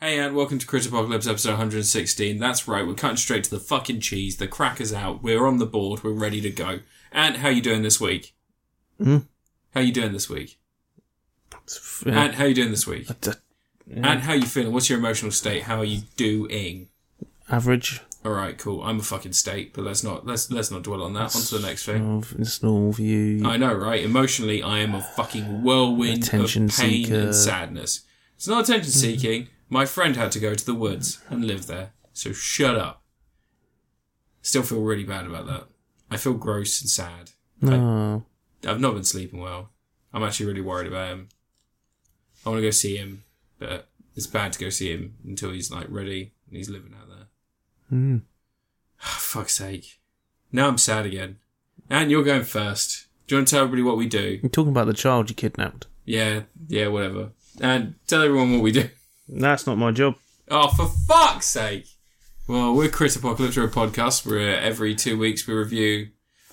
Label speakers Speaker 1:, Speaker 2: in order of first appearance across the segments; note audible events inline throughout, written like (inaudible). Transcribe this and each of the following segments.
Speaker 1: and welcome to Crit Apocalypse episode 116. That's right, we're cutting straight to the fucking cheese. The cracker's out. We're on the board. We're ready to go. And how you doing this week?
Speaker 2: Hmm?
Speaker 1: How you doing this week?
Speaker 2: It's-
Speaker 1: And
Speaker 2: yeah.
Speaker 1: how you doing this week?
Speaker 2: It's a-
Speaker 1: And how you feeling? What's your emotional state? How are you doing?
Speaker 2: average.
Speaker 1: All right, cool. I'm a fucking state, but let's not let's let's not dwell on that. On to the next thing. Oh,
Speaker 2: Of, it's normal view.
Speaker 1: I know, right? Emotionally, I am a fucking whirlwind
Speaker 2: Attention
Speaker 1: of pain
Speaker 2: seeker. Mm.
Speaker 1: and sadness. It's not attention seeking. My friend had to go to the woods and live there, so shut up. Still feel really bad about that. I feel gross and sad.
Speaker 2: No.
Speaker 1: I've not been sleeping well. I'm actually really worried about him. I want to go see him, but it's bad to go see him until he's like ready and he's living out there.
Speaker 2: Hmm.
Speaker 1: (sighs) fuck's sake. Now I'm sad again. And you're going first. Do you want to tell everybody what we do?
Speaker 2: You're talking about the child you kidnapped.
Speaker 1: Yeah, yeah, whatever. And tell everyone what we do.
Speaker 2: That's not my job.
Speaker 1: Oh, for fuck's sake! Well, we're Crit Apocalypse, we're a podcast where every two weeks we review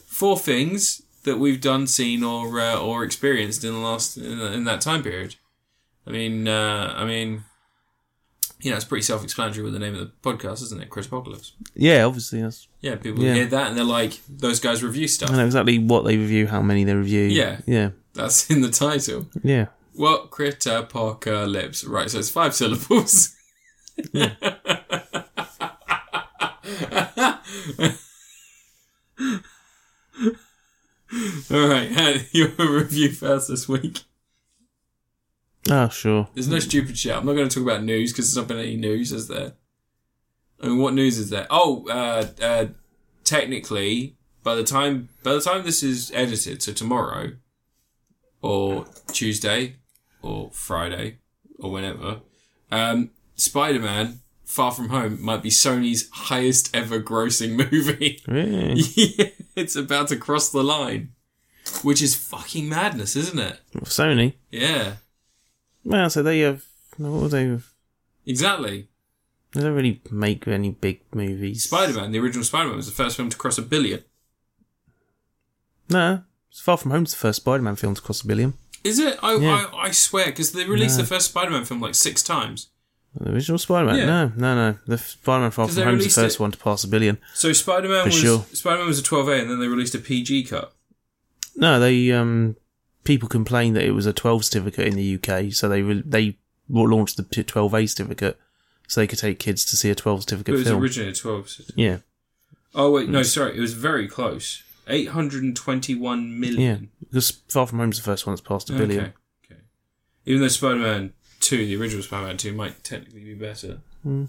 Speaker 1: four things that we've done, seen, or uh, or experienced in the last in, in that time period. I mean, uh, I mean, you know, it's pretty self-explanatory with the name of the podcast, isn't it? Crit Apocalypse.
Speaker 2: Yeah, obviously. That's,
Speaker 1: Yeah, people
Speaker 2: Yeah.
Speaker 1: hear that and they're like, "Those guys review
Speaker 2: I
Speaker 1: stuff."
Speaker 2: know exactly what they review, how many they review.
Speaker 1: Yeah.
Speaker 2: Yeah.
Speaker 1: That's in the title.
Speaker 2: Yeah.
Speaker 1: Well, crit apocalypse. Right, so it's five syllables. (laughs) All right, (laughs) Hannah, your review first this week.
Speaker 2: Oh, sure.
Speaker 1: There's no stupid shit. I'm not going to talk about news because there's not been any news, is there? I mean, what news is there? Oh, uh, uh, technically, by the time by the time this is edited, so tomorrow, or Tuesday, or Friday, or whenever, um, Spider-Man: Far From Home might be Sony's highest ever grossing (laughs) movie.
Speaker 2: Really?
Speaker 1: Yeah, it's about to cross the line, which is fucking madness, isn't it?
Speaker 2: Sony.
Speaker 1: Yeah,
Speaker 2: Well, so they have. What would they have?
Speaker 1: exactly.
Speaker 2: They don't really make any big movies.
Speaker 1: Spider Man, the original Spider Man, was the first film to cross a billion.
Speaker 2: No. It's Far From Home's the first Spider Man film to cross a billion.
Speaker 1: Is it? I,
Speaker 2: Yeah.
Speaker 1: I, I swear, because they released
Speaker 2: No.
Speaker 1: the first Spider Man film like six times.
Speaker 2: The original Spider Man?
Speaker 1: Yeah.
Speaker 2: No, no, no. The Spider Man Far
Speaker 1: 'Cause
Speaker 2: From
Speaker 1: they
Speaker 2: Home's the
Speaker 1: released
Speaker 2: first
Speaker 1: it-
Speaker 2: one to pass a billion.
Speaker 1: So Spider Man
Speaker 2: For
Speaker 1: was
Speaker 2: sure.
Speaker 1: Spider Man was a 12A, and then they released a PG cut.
Speaker 2: No, they um people complained that it was a 12 certificate in the UK, so they re- they launched the 12A certificate so they could take kids to see a 12
Speaker 1: But it
Speaker 2: certificate
Speaker 1: was
Speaker 2: film. Mm.
Speaker 1: originally a 12. so-
Speaker 2: yeah,
Speaker 1: Oh wait, no, sorry, it was very close. 821
Speaker 2: yeah.
Speaker 1: million.
Speaker 2: Because Far From Home's the first one that's passed a billion.
Speaker 1: Okay. okay. Even though Spider Man 2, the original Spider Man 2, might technically be better.
Speaker 2: Mm.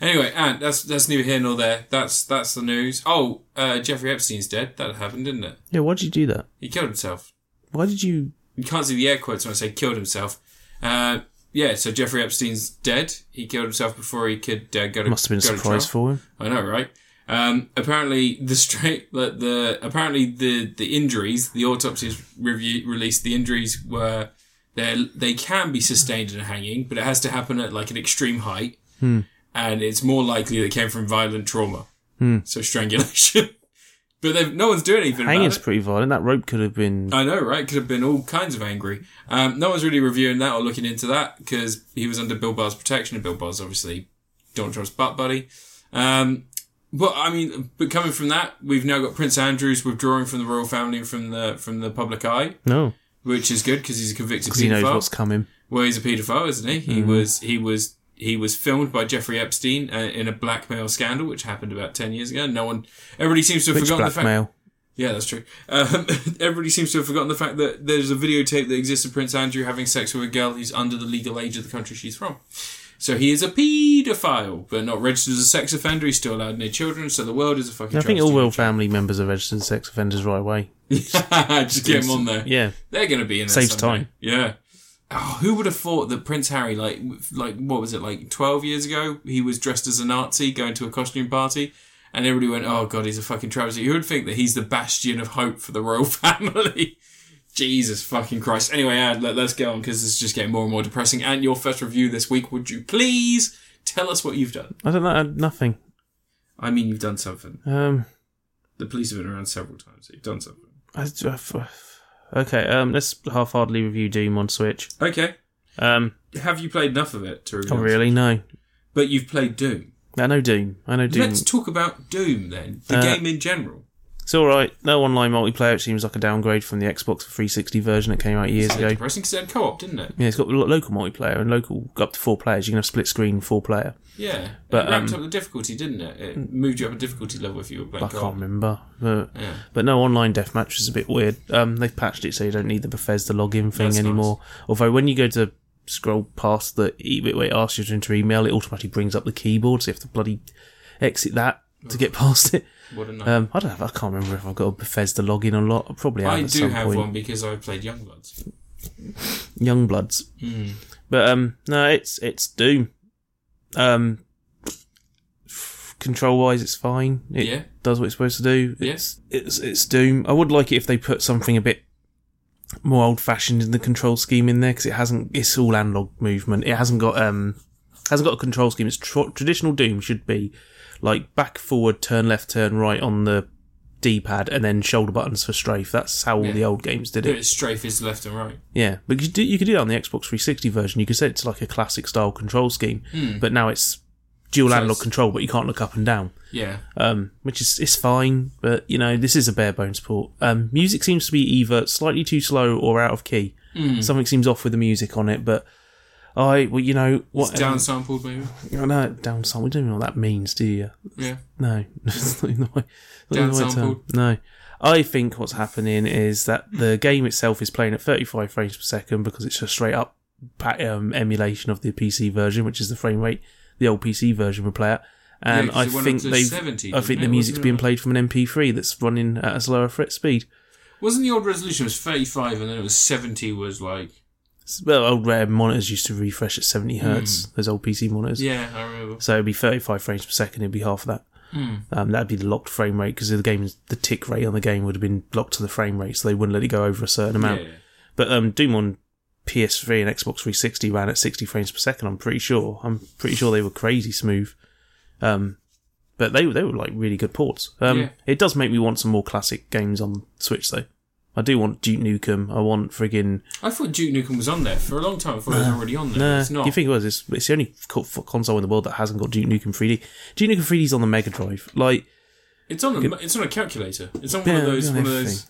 Speaker 1: Anyway, and that's that's neither here nor there. That's that's the news. Oh, uh, Jeffrey Epstein's dead. That happened, didn't it?
Speaker 2: Yeah, why did you do that?
Speaker 1: He killed himself.
Speaker 2: Why did you?
Speaker 1: you can't see the air quotes when I say killed himself. Uh, yeah, so Jeffrey Epstein's dead. He killed himself before he could uh, go to.
Speaker 2: Must have been a
Speaker 1: go to
Speaker 2: surprise
Speaker 1: trial.
Speaker 2: for him.
Speaker 1: I know, right? Um, apparently, the straight (laughs) the, the apparently the the injuries, the autopsies review released the injuries were they they can be sustained in a hanging, but it has to happen at like an extreme height,
Speaker 2: Hmm.
Speaker 1: and it's more likely that it came from violent trauma,
Speaker 2: Hmm.
Speaker 1: so strangulation. (laughs) but they've- no one's doing anything. about
Speaker 2: Hanging's
Speaker 1: it. Uh,
Speaker 2: pretty violent. That rope could have been.
Speaker 1: I know, right? Could have been all kinds of angry. Um, no one's really reviewing that or looking into that because he was under Bill Barr's protection, and Bill Barr's obviously Donald Trump's butt buddy. Um, but I mean, but coming from that, we've now got Prince Andrew's withdrawing from the royal family and from the from the public eye,
Speaker 2: No,
Speaker 1: which is good because he's a convicted
Speaker 2: because he knows
Speaker 1: paedophile.
Speaker 2: what's Mm. coming.
Speaker 1: Well, he's a paedophile, isn't he? He was he was he was filmed by Jeffrey Epstein uh, in a blackmail scandal, which happened about ten years ago. No one, everybody seems to have
Speaker 2: Which
Speaker 1: forgotten the fact.
Speaker 2: blackmail?
Speaker 1: Yeah, that's true. Um, (laughs) everybody seems to have forgotten the fact that there's a videotape that exists of Prince Andrew having sex with a girl who's under the legal age of the country she's from. So he is a paedophile, but not registered as a sex offender. He's still allowed near children, so the world is a fucking.
Speaker 2: I think all
Speaker 1: travesty.
Speaker 2: royal family members are registered sex offenders right away.
Speaker 1: (laughs) Just get him on there.
Speaker 2: Yeah,
Speaker 1: They're going to be in there
Speaker 2: Saves
Speaker 1: someday.
Speaker 2: time.
Speaker 1: Yeah. Oh, who would have thought that Prince Harry, like, like what was it, like twelve years ago, he was dressed as a Nazi going to a costume party, and everybody went, "Oh God, he's a fucking travesty." Who would think that he's the bastion of hope for the royal (laughs) family? Jesus fucking Christ! Anyway, Ad, let, us go on because it's just getting more and more depressing. And your first review this week, would you please tell us what you've done?
Speaker 2: I don't know. I- Nothing.
Speaker 1: I mean, you've done something.
Speaker 2: Um,
Speaker 1: The police have been around several times. So you've done something.
Speaker 2: I, okay. Um, let's half-heartedly review Doom on Switch.
Speaker 1: Okay.
Speaker 2: Um,
Speaker 1: Have you played enough of it to review?
Speaker 2: Not Oh, really, no.
Speaker 1: But you've played Doom.
Speaker 2: I know Doom. I know Doom.
Speaker 1: Let's talk about Doom then, the
Speaker 2: Uh,
Speaker 1: game in general.
Speaker 2: It's all right. No online multiplayer. It seems like a downgrade from the Xbox 360 version that came out years
Speaker 1: It's
Speaker 2: ago.
Speaker 1: depressing because it had co-op, didn't it?
Speaker 2: Yeah, it's got lo- local multiplayer and local up to four players. You can have split screen four player.
Speaker 1: Yeah,
Speaker 2: But,
Speaker 1: it ramped
Speaker 2: um, Mm.
Speaker 1: up the difficulty, didn't it? It moved you up a difficulty level if you were
Speaker 2: I
Speaker 1: playing
Speaker 2: can't
Speaker 1: co-op.
Speaker 2: remember, but
Speaker 1: Yeah.
Speaker 2: but no online deathmatch is a bit weird. Um, they've patched it so you don't need the Bethesda login thing
Speaker 1: That's nice.
Speaker 2: anymore. Although when you go to scroll past the e- bit where it asks you to enter email, it automatically brings up the keyboard, so you have to bloody exit that to get past it.
Speaker 1: What a night.
Speaker 2: Um, I don't have. I can't remember if I've got a Bethesda login or not. I probably have
Speaker 1: I
Speaker 2: at
Speaker 1: do
Speaker 2: some
Speaker 1: have
Speaker 2: point.
Speaker 1: one because I played Youngbloods.
Speaker 2: Young Bloods.
Speaker 1: Hmm.
Speaker 2: But um, no, it's it's Doom. Um, control wise, it's fine. It
Speaker 1: Yeah.
Speaker 2: does what it's supposed to do.
Speaker 1: Yeah.
Speaker 2: It's it's it's Doom. I would like it if they put something a bit more old fashioned in the control scheme in there because it hasn't. It's all analog movement. It hasn't got um hasn't got a control scheme. It's tr- traditional Doom should be like back, forward, turn left, turn right on the D pad, and then shoulder buttons for strafe. That's how all
Speaker 1: Yeah.
Speaker 2: the old games did it.
Speaker 1: But it strafe is left and right.
Speaker 2: Yeah, but you, do, you could do that on the Xbox 360 version. You could set it to like a classic style control scheme, but now it's dual
Speaker 1: Hmm. So
Speaker 2: analog
Speaker 1: it's-
Speaker 2: control, but you can't look up and down,
Speaker 1: Yeah,
Speaker 2: um, which is it's fine. But you know, this is a bare bones port. Um, music seems to be either slightly too slow or out of key.
Speaker 1: Hmm.
Speaker 2: Something seems off with the music on it, but. I well, you know what?
Speaker 1: it's downsampled maybe.
Speaker 2: I know downsampled. We don't know what that means, do you?
Speaker 1: Yeah,
Speaker 2: No, (laughs) it's not even the way. Not even the right term.
Speaker 1: Downsampled.
Speaker 2: No, I think what's happening is that the game itself is playing at 35 frames per second because it's a straight up pa- um, emulation of the PC version, which is the frame rate the old PC version would play at. And
Speaker 1: Yeah, 'cause
Speaker 2: I
Speaker 1: it went up
Speaker 2: think
Speaker 1: to
Speaker 2: they,
Speaker 1: 70,
Speaker 2: I
Speaker 1: didn't
Speaker 2: think
Speaker 1: it?
Speaker 2: the music's
Speaker 1: Wasn't it
Speaker 2: being
Speaker 1: like-
Speaker 2: played from an MP3 that's running at a slower fret speed.
Speaker 1: wasn't the old resolution it was thirty five and then it was seventy was like
Speaker 2: S- Well, old rare monitors used to refresh at 70
Speaker 1: Hmm.
Speaker 2: hertz. Those old PC monitors.
Speaker 1: yeah I remember
Speaker 2: So it'd be 35 frames per second. It'd be half of that.
Speaker 1: Hmm.
Speaker 2: Um, that'd be the locked frame rate because the game, the tick rate on the game would have been locked to the frame rate, so they wouldn't let it go over a certain
Speaker 1: yeah,
Speaker 2: amount. But um, Doom on PS3 and Xbox 360 ran at 60 frames per second. I'm pretty sure. I'm pretty sure they were crazy smooth. Um, but they they were like really good ports. Um,
Speaker 1: Yeah.
Speaker 2: It does make me want some more classic games on Switch though. I do want Duke Nukem. I want friggin'
Speaker 1: I thought Duke Nukem was on there for a long time. I thought it was already on there.
Speaker 2: Nah,
Speaker 1: it's not.
Speaker 2: you think it was? It's, it's the only co- f- console in the world that hasn't got Duke Nukem 3D. Duke Nukem 3D's on the Mega Drive. Like,
Speaker 1: it's on a it's on a calculator. It's on one
Speaker 2: yeah,
Speaker 1: of those
Speaker 2: yeah,
Speaker 1: one of
Speaker 2: everything.
Speaker 1: those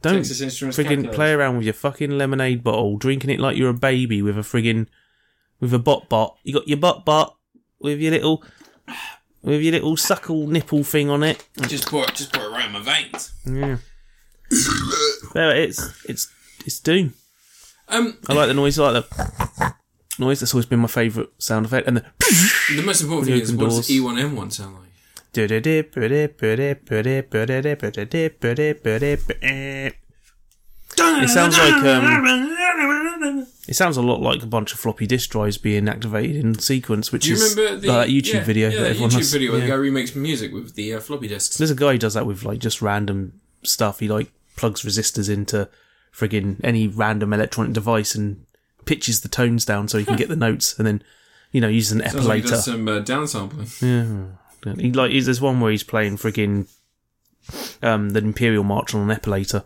Speaker 2: don't
Speaker 1: Texas Instruments
Speaker 2: friggin'
Speaker 1: calculators.
Speaker 2: play around with your fucking lemonade bottle, drinking it like you're a baby with a friggin' with a bot bot. You got your bot bot with your little with your little suckle nipple thing on it.
Speaker 1: just pour it just pour it around my veins.
Speaker 2: Yeah, there it's it's it's Doom.
Speaker 1: Um,
Speaker 2: I like the noise. I like the noise. That's always been my favourite sound effect. And the
Speaker 1: the most important thing
Speaker 2: Open
Speaker 1: is what does E
Speaker 2: doors.
Speaker 1: E1M1 sound like?
Speaker 2: It sounds like um, it sounds a lot like a bunch of floppy disk drives being activated in sequence, which
Speaker 1: Do you
Speaker 2: is
Speaker 1: remember the
Speaker 2: uh, that YouTube
Speaker 1: yeah,
Speaker 2: video
Speaker 1: Yeah,
Speaker 2: that
Speaker 1: that
Speaker 2: everyone
Speaker 1: YouTube
Speaker 2: has.
Speaker 1: video where
Speaker 2: yeah.
Speaker 1: the guy remakes music with the uh, floppy disks.
Speaker 2: There's a guy who does that with like just random stuff. He like plugs resistors into friggin' any random electronic device and pitches the tones down so he can get the notes, and then you know uses an
Speaker 1: Sounds like he
Speaker 2: epilator.
Speaker 1: does some uh, downsampling.
Speaker 2: He like is there's one where he's playing friggin' um the Imperial March on an epilator.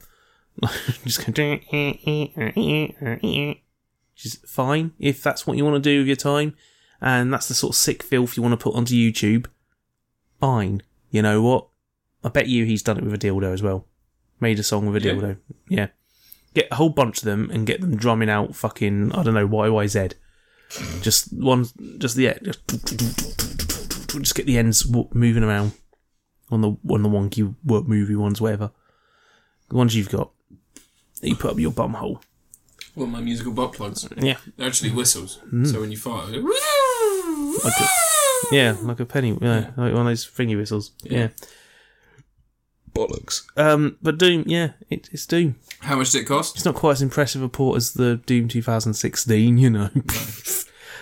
Speaker 2: (laughs) Just eh, going which is eh, fine if that's what you want to do with your time and that's the sort of sick filth you want to put onto YouTube. Fine. You know what? I bet you he's done it with a dildo as well. Made a song with a
Speaker 1: Yeah.
Speaker 2: dildo. Yeah. Get a whole bunch of them and get them drumming out fucking I don't know, YYZ. Just one just yeah, just just (sniffs) get the ends w- moving around on the on the wonky work movie ones, whatever. The ones you've got. That you put up your bumhole.
Speaker 1: Well, my musical butt plugs.
Speaker 2: Yeah.
Speaker 1: They're actually whistles. So when you fart, it
Speaker 2: Mm. Yeah, like a penny, yeah, like one of those thingy whistles. Yeah.
Speaker 1: bollocks.
Speaker 2: Um, but Doom, yeah, it, it's Doom.
Speaker 1: How much did it cost?
Speaker 2: It's not quite as impressive a port as the Doom 2016, you know. (laughs)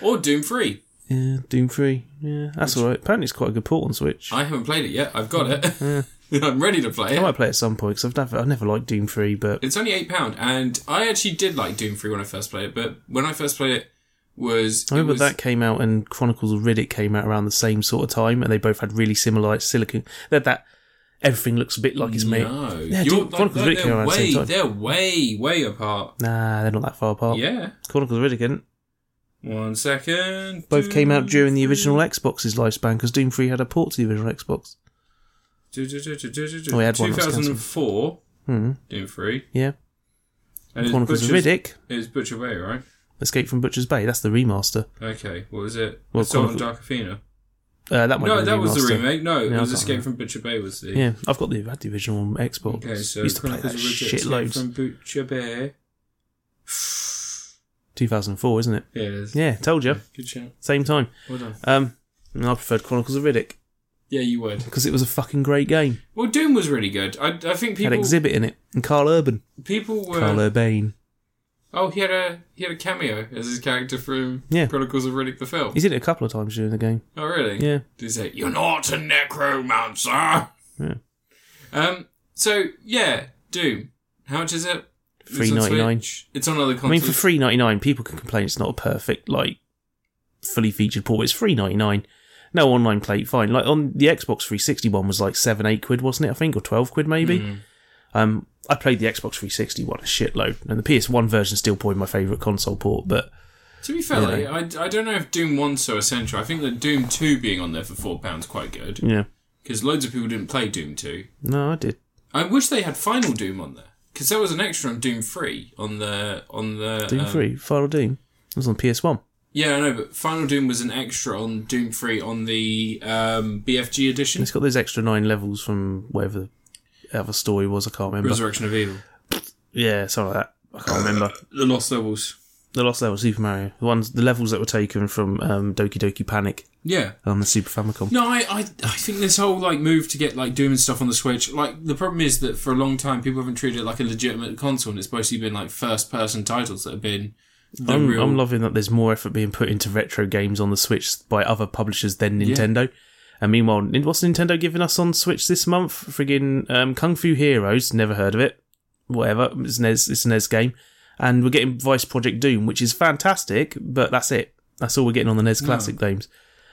Speaker 1: Or Doom Free?
Speaker 2: yeah, Doom 3. Yeah, that's all right. Apparently, it's quite a good port on Switch.
Speaker 1: I haven't played it yet. I've got it. (laughs) I'm ready to play
Speaker 2: I
Speaker 1: it.
Speaker 2: might play it at some point because I've never, I've never liked Doom 3, but
Speaker 1: It's only eight pound, and I actually did like Doom Free when I first played it. But when I first played it, was
Speaker 2: I
Speaker 1: it
Speaker 2: remember
Speaker 1: was,
Speaker 2: that came out and Chronicles of Riddick came out around the same sort of time, and they both had really similar like, silicon. They had that everything looks a bit like it's made.
Speaker 1: No,
Speaker 2: Yeah,
Speaker 1: You're-
Speaker 2: Doom,
Speaker 1: like,
Speaker 2: Chronicles of
Speaker 1: they're,
Speaker 2: Riddick came
Speaker 1: they're
Speaker 2: out around the
Speaker 1: way,
Speaker 2: same time. Oh.
Speaker 1: they're way, way apart.
Speaker 2: Nah, they're not that far apart.
Speaker 1: Yeah,
Speaker 2: Chronicles of Riddick, isn't.
Speaker 1: One second.
Speaker 2: Both came out during the original Xbox's lifespan because Doom 3 had a port to the original Xbox. We had one that was
Speaker 1: 2004.
Speaker 2: Hmm.
Speaker 1: Doom 3.
Speaker 2: Yeah.
Speaker 1: And it's
Speaker 2: Chronicles of Riddick,
Speaker 1: It's Butcher Bay, right?
Speaker 2: Escape from Butcher's Bay. That's the remaster.
Speaker 1: Okay, what was it?
Speaker 2: Well,
Speaker 1: Assault on
Speaker 2: Chronicle-
Speaker 1: Dark Athena.
Speaker 2: Uh, that might
Speaker 1: No,
Speaker 2: be
Speaker 1: that was the
Speaker 2: remaster.
Speaker 1: remake. No, it
Speaker 2: Yeah, I
Speaker 1: was
Speaker 2: can't
Speaker 1: Escape from Butcher Bay was the...
Speaker 2: Yeah, I've got the, I had the original on Xbox.
Speaker 1: Okay, so
Speaker 2: used to play
Speaker 1: Chronicles
Speaker 2: that
Speaker 1: of
Speaker 2: shit
Speaker 1: Riddick, Escape
Speaker 2: loads.
Speaker 1: from Butcher Bay.
Speaker 2: 2004, isn't it?
Speaker 1: Yeah, it is.
Speaker 2: Yeah, told you.
Speaker 1: Good shout.
Speaker 2: Same time.
Speaker 1: Well done.
Speaker 2: Um, and I preferred Chronicles of Riddick
Speaker 1: Yeah, you would.
Speaker 2: because it was a fucking great game.
Speaker 1: Well, Doom was really good. I, I think
Speaker 2: Had
Speaker 1: people
Speaker 2: Exhibit in it and Carl Urban,
Speaker 1: people were.
Speaker 2: Carl Urbane.
Speaker 1: Oh, he had a he had a cameo as his character from
Speaker 2: Yeah.
Speaker 1: Chronicles of Riddick the film.
Speaker 2: He's in it a couple of times during the game.
Speaker 1: Oh, really?
Speaker 2: Yeah.
Speaker 1: Did he say, You're not a necromancer?
Speaker 2: Yeah.
Speaker 1: Um, so, yeah, Doom. How much is it? It's on
Speaker 2: $3.99.
Speaker 1: Switch. It's on other
Speaker 2: I mean,
Speaker 1: consoles.
Speaker 2: for three ninety nine, people can complain it's not a perfect like fully featured port. It's three ninety nine. No online play, fine. Like on the Xbox 360 one was like seven, eight quid, wasn't it? I think, or twelve quid maybe. Um, I played the Xbox 360 one a shitload, and the PS1 version still probably my favourite console port. But
Speaker 1: to be fair,
Speaker 2: you
Speaker 1: like, I, I don't know if Doom 1's so essential. I think that Doom 2 being on there for £4 is quite good.
Speaker 2: yeah,
Speaker 1: Because loads of people didn't play Doom 2.
Speaker 2: no, I did.
Speaker 1: I wish they had Final Doom on there. Because there was an extra on Doom 3 on the. on the
Speaker 2: Doom
Speaker 1: um,
Speaker 2: three, Final Doom. It was on PS1.
Speaker 1: Yeah, I know, but Final Doom was an extra on Doom 3 on the um, BFG edition.
Speaker 2: It's got those extra nine levels from whatever the other story was. I can't remember.
Speaker 1: Resurrection of Evil.
Speaker 2: yeah, something like that. I can't remember.
Speaker 1: The Lost Levels.
Speaker 2: The last level, Super Mario. The ones, the levels that were taken from um, Doki Doki Panic
Speaker 1: Yeah.
Speaker 2: on the Super Famicom.
Speaker 1: No, I, I, I think this whole like move to get like Doom and stuff on the Switch, like the problem is that for a long time people haven't treated it like a legitimate console, and it's mostly been like first person titles that have been the
Speaker 2: I'm,
Speaker 1: real.
Speaker 2: I'm loving that there's more effort being put into retro games on the Switch by other publishers than Nintendo. And meanwhile, nin- what's Nintendo giving us on Switch this month? Friggin' um, Kung Fu Heroes. Never heard of it. Whatever. It's an NES, it's an NES game. And we're getting Vice Project Doom, which is fantastic, but that's it. That's all we're getting on the NES Classic games.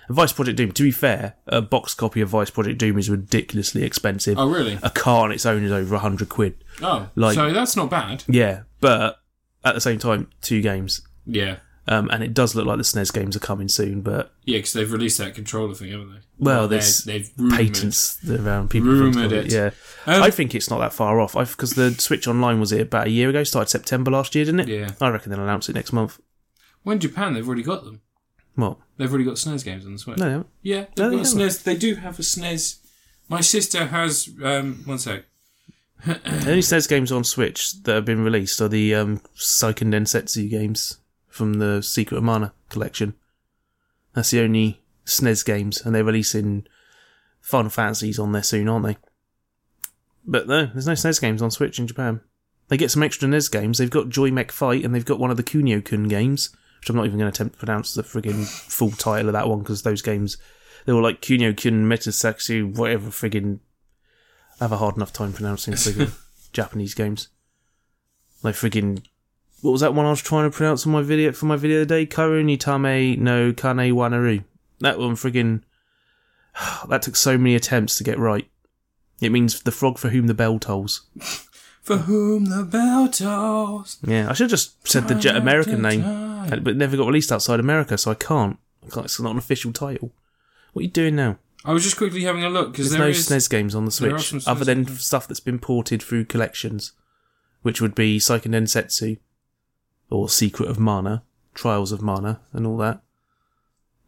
Speaker 2: And Vice Project Doom, to be fair, a box copy of Vice Project Doom is ridiculously expensive.
Speaker 1: oh really?
Speaker 2: a car on its own is over 100 quid.
Speaker 1: Oh,
Speaker 2: like-
Speaker 1: so that's not bad.
Speaker 2: Yeah, but at the same time, two games.
Speaker 1: Yeah,
Speaker 2: Um, and it does look like the SNES games are coming soon, but
Speaker 1: yeah, because they've released that controller thing, haven't they?
Speaker 2: Well,
Speaker 1: they-
Speaker 2: there's
Speaker 1: they've rumored.
Speaker 2: patents that around people.
Speaker 1: Rumoured
Speaker 2: have got
Speaker 1: it.
Speaker 2: Yeah.
Speaker 1: Um,
Speaker 2: I think it's not that far off. Because the Switch Online was it about a year ago, started September last year, didn't it?
Speaker 1: Yeah.
Speaker 2: I reckon they'll announce it next month.
Speaker 1: Well, in Japan, they've already got them.
Speaker 2: What?
Speaker 1: They've already got SNES games on the Switch.
Speaker 2: No, they haven't.
Speaker 1: Yeah, they've
Speaker 2: No,
Speaker 1: got
Speaker 2: they
Speaker 1: a
Speaker 2: haven't.
Speaker 1: SNES. They do have a SNES. My sister has. Um, one sec.
Speaker 2: the only SNES games on Switch that have been released are the um, Seiken Densetsu games from the Secret of Mana collection. That's the only SNES games, and they're releasing Final Fantasies on there soon, aren't they? But no, there's no SNES games on Switch in Japan. They get some extra NES games. They've got Joy Mech Fight, and they've got one of the Kunio Kun games, which I'm not even going to attempt to pronounce the friggin' full title of that one because those games, they were like Kunio Kun, Metasaxu, whatever friggin'. I have a hard enough time pronouncing friggin' Japanese games. Like friggin' what was that one I was trying to pronounce on my video for my video today? Karunitame no Kane Wanaru. That one friggin' that took so many attempts to get right. It means the frog for whom the bell tolls.
Speaker 1: For whom the bell tolls.
Speaker 2: Yeah, I should have just said the jet American name,
Speaker 1: Time.
Speaker 2: but it never got released outside America, so I can't. I can't- It's not an official title. What are you doing now?
Speaker 1: I was just quickly having a look because
Speaker 2: There's
Speaker 1: there
Speaker 2: no
Speaker 1: is-
Speaker 2: SNES games on the
Speaker 1: there are
Speaker 2: Switch
Speaker 1: some
Speaker 2: other
Speaker 1: SNES
Speaker 2: than
Speaker 1: games.
Speaker 2: stuff that's been ported through collections, which would be Seiken Densetsu or Secret of Mana, Trials of Mana, and all that.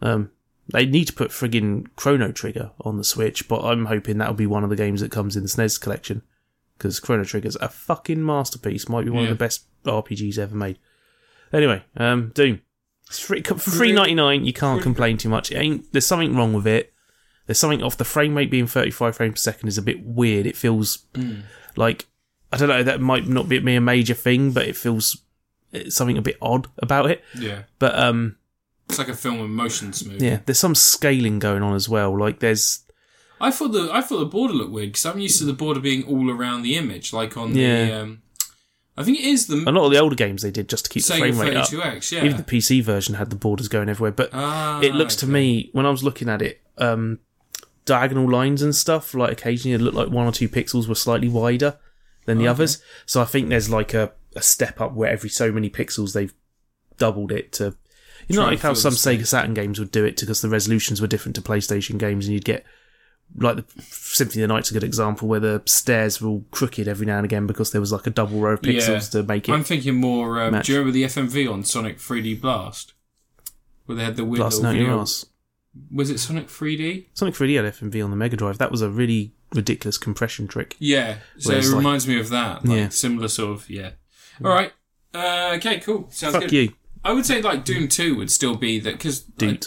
Speaker 2: Um, they need to put friggin' Chrono Trigger on the Switch, but I'm hoping that'll be one of the games that comes in the SNES collection because Chrono Trigger's a fucking masterpiece. Might be one
Speaker 1: Yeah.
Speaker 2: of the best RPGs ever made. Anyway, um, Doom. It's free, for three ninety nine. You can't complain too much. It ain't there's something wrong with it. There's something off the frame rate being thirty five frames per second is a bit weird. It feels like I don't know. That might not be, be a major thing, but it feels it's something a bit odd about it.
Speaker 1: Yeah,
Speaker 2: But um,
Speaker 1: it's like a film in motion smooth.
Speaker 2: yeah, there's some scaling going on as well. Like there's
Speaker 1: I thought the I thought the border looked weird because I'm used to the border being all around the image, like on the.
Speaker 2: Yeah.
Speaker 1: Um, I think it is
Speaker 2: a
Speaker 1: the
Speaker 2: lot of the older games they did just to keep the
Speaker 1: Sega
Speaker 2: frame rate up.
Speaker 1: 32X.
Speaker 2: Even
Speaker 1: Yeah.
Speaker 2: the PC version had the borders going everywhere, but
Speaker 1: Ah,
Speaker 2: it looks to me when I was looking at it, um, diagonal lines and stuff. Like occasionally, it looked like one or two pixels were slightly wider than the
Speaker 1: Oh,
Speaker 2: others. So I think there's like a, a step up where every so many pixels they've doubled it to. You know,
Speaker 1: Trying
Speaker 2: like
Speaker 1: to
Speaker 2: how
Speaker 1: fill
Speaker 2: some
Speaker 1: the
Speaker 2: Sega Saturn games would do it because the resolutions were different to PlayStation games, and you'd get like the Symphony of the Night's a good example where the stairs were all crooked every now and again because there was like a double row of pixels to make it.
Speaker 1: I'm thinking more. Um,
Speaker 2: match.
Speaker 1: do you remember the FMV on Sonic 3D Blast, where they had the weird
Speaker 2: Blast
Speaker 1: little
Speaker 2: out your
Speaker 1: video?
Speaker 2: ass.
Speaker 1: Was it Sonic 3D?
Speaker 2: Sonic 3D had FMV on the Mega Drive. That was a really ridiculous compression trick.
Speaker 1: Yeah. So
Speaker 2: Where
Speaker 1: it
Speaker 2: it's like-
Speaker 1: reminds me of that. Like,
Speaker 2: Yeah.
Speaker 1: Similar sort of. Yeah. All right. Uh, okay. Cool. Sounds
Speaker 2: Fuck
Speaker 1: good.
Speaker 2: you,
Speaker 1: I would say like Doom 2 would still be that because
Speaker 2: dude.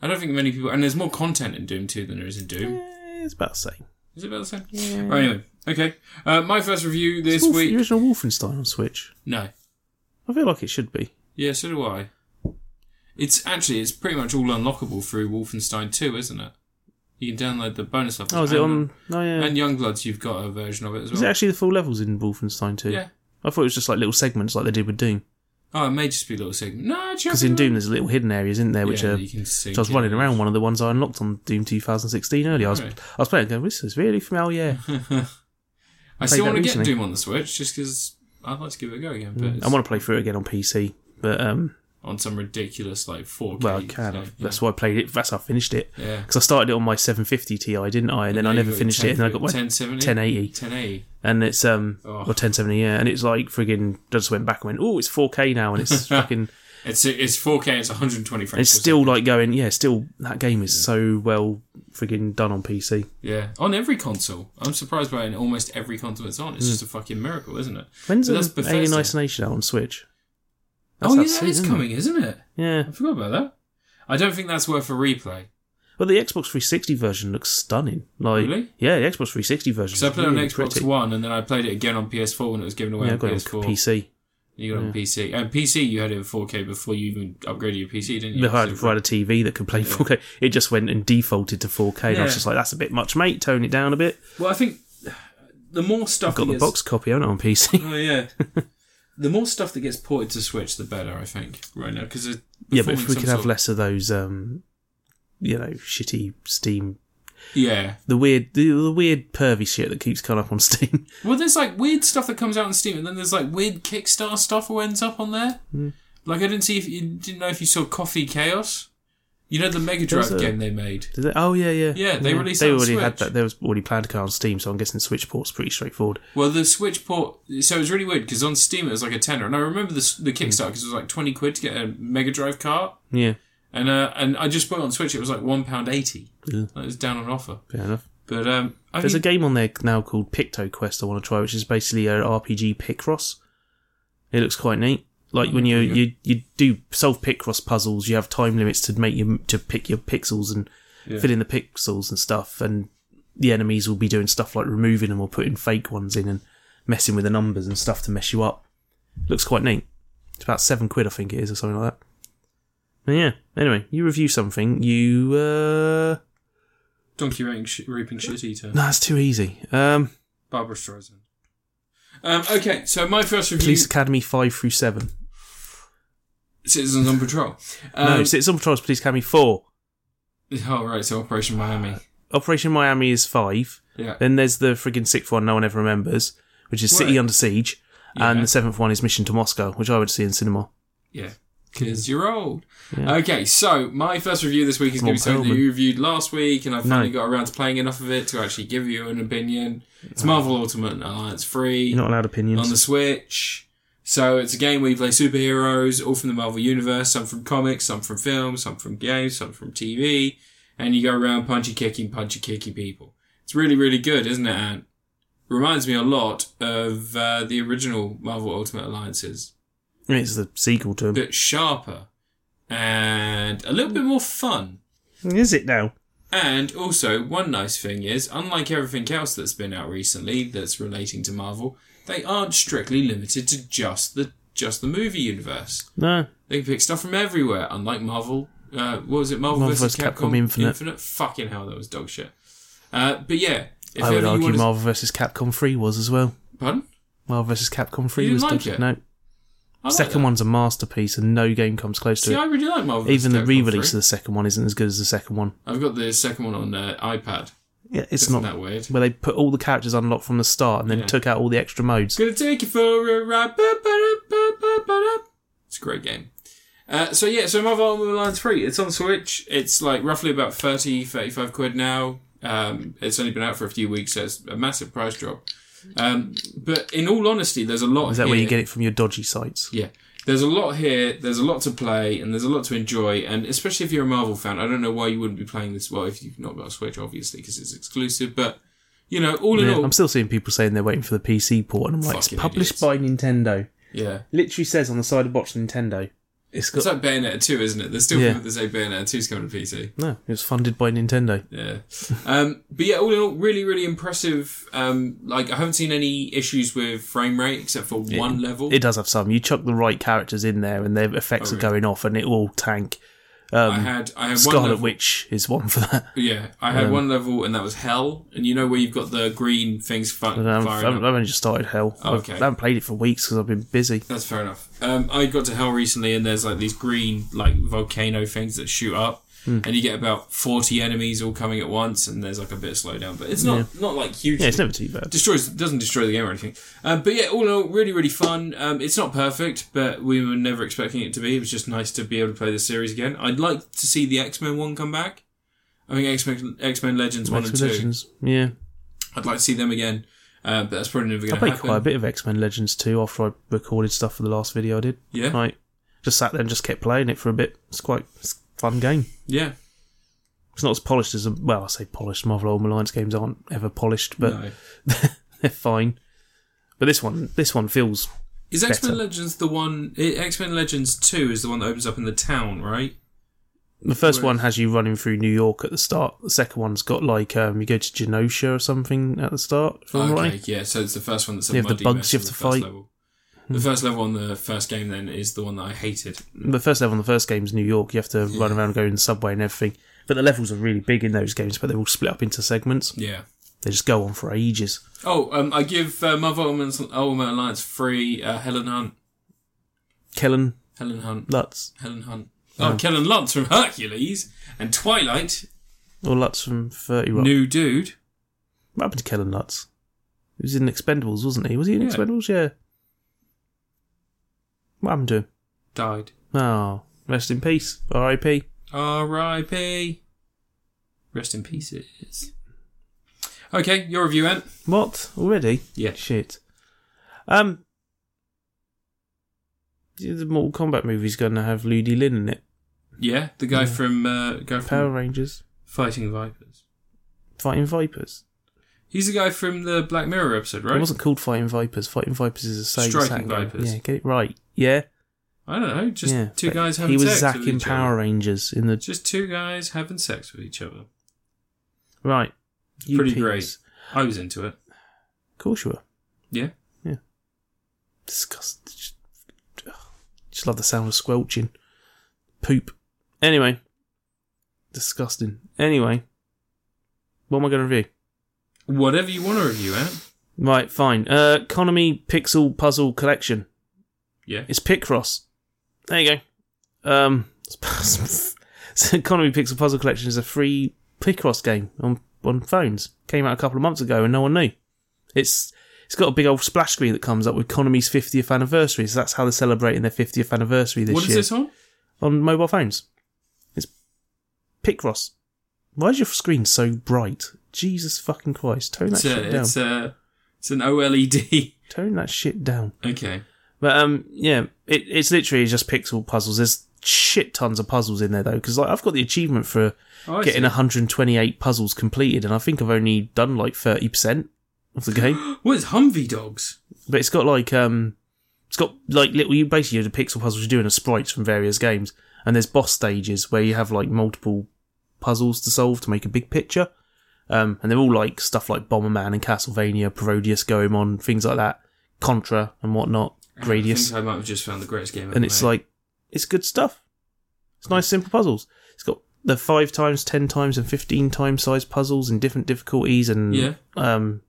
Speaker 1: I don't think many people and there's more content in Doom 2 than there is in Doom.
Speaker 2: Eh, it's about the same.
Speaker 1: Is it about the same? Right, anyway, okay. Uh, my first review this
Speaker 2: Wolf-
Speaker 1: week.
Speaker 2: The original Wolfenstein on Switch.
Speaker 1: No.
Speaker 2: I feel like it should be.
Speaker 1: Yeah, so do I. It's actually it's pretty much all unlockable through Wolfenstein 2, isn't it? You can download the bonus levels.
Speaker 2: Oh, is it
Speaker 1: and-
Speaker 2: on? Oh, yeah.
Speaker 1: And Youngblood's, you've got a version of it as well.
Speaker 2: Is it actually the full levels in Wolfenstein 2?
Speaker 1: Yeah.
Speaker 2: I thought it was just like little segments like they did with Doom.
Speaker 1: Oh, it may just be a little segment. No,
Speaker 2: Because in Doom, there's little hidden areas, isn't there? Which
Speaker 1: yeah,
Speaker 2: are.
Speaker 1: you can see.
Speaker 2: which I was running
Speaker 1: (laughs)
Speaker 2: around one of the ones I unlocked on Doom 2016 earlier. I was,
Speaker 1: Alright.
Speaker 2: I was playing it going, this is really familiar.
Speaker 1: I still
Speaker 2: that
Speaker 1: want to get
Speaker 2: recently. Mm.
Speaker 1: Doom on the Switch just because I'd like to give it a go again. But it's
Speaker 2: I want to play through it again on PC. But, um,
Speaker 1: on some ridiculous like 4K.
Speaker 2: well, I can.
Speaker 1: so,
Speaker 2: I've-
Speaker 1: yeah.
Speaker 2: That's why I played it. That's how I finished it.
Speaker 1: Yeah.
Speaker 2: Because I started it on my 750 Ti, didn't I? And then I never finished it. And then I got my
Speaker 1: 1070,
Speaker 2: 1080.
Speaker 1: 1080.
Speaker 2: and it's um
Speaker 1: Oh.
Speaker 2: or 1070 yeah and it's like friggin I just went back and went oh it's 4k now
Speaker 1: (laughs)
Speaker 2: and it's fucking
Speaker 1: It's it's 4K. It's 120 frames.
Speaker 2: it's
Speaker 1: per
Speaker 2: still like going yeah still that game is so well friggin done on pc
Speaker 1: second. yeah on every console. I'm surprised by it in almost every console it's on. It's just a fucking miracle, isn't it?
Speaker 2: Hmm. when's
Speaker 1: But that's
Speaker 2: um, alien
Speaker 1: Bethesda.
Speaker 2: isolation out on switch That's
Speaker 1: oh yeah,
Speaker 2: out
Speaker 1: that
Speaker 2: soon,
Speaker 1: is
Speaker 2: isn't it?
Speaker 1: coming, isn't it?
Speaker 2: yeah
Speaker 1: I forgot about that. I don't think that's worth a replay.
Speaker 2: well the xbox 360 version looks stunning like
Speaker 1: Really?
Speaker 2: yeah the xbox 360 version
Speaker 1: So I
Speaker 2: is
Speaker 1: played it on
Speaker 2: really
Speaker 1: Xbox
Speaker 2: pretty.
Speaker 1: One, and then I played it again on PS4 when it was given away
Speaker 2: yeah, I
Speaker 1: on
Speaker 2: got it on
Speaker 1: PS4.
Speaker 2: PC.
Speaker 1: You got it on PC, and PC you had it in 4K before you even upgraded your PC, didn't you?
Speaker 2: They had
Speaker 1: So-
Speaker 2: provided a TV that could play 4K. It just went and defaulted to 4K. And I
Speaker 1: Yeah.
Speaker 2: was just like, that's a bit much, mate. Tone it down a bit.
Speaker 1: well, I think the more stuff that
Speaker 2: Got the
Speaker 1: gets-
Speaker 2: box copy on it on PC.
Speaker 1: (laughs) Oh yeah. the more stuff that gets ported to Switch, the better, I think, right now. Because
Speaker 2: (laughs) Yeah, but if we could have less of those, um, you know, shitty Steam,
Speaker 1: yeah.
Speaker 2: the weird, the, the weird pervy shit that keeps coming up on (laughs) Steam.
Speaker 1: Well, there's like weird stuff that comes out on Steam, and then there's like weird Kickstarter stuff that ends up on there.
Speaker 2: Hmm.
Speaker 1: Like I didn't see if you didn't know if you saw Coffee Chaos. You know the Mega
Speaker 2: There's
Speaker 1: Drive
Speaker 2: a-
Speaker 1: game they made.
Speaker 2: Did they, oh yeah, yeah,
Speaker 1: Yeah, they released
Speaker 2: They
Speaker 1: it on
Speaker 2: already had
Speaker 1: Switch.
Speaker 2: that. There was already planned to come on Steam, so I'm guessing Switch port's pretty straightforward.
Speaker 1: Well, the Switch port. So it was really weird because on Steam it was like a tenner, and I remember the
Speaker 2: Hmm.
Speaker 1: the Kickstarter because it was like twenty quid to get a Mega Drive cart,
Speaker 2: Yeah,
Speaker 1: and uh, and I just bought it on Switch. It was like one pound eighty.
Speaker 2: Yeah.
Speaker 1: Like, it was down on offer,
Speaker 2: fair enough.
Speaker 1: but um, I
Speaker 2: There's
Speaker 1: mean-
Speaker 2: a game on there now called Picto Quest I want to try, which is basically an RPG Picross. It looks quite neat. Like when you, you you do solve Picross puzzles, you have time limits to make your to pick your pixels and
Speaker 1: Yeah.
Speaker 2: fill in the pixels and stuff, and the enemies will be doing stuff like removing them or putting fake ones in and messing with the numbers and stuff to mess you up. Looks quite neat. It's about seven quid, I think it is, or something like that. But yeah. Anyway, you review something. You uh, (laughs)
Speaker 1: Donkey Reaping, sh- reaping Shit Eater.
Speaker 2: no, that's too easy. Um,
Speaker 1: Barbara Streisand. Um, okay, so my first review
Speaker 2: Police Academy five through seven.
Speaker 1: Citizens on Patrol.
Speaker 2: no,
Speaker 1: Um,
Speaker 2: it's on Patrol's Police Academy four.
Speaker 1: (laughs) oh, right, so Operation Miami.
Speaker 2: Operation Miami is five.
Speaker 1: Yeah.
Speaker 2: Then there's the friggin' sixth one no one ever remembers, which is City
Speaker 1: Right.
Speaker 2: Under Siege.
Speaker 1: Yeah.
Speaker 2: And the seventh one is Mission to Moscow, which I would see in cinema.
Speaker 1: Yeah. Because you're old. Okay, so my first review this week is going to be
Speaker 2: Ron
Speaker 1: something that
Speaker 2: Perlman.
Speaker 1: you reviewed last week, and I finally
Speaker 2: No.
Speaker 1: got around to playing enough of it to actually give you an opinion. It's Marvel Ultimate Alliance Free
Speaker 2: You're not allowed
Speaker 1: on
Speaker 2: opinions.
Speaker 1: the Switch. So it's a game where you play superheroes, all from the Marvel Universe, some from comics, some from films, some from games, some from TV, and you go around punchy kicking, punchy kicking people. It's really, really good, isn't it, Ant? Reminds me a lot of uh, the original Marvel Ultimate Alliances,
Speaker 2: it's the sequel to them.
Speaker 1: but sharper and a little bit more fun.
Speaker 2: Is it now?
Speaker 1: And also, one nice thing is, unlike everything else that's been out recently that's relating to Marvel, they aren't strictly limited to just the just the movie universe.
Speaker 2: No.
Speaker 1: They can pick stuff from everywhere, unlike Marvel. Uh, what was it? Marvel,
Speaker 2: Marvel
Speaker 1: vs.
Speaker 2: vs. Capcom
Speaker 1: Capcom,
Speaker 2: Infinite.
Speaker 1: Fucking hell, that was dog shit. Uh, but yeah, if
Speaker 2: I would
Speaker 1: ever you
Speaker 2: argue
Speaker 1: want
Speaker 2: Marvel vs. Capcom 3 was as well.
Speaker 1: to... Pardon?
Speaker 2: Marvel vs. Capcom 3
Speaker 1: You
Speaker 2: was
Speaker 1: didn't like
Speaker 2: dodgy.
Speaker 1: it?
Speaker 2: No.
Speaker 1: I like
Speaker 2: second
Speaker 1: that.
Speaker 2: one's a masterpiece and no game comes close to
Speaker 1: See,
Speaker 2: it.
Speaker 1: I really like Marvel.
Speaker 2: Even the
Speaker 1: vs. Capcom
Speaker 2: re release of
Speaker 1: 3.
Speaker 2: the second one isn't as good as the second one.
Speaker 1: I've got the second one on uh, iPad.
Speaker 2: Yeah, it's
Speaker 1: Isn't
Speaker 2: not.
Speaker 1: that weird?
Speaker 2: Where they put all the characters unlocked from the start and then
Speaker 1: Yeah.
Speaker 2: took out all the extra
Speaker 1: It's
Speaker 2: modes.
Speaker 1: gonna take you for a ride. Ba, ba, da, ba, ba, ba, da. It's a great game. Uh, so yeah, so Marvel Ultimate Line 3, it's on Switch. It's like roughly about 30, 35 quid now. Um, it's only been out for a few weeks, so it's a massive price drop. Um, but in all honesty, there's a lot
Speaker 2: Is that
Speaker 1: here.
Speaker 2: where you get it from your dodgy sites?
Speaker 1: Yeah. There's a lot here, there's a lot to play, and there's a lot to enjoy, and especially if you're a Marvel fan, I don't know why you wouldn't be playing this. Well, if you've not got a Switch, obviously, because it's exclusive, but, you know, all in
Speaker 2: Yeah,
Speaker 1: all.
Speaker 2: I'm still seeing people saying they're waiting for the PC port, and I'm like, it's
Speaker 1: Fucking idiots.
Speaker 2: published by Nintendo.
Speaker 1: yeah.
Speaker 2: Literally says on the side of box Nintendo. It's got
Speaker 1: It's like Bayonetta 2, isn't it? There's still
Speaker 2: Yeah.
Speaker 1: people that say Bayonetta 2's coming to PC.
Speaker 2: no. It's funded by Nintendo.
Speaker 1: Yeah. Um, but yeah, all in all, really, really impressive. Um, like, I haven't seen any issues with frame rate except for one level.
Speaker 2: It does have some. You chuck the right characters in there, and their effects are going off, and it will tank.
Speaker 1: I had, I had Oh, one
Speaker 2: um, Scarlet
Speaker 1: level.
Speaker 2: Witch Um, is one for that. (laughs)
Speaker 1: Yeah, I had one level, and that was hell. And you know where you've got the green things fu-
Speaker 2: And I've, I've,
Speaker 1: firing up?
Speaker 2: I've only just started Hell. I've-
Speaker 1: okay.
Speaker 2: I haven't played it for weeks because I've been busy.
Speaker 1: That's fair enough. Um, I got to hell recently, and there's like these green like volcano things that shoot up,
Speaker 2: Hmm.
Speaker 1: and you get about forty enemies all coming at once, and there's like a bit of slowdown, but it's not not like huge.
Speaker 2: Yeah, it's never too bad.
Speaker 1: destroys doesn't destroy the game or anything. Um, but yeah, all in all, really really fun. Um, it's not perfect, but we were never expecting it to be. It was just nice to be able to play the series again. I'd like to see the X Men one come back. I think X Men X Men Legends one
Speaker 2: X-Men
Speaker 1: and two.
Speaker 2: Legends. Yeah.
Speaker 1: I'd like to see them again, uh, but that's probably never
Speaker 2: I
Speaker 1: going to
Speaker 2: played
Speaker 1: happen.
Speaker 2: quite a bit of X Men Legends too after I recorded stuff for the last video I did.
Speaker 1: Yeah.
Speaker 2: Like, just sat there and just kept playing it for a bit. It's quite it's a fun game.
Speaker 1: Yeah,
Speaker 2: It's not as polished as, well, I say polished. Marvel Ultimate Alliance games aren't ever polished, but
Speaker 1: no.
Speaker 2: (laughs) they're fine. But this one, this one feels.
Speaker 1: Is X Men
Speaker 2: better.
Speaker 1: Legends the one? X Men Legends two is the one that opens up in the town, right?
Speaker 2: The first one has you running through New York at the start. The second one's got like um, you go to Genosha or something at the start. If I'm
Speaker 1: okay,
Speaker 2: right.
Speaker 1: yeah. So it's the first one that's a
Speaker 2: You have the
Speaker 1: muddy
Speaker 2: bugs
Speaker 1: mess
Speaker 2: you
Speaker 1: on
Speaker 2: have
Speaker 1: the
Speaker 2: to
Speaker 1: first
Speaker 2: fight. Hmm.
Speaker 1: Level. The first level on the first game then is the one that I hated.
Speaker 2: The first level in the first game is New York. You have to run around, go in the subway and everything. But the levels are really big in those games, but they're all split up into segments.
Speaker 1: Yeah.
Speaker 2: They just go on for ages.
Speaker 1: Oh, um, I give uh, Marvel Ultimate, Ultimate Alliance free uh, Helen Hunt.
Speaker 2: Kellen
Speaker 1: Helen Hunt.
Speaker 2: Lutz
Speaker 1: Helen Hunt. Oh, Kellen Lutz from Hercules and Twilight.
Speaker 2: or Lutz from Thirty Rock.
Speaker 1: New dude.
Speaker 2: What happened to Kellen Lutz? He was in Expendables, wasn't he? Was he in
Speaker 1: Yeah.
Speaker 2: Expendables? Yeah. What happened to him?
Speaker 1: Died.
Speaker 2: Oh, rest in peace, R.I.P.
Speaker 1: R.I.P. Rest in pieces. Okay, your review, Ant.
Speaker 2: What already?
Speaker 1: Yeah.
Speaker 2: Shit. Um, the Mortal Kombat movie's going to have Ludi Lin in it.
Speaker 1: Yeah, the guy from uh, guy from
Speaker 2: Power Rangers
Speaker 1: Fighting Vipers.
Speaker 2: fighting Vipers.
Speaker 1: He's the guy from the Black Mirror episode,
Speaker 2: It
Speaker 1: right?
Speaker 2: wasn't called Fighting Vipers. Fighting Vipers is a Sega
Speaker 1: Striking
Speaker 2: Saturn game.
Speaker 1: Vipers.
Speaker 2: Yeah, get it right. Yeah,
Speaker 1: I don't know. Just
Speaker 2: yeah.
Speaker 1: two
Speaker 2: But
Speaker 1: guys having
Speaker 2: He was
Speaker 1: sex
Speaker 2: Zack
Speaker 1: with
Speaker 2: in
Speaker 1: each
Speaker 2: Power
Speaker 1: other.
Speaker 2: Rangers in the
Speaker 1: Just two guys having sex with each other.
Speaker 2: right. You
Speaker 1: pretty
Speaker 2: peeps.
Speaker 1: great. I was into it.
Speaker 2: Of course you were.
Speaker 1: Yeah.
Speaker 2: Disgust. Just, ugh. Just love the sound of squelching. Poop. Anyway. Disgusting. Anyway. What am I going to review?
Speaker 1: Whatever you want to review, eh? Ant.
Speaker 2: Right, fine. Uh, Konami Pixel Puzzle Collection.
Speaker 1: Yeah.
Speaker 2: It's Picross. There you go. Um, (laughs) so Konami Pixel Puzzle Collection is a free Picross game on on phones. Came out a couple of months ago and no one knew. It's it's got a big old splash screen that comes up with Konami's 50th anniversary. So that's how they're celebrating their 50th anniversary this
Speaker 1: What is
Speaker 2: year
Speaker 1: this on?
Speaker 2: on mobile phones. It's Picross. Why is your screen so bright? Jesus fucking Christ! Tone that
Speaker 1: It's
Speaker 2: shit
Speaker 1: a,
Speaker 2: down.
Speaker 1: it's a, it's an OLED.
Speaker 2: Tone that shit down.
Speaker 1: (laughs) okay.
Speaker 2: But um, yeah, it, it's literally just pixel puzzles. There's shit tons of puzzles in there though, because like I've got the achievement for
Speaker 1: Oh, I
Speaker 2: getting
Speaker 1: see.
Speaker 2: 128 puzzles completed, and I think I've only done like 30 percent of the game.
Speaker 1: (gasps) What is Humvee dogs? Ah,
Speaker 2: but it's got like um, it's got like little you basically do the pixel puzzles you're doing are sprites from various games, and there's boss stages where you have like multiple puzzles to solve to make a big picture. Um, and they're all like stuff like Bomberman and Castlevania, Parodius, Goemon, things like that, Contra and whatnot, Gradius
Speaker 1: I think I might have just found the greatest game. ever
Speaker 2: and it's
Speaker 1: made.
Speaker 2: like it's good stuff. It's nice simple puzzles. It's got the five times, ten times, and fifteen times size puzzles in different difficulties, and
Speaker 1: Yeah.
Speaker 2: um,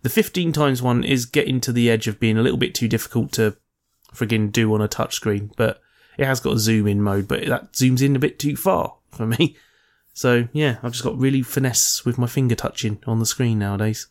Speaker 2: the fifteen times one is getting to the edge of being a little bit too difficult to friggin' do on a touchscreen, but it has got a zoom in mode, but that zooms in a bit too far for me. (laughs) So yeah, I've just got really finesse with my finger touching on the screen nowadays.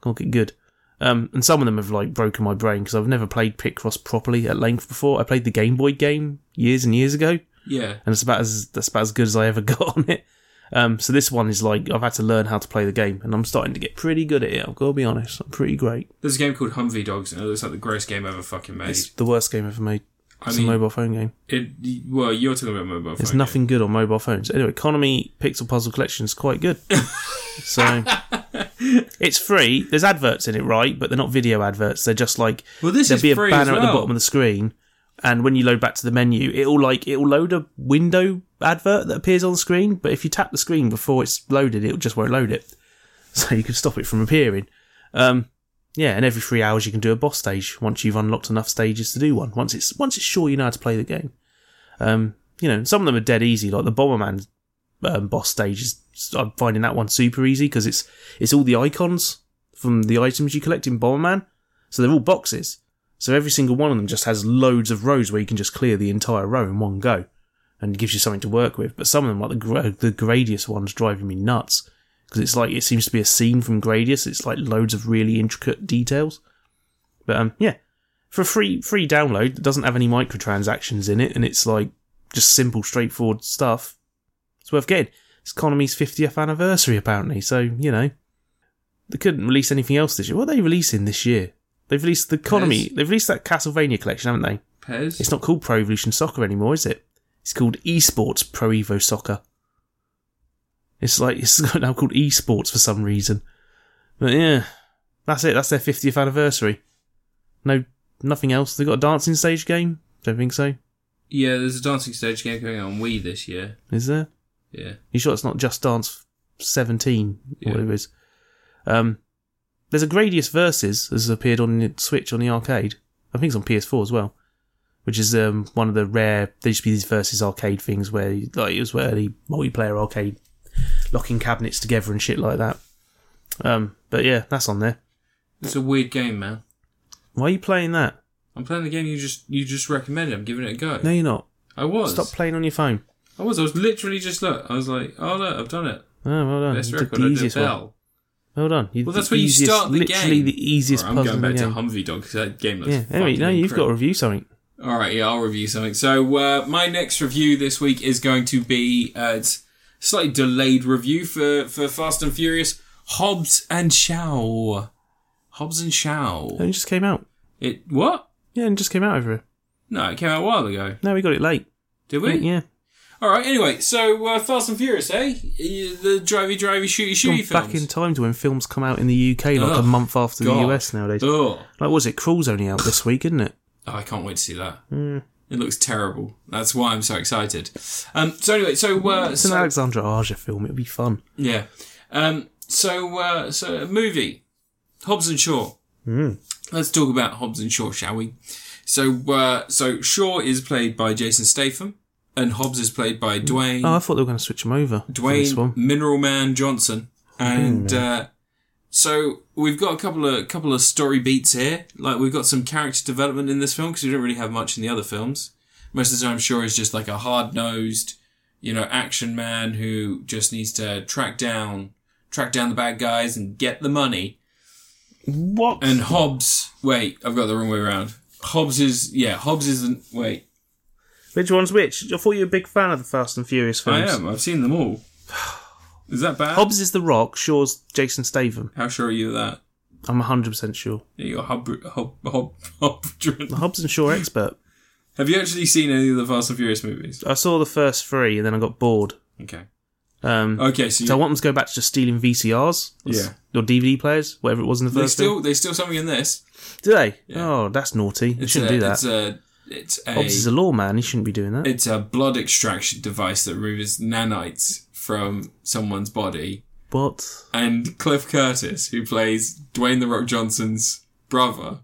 Speaker 2: Gotta get good. Um, and some of them have like broken my brain because I've never played Picross properly at length before. I played the Game Boy game years and years ago,
Speaker 1: Yeah.
Speaker 2: and it's about as that's about as good as I ever (laughs) got on it. Um, so this one is like I've had to learn how to play the game, and I'm starting to get pretty good at it. I've got to be honest, I'm pretty great.
Speaker 1: There's a game called Humvee Dogs, and it looks like the greatest game ever fucking made.
Speaker 2: It's the worst game ever made.
Speaker 1: I
Speaker 2: It's
Speaker 1: mean-
Speaker 2: a mobile phone game.
Speaker 1: It, well, you're talking about mobile.
Speaker 2: There's
Speaker 1: phone
Speaker 2: nothing good on mobile phones. Anyway, economy pixel puzzle collection is
Speaker 1: (laughs)
Speaker 2: quite good. so it's free. There's adverts in it, right? But they're not video adverts. They're just like
Speaker 1: Well, this
Speaker 2: there'll
Speaker 1: is
Speaker 2: be a
Speaker 1: free
Speaker 2: banner
Speaker 1: as
Speaker 2: at the
Speaker 1: well.
Speaker 2: bottom of the screen, and when you load back to the menu, it'll like it'll load a window advert that appears on the screen. But if you tap the screen before it's loaded, it just won't load it. (laughs) So you can stop it from appearing. Um, yeah, and every three hours you can do a boss stage once you've unlocked enough stages to do one. Once it's once it's sure you know how to play the game. Um, you know, some of them are dead easy. Like the Bomberman um, boss stage is, I'm finding that one super easy because it's it's all the icons from the items you collect in Bomberman. So they're all boxes. So every single one of them just has loads of rows where you can just clear the entire row in one go, and gives you something to work with. But some of them, like the Gra- the Gradius ones, driving me nuts because it's like it seems to be a scene from Gradius. It's like loads of really intricate details. But um, yeah, for a free free download that doesn't have any microtransactions in it, and it's like just simple, straightforward stuff. It's worth getting. It's Konami's 50th anniversary apparently, so you know they couldn't release anything else this year. What are they releasing this year? They've released the Konami.
Speaker 1: Yes.
Speaker 2: They've released that Castlevania collection, haven't they?
Speaker 1: Pez.
Speaker 2: It's not called Pro Evolution Soccer anymore, is it? It's called Esports Pro Evo Soccer. It's like it's (laughs) now called Esports for some reason. But yeah, that's it. That's their 50th anniversary. No, nothing else. They got a dancing stage game. Don't think so.
Speaker 1: yeah, there's a dancing stage game coming out on Wii this year.
Speaker 2: Is there?
Speaker 1: Yeah.
Speaker 2: You sure it's not Just Dance 17 or
Speaker 1: Yeah.
Speaker 2: whatever it is? Um, there's a Gradius Versus that's appeared on the Switch on the arcade. I think it's on PS4 as well, which is um, one of the rare. There used to be these Versus arcade things where like it was early multiplayer arcade, locking cabinets together and shit like that. Um, but yeah, that's on there.
Speaker 1: It's a weird game, man.
Speaker 2: Why are you playing that?
Speaker 1: I'm playing the game you just you just recommended. I'm giving it a go.
Speaker 2: No, you're not.
Speaker 1: I was.
Speaker 2: Stop playing on your phone.
Speaker 1: I was. I was literally just look. I was like, oh look, I've done it.
Speaker 2: Oh, well done.
Speaker 1: Best
Speaker 2: You did
Speaker 1: record. I did
Speaker 2: one.
Speaker 1: Bell.
Speaker 2: Well done. You
Speaker 1: Well,
Speaker 2: did
Speaker 1: that's
Speaker 2: the
Speaker 1: where you
Speaker 2: easiest-
Speaker 1: start the game.
Speaker 2: Literally the easiest
Speaker 1: Alright, I'm
Speaker 2: puzzle
Speaker 1: going
Speaker 2: in the
Speaker 1: back to
Speaker 2: game.
Speaker 1: Humvee Dog because that game looks.
Speaker 2: Yeah. Anyway,
Speaker 1: fucking
Speaker 2: no, you've got to
Speaker 1: incredible.
Speaker 2: review something.
Speaker 1: All right, yeah, I'll review something. So uh, my next review this week is going to be uh, it's a slightly delayed review for for Fast and Furious Hobbs and Shaw. Hobbs and Shaw.
Speaker 2: And it just came out.
Speaker 1: It what?
Speaker 2: Yeah, and it just came out over here.
Speaker 1: No, it came out a while ago.
Speaker 2: No, we got it late.
Speaker 1: Did we?
Speaker 2: Yeah.
Speaker 1: All right. Anyway, so uh, Fast and Furious, eh? Y- The drivey, drivey, shooty,
Speaker 2: Gone
Speaker 1: shooty
Speaker 2: back in
Speaker 1: films.
Speaker 2: time to when films come out in the UK like a
Speaker 1: Ugh,
Speaker 2: month after
Speaker 1: God.
Speaker 2: the US nowadays.
Speaker 1: Ugh.
Speaker 2: Like, was it Crawl's only out this week, isn't it? Mm.
Speaker 1: Oh, I can't wait to see that. It looks terrible. That's why I'm so excited. Um. So anyway, so uh,
Speaker 2: It's an
Speaker 1: so,
Speaker 2: Alexandra Aja film. It'll be fun.
Speaker 1: Yeah. Um, so, uh, so a movie, Hobbs and Shaw. Mm. Let's talk about Hobbs and Shaw, shall we? So, uh, so Shaw is played by Jason Statham, and Hobbs is played by Dwayne
Speaker 2: Oh, I thought they were going to switch them over. for this
Speaker 1: Dwayne
Speaker 2: one.
Speaker 1: Mineral Man Johnson, and uh, so we've got a couple of couple of story beats here. Like we've got some character development in this film because we don't really have much in the other films. Most of the time, Shaw is just like a hard nosed, you know, action man who just needs to track down track down the bad guys and get the money.
Speaker 2: What?
Speaker 1: And Hobbs, wait, I've got the wrong way around. Hobbs is yeah, Hobbs isn't. Wait,
Speaker 2: which one's which? I thought you were a big fan of the Fast and Furious
Speaker 1: I
Speaker 2: films.
Speaker 1: am. I've seen them all. Is that bad?
Speaker 2: Hobbs is The Rock, Shaw's Jason Statham.
Speaker 1: How sure are you of that?
Speaker 2: I'm 100% sure.
Speaker 1: Yeah, you're hub, hub, hub, (laughs) hub-
Speaker 2: The Hobbs and Shaw expert.
Speaker 1: Have you actually seen any of the Fast and Furious movies?
Speaker 2: I saw the first three and then I got bored.
Speaker 1: Okay.
Speaker 2: Um,
Speaker 1: Okay, so,
Speaker 2: So I
Speaker 1: you,
Speaker 2: want them to go back to just stealing VCRs,
Speaker 1: Yeah.
Speaker 2: or DVD players, whatever it was in the
Speaker 1: they
Speaker 2: first
Speaker 1: still they still something in this.
Speaker 2: film. Do they?
Speaker 1: Yeah.
Speaker 2: Oh, that's naughty. You
Speaker 1: It's
Speaker 2: shouldn't
Speaker 1: a,
Speaker 2: do that.
Speaker 1: It's a it's a
Speaker 2: Hobbs is a lawman. He shouldn't be doing that.
Speaker 1: it's a blood extraction device that removes nanites from someone's body.
Speaker 2: What?
Speaker 1: And Cliff Curtis, who plays Dwayne the Rock Johnson's brother,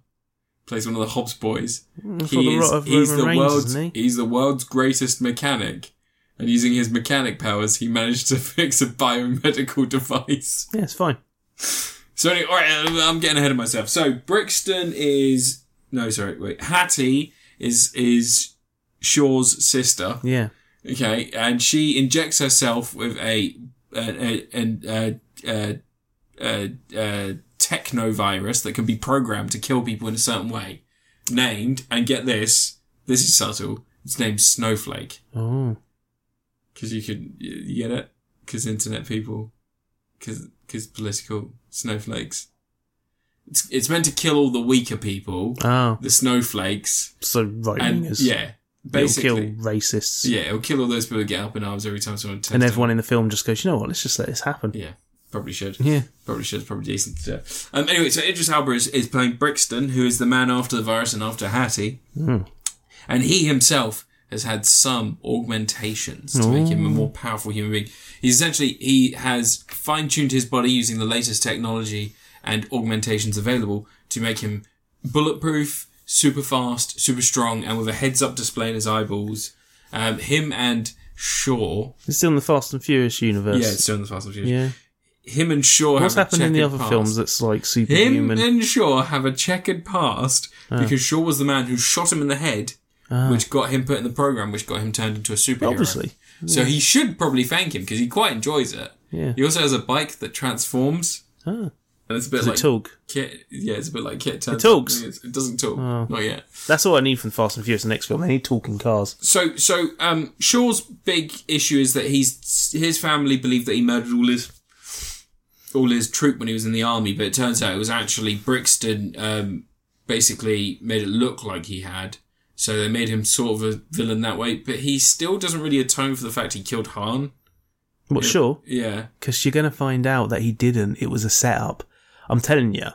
Speaker 1: plays one of the Hobbs boys.
Speaker 2: That's what mm, the rot of
Speaker 1: he's
Speaker 2: Roman
Speaker 1: the
Speaker 2: Reigns,
Speaker 1: world's
Speaker 2: isn't he?
Speaker 1: he's the world's greatest mechanic. And using his mechanic powers, he managed to (laughs) fix a biomedical device.
Speaker 2: Yeah, it's fine.
Speaker 1: So anyway, all right, I'm- I'm getting ahead of myself. So Brixton is no, sorry, wait. Hattie is is Shaw's sister.
Speaker 2: Yeah.
Speaker 1: Okay, and she injects herself with a an a, a, a, a, a, a, techno virus that can be programmed to kill people in a certain way. Named, and get this, this is subtle, it's named Snowflake.
Speaker 2: Oh.
Speaker 1: Because you could, you you get it? Because internet people. Because political snowflakes. It's, it's meant to kill all the weaker people,
Speaker 2: Oh.
Speaker 1: the snowflakes,
Speaker 2: So right
Speaker 1: and
Speaker 2: wingers.
Speaker 1: yeah,
Speaker 2: It'll kill
Speaker 1: basically,
Speaker 2: racists.
Speaker 1: yeah, it'll kill all those people that get up in arms every time someone. attempts
Speaker 2: And
Speaker 1: to-
Speaker 2: everyone in the film just goes, you know what, let's just let this happen.
Speaker 1: yeah, probably should.
Speaker 2: Yeah.
Speaker 1: Probably should. Probably decent. To um, anyway, so Idris Alba is, is playing Brixton, who is the man after the virus and after Hattie. And he himself has had some augmentations to make him a more powerful human being. He's essentially, he has fine tuned his body using the latest technology and augmentations available to make him bulletproof, super fast, super strong, and with a heads up display in his eyeballs. Um, him and Shaw.
Speaker 2: It's still in the Fast and Furious universe.
Speaker 1: Yeah, it's still in the Fast and Furious.
Speaker 2: Yeah.
Speaker 1: Him and Shaw
Speaker 2: What's
Speaker 1: have a
Speaker 2: happened in the
Speaker 1: checkered
Speaker 2: other
Speaker 1: past.
Speaker 2: films that's like
Speaker 1: Him
Speaker 2: superhuman?
Speaker 1: and Shaw have a checkered past
Speaker 2: Ah.
Speaker 1: because Shaw was the man who shot him in the head, which got him put in the program, which got him turned into a superhero.
Speaker 2: Obviously.
Speaker 1: So he should probably thank him because he quite enjoys it.
Speaker 2: Yeah.
Speaker 1: He also has a bike that transforms,
Speaker 2: Ah.
Speaker 1: and it's a bit
Speaker 2: It's a
Speaker 1: like
Speaker 2: Tug.
Speaker 1: Kit. Yeah, it's a bit like Kit. Turns
Speaker 2: talks. Oh.
Speaker 1: It doesn't talk. Not yet.
Speaker 2: That's all I need from Fast and Furious, the next film. They need talking cars.
Speaker 1: So, so um, Shaw's big issue is that he's his family believed that he murdered all his all his troop when he was in the army, but it turns out it was actually Brixton. Um, basically, made it look like he had. So they made him sort of a villain that way, but he still doesn't really atone for the fact he killed Han.
Speaker 2: But sure,
Speaker 1: Yeah,
Speaker 2: because you're going to find out that he didn't. It was a setup. I'm telling you.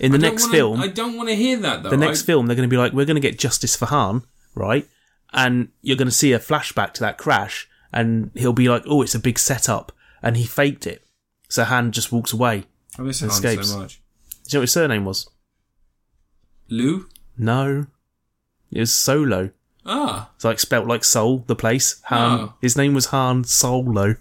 Speaker 2: In the
Speaker 1: I don't
Speaker 2: next
Speaker 1: wanna-
Speaker 2: film,
Speaker 1: I don't want to hear that though.
Speaker 2: the next
Speaker 1: I-
Speaker 2: film, they're going to be like, we're going to get justice for Han, right? And you're going to see a flashback to that crash, and he'll be like, oh, it's a big setup. And he faked it. So Han just walks away.
Speaker 1: I miss Han
Speaker 2: escapes.
Speaker 1: so much.
Speaker 2: Do you know what his surname was?
Speaker 1: Lou.
Speaker 2: No. It was Solo.
Speaker 1: Ah,
Speaker 2: It's like spelt like Soul, the place. Han.
Speaker 1: Oh.
Speaker 2: His name was Han Solo.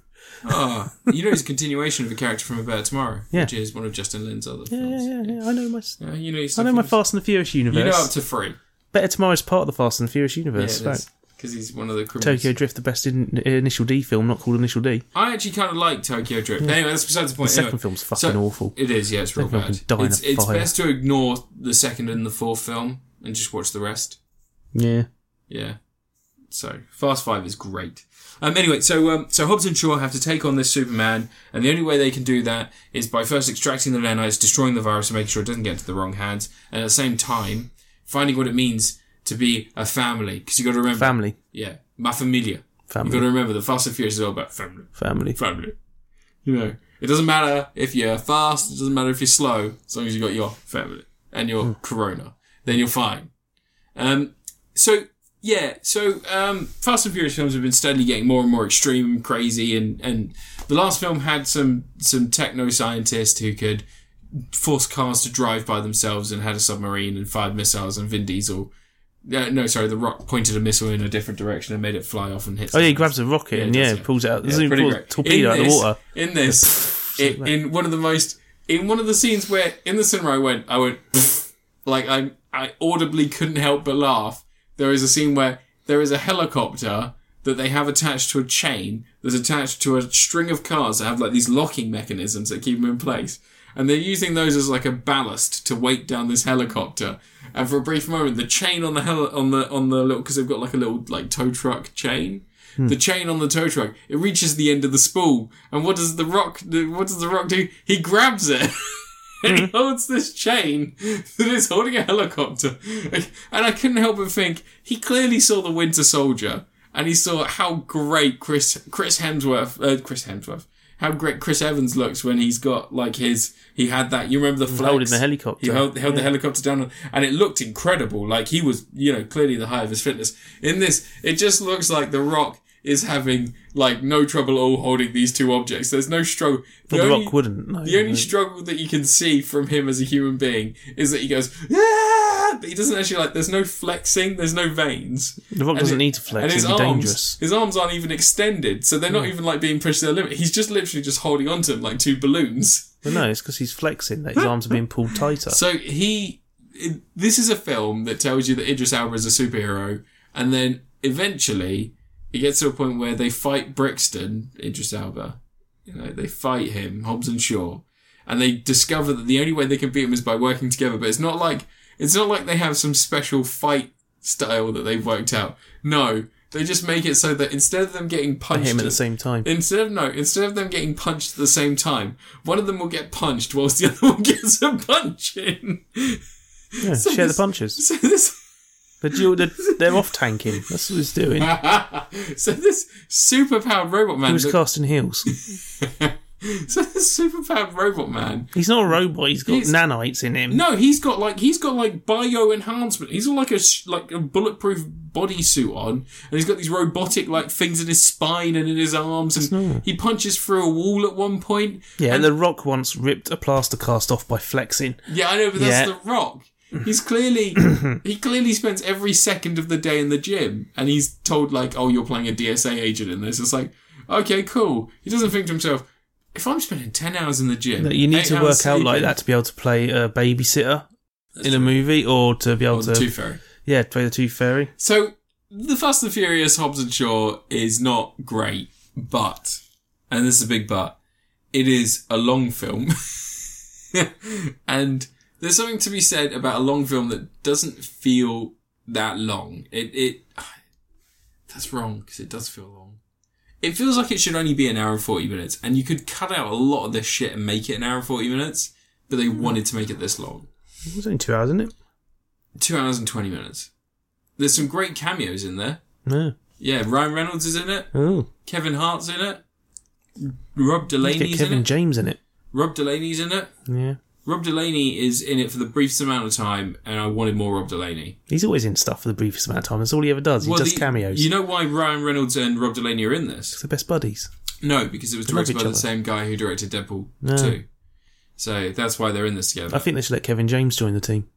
Speaker 1: ah. you know, it's a continuation of a character from A Better Tomorrow,
Speaker 2: (laughs) Yeah.
Speaker 1: which is one of Justin Lin's other
Speaker 2: Yeah,
Speaker 1: films.
Speaker 2: yeah, yeah. I know my,
Speaker 1: Yeah, you know, you
Speaker 2: I know
Speaker 1: still
Speaker 2: my
Speaker 1: finish-
Speaker 2: Fast and the Furious
Speaker 1: You
Speaker 2: universe.
Speaker 1: know, up to three.
Speaker 2: Better Tomorrow's part of the Fast and the Furious universe.
Speaker 1: Yeah,
Speaker 2: Fact.
Speaker 1: because he's one of the criminals.
Speaker 2: Tokyo Drift, the best in, Initial D film, not called Initial D.
Speaker 1: I actually kind of like Tokyo Drift. But anyway, that's besides the point.
Speaker 2: The second
Speaker 1: Anyway,
Speaker 2: film's fucking awful.
Speaker 1: It is, yeah, it's real
Speaker 2: Second
Speaker 1: bad.
Speaker 2: film can die in
Speaker 1: It's,
Speaker 2: a
Speaker 1: it's
Speaker 2: fire.
Speaker 1: best to ignore the second and the fourth film and just watch the rest.
Speaker 2: Yeah.
Speaker 1: Yeah. So Fast Five is great. Um, anyway, so um, so Hobbs and Shaw have to take on this Superman, and the only way they can do that is by first extracting the nanites, destroying the virus, and making sure it doesn't get into the wrong hands, and at the same time finding what it means to be a family. Because you got to remember,
Speaker 2: Family.
Speaker 1: yeah, my familia. You
Speaker 2: Family.
Speaker 1: got to remember the Fast and Furious is all about family.
Speaker 2: Family.
Speaker 1: Family. You know, it doesn't matter if you're fast. It doesn't matter if you're slow. As long as you got your family and your
Speaker 2: Hmm.
Speaker 1: Corona, then you're fine. Um, so yeah, so um, Fast and Furious films have been steadily getting more and more extreme and crazy, and and the last film had some some techno scientist who could force cars to drive by themselves and had a submarine and fired missiles and Vin Diesel. Uh, no, sorry, The Rock pointed a missile in a different direction and made it fly off and hit.
Speaker 2: Oh, yeah, he
Speaker 1: something.
Speaker 2: grabs a rocket and,
Speaker 1: it
Speaker 2: yeah,
Speaker 1: does,
Speaker 2: pulls it out.
Speaker 1: Yeah,
Speaker 2: doesn't
Speaker 1: pretty
Speaker 2: even pull a
Speaker 1: great. In
Speaker 2: torpedo out of the
Speaker 1: this-
Speaker 2: water.
Speaker 1: In
Speaker 2: (laughs)
Speaker 1: this,
Speaker 2: Something
Speaker 1: in,
Speaker 2: like
Speaker 1: in one of the most, in one of the scenes where in the cinema I went, I went (laughs) like I I audibly couldn't help but laugh. There is a scene where there is a helicopter that they have attached to a chain that's attached to a string of cars that have like these locking mechanisms that keep them in place. And they're using those as like a ballast to weight down this helicopter. And for a brief moment, the chain on the heli- on the on the little because they've got like a little like tow truck chain. The chain on the tow truck it reaches the end of the spool, and what does the rock? do- What does the rock do? He grabs it. (laughs) and
Speaker 2: Mm-hmm.
Speaker 1: he holds this chain that is holding a helicopter. And I couldn't help but think he clearly saw the Winter Soldier, and he saw how great Chris Chris Hemsworth, uh, Chris Hemsworth, how great Chris Evans looks when he's got like his. He had that. You remember the flex?
Speaker 2: holding the helicopter.
Speaker 1: He held, held the helicopter down, and it looked incredible. Like he was, you know, clearly the high of his fitness. In this, it just looks like The Rock. Is having like no trouble at all holding these two objects. There's no struggle. The
Speaker 2: Well, the
Speaker 1: only-
Speaker 2: Rock wouldn't. No,
Speaker 1: the only
Speaker 2: no.
Speaker 1: struggle that you can see from him as a human being is that he goes, yeah, but he doesn't actually like. There's no flexing. There's no veins.
Speaker 2: the Rock
Speaker 1: And
Speaker 2: doesn't
Speaker 1: it-
Speaker 2: need to
Speaker 1: and
Speaker 2: flex.
Speaker 1: his
Speaker 2: It'd be
Speaker 1: arms,
Speaker 2: dangerous.
Speaker 1: his arms aren't even extended, so they're not even like being pushed to their limit. He's just literally just holding onto him like two balloons.
Speaker 2: Well, no, it's because he's flexing that his arms are being
Speaker 1: (laughs)
Speaker 2: pulled tighter.
Speaker 1: So he, it- this is a film that tells you that Idris Elba is a superhero, and then eventually it gets to a point where they fight Brixton, Idris Elba. You know, they fight him, Hobbs and Shaw, and they discover that the only way they can beat him is by working together. But it's not like it's not like they have some special fight style that they've worked out. No, they just make it so that instead of them getting punched
Speaker 2: him at the same time.
Speaker 1: Instead of no, instead of them getting punched at the same time, one of them will get punched whilst the (laughs) other one gets a punch in.
Speaker 2: Yeah,
Speaker 1: so
Speaker 2: share
Speaker 1: this-
Speaker 2: the punches.
Speaker 1: (laughs) So this (laughs)
Speaker 2: The duel, the, they're off tanking. That's what he's doing. He
Speaker 1: so this superpowered robot man
Speaker 2: was
Speaker 1: that-
Speaker 2: casting heels.
Speaker 1: (laughs) so this superpowered robot man
Speaker 2: He's not a robot. He's got
Speaker 1: He's-
Speaker 2: nanites in him.
Speaker 1: no he's got like he's got like bio enhancement he's got like a sh- like a bulletproof bodysuit on and he's got these robotic like things in his spine and in his arms and he punches through a wall at one point
Speaker 2: yeah, and the Rock once ripped a plaster cast off by flexing.
Speaker 1: yeah i know but that's
Speaker 2: Yeah.
Speaker 1: the rock he's
Speaker 2: (coughs)
Speaker 1: clearly he clearly spends every second of the day in the gym and he's told like oh you're playing a dsa agent in this it's like okay cool he doesn't think to himself if I'm spending ten hours in the gym,
Speaker 2: That you need
Speaker 1: eight
Speaker 2: to
Speaker 1: hours
Speaker 2: work out like
Speaker 1: sleeping,
Speaker 2: that to be able to play a babysitter in a movie or to be able
Speaker 1: Or
Speaker 2: to
Speaker 1: the Tooth Fairy.
Speaker 2: yeah play the Tooth Fairy.
Speaker 1: So the Fast and Furious Hobbs and Shaw is not great, but and this is a big but, it is a long film, (laughs) and there's something to be said about a long film that doesn't feel that long. It it (sighs) that's wrong because it does feel long. It feels like it should only be an hour and forty minutes, and you could cut out a lot of this shit and make it an hour and forty minutes, but they wanted to make it this long
Speaker 2: It was only two hours, isn't it?
Speaker 1: two hours and 20 minutes. There's some great cameos in there.
Speaker 2: No.
Speaker 1: Yeah, Ryan Reynolds is in it.
Speaker 2: Oh,
Speaker 1: Kevin Hart's in it. Rob
Speaker 2: let's get
Speaker 1: Delaney's in
Speaker 2: Kevin
Speaker 1: it.
Speaker 2: James in it.
Speaker 1: Rob Delaney's in it.
Speaker 2: Yeah,
Speaker 1: Rob Delaney is in it for the briefest amount of time, and I wanted more Rob Delaney.
Speaker 2: he's always in stuff for the briefest amount of time. That's all he ever does. He
Speaker 1: Well,
Speaker 2: does
Speaker 1: the-
Speaker 2: cameos.
Speaker 1: You know why Ryan Reynolds and Rob Delaney are in this?
Speaker 2: They're best buddies.
Speaker 1: No, because it was
Speaker 2: They love
Speaker 1: directed
Speaker 2: each
Speaker 1: by the
Speaker 2: other.
Speaker 1: same guy who directed Deadpool
Speaker 2: No.
Speaker 1: 2. So that's why they're in this together.
Speaker 2: I think they should let Kevin James join the team.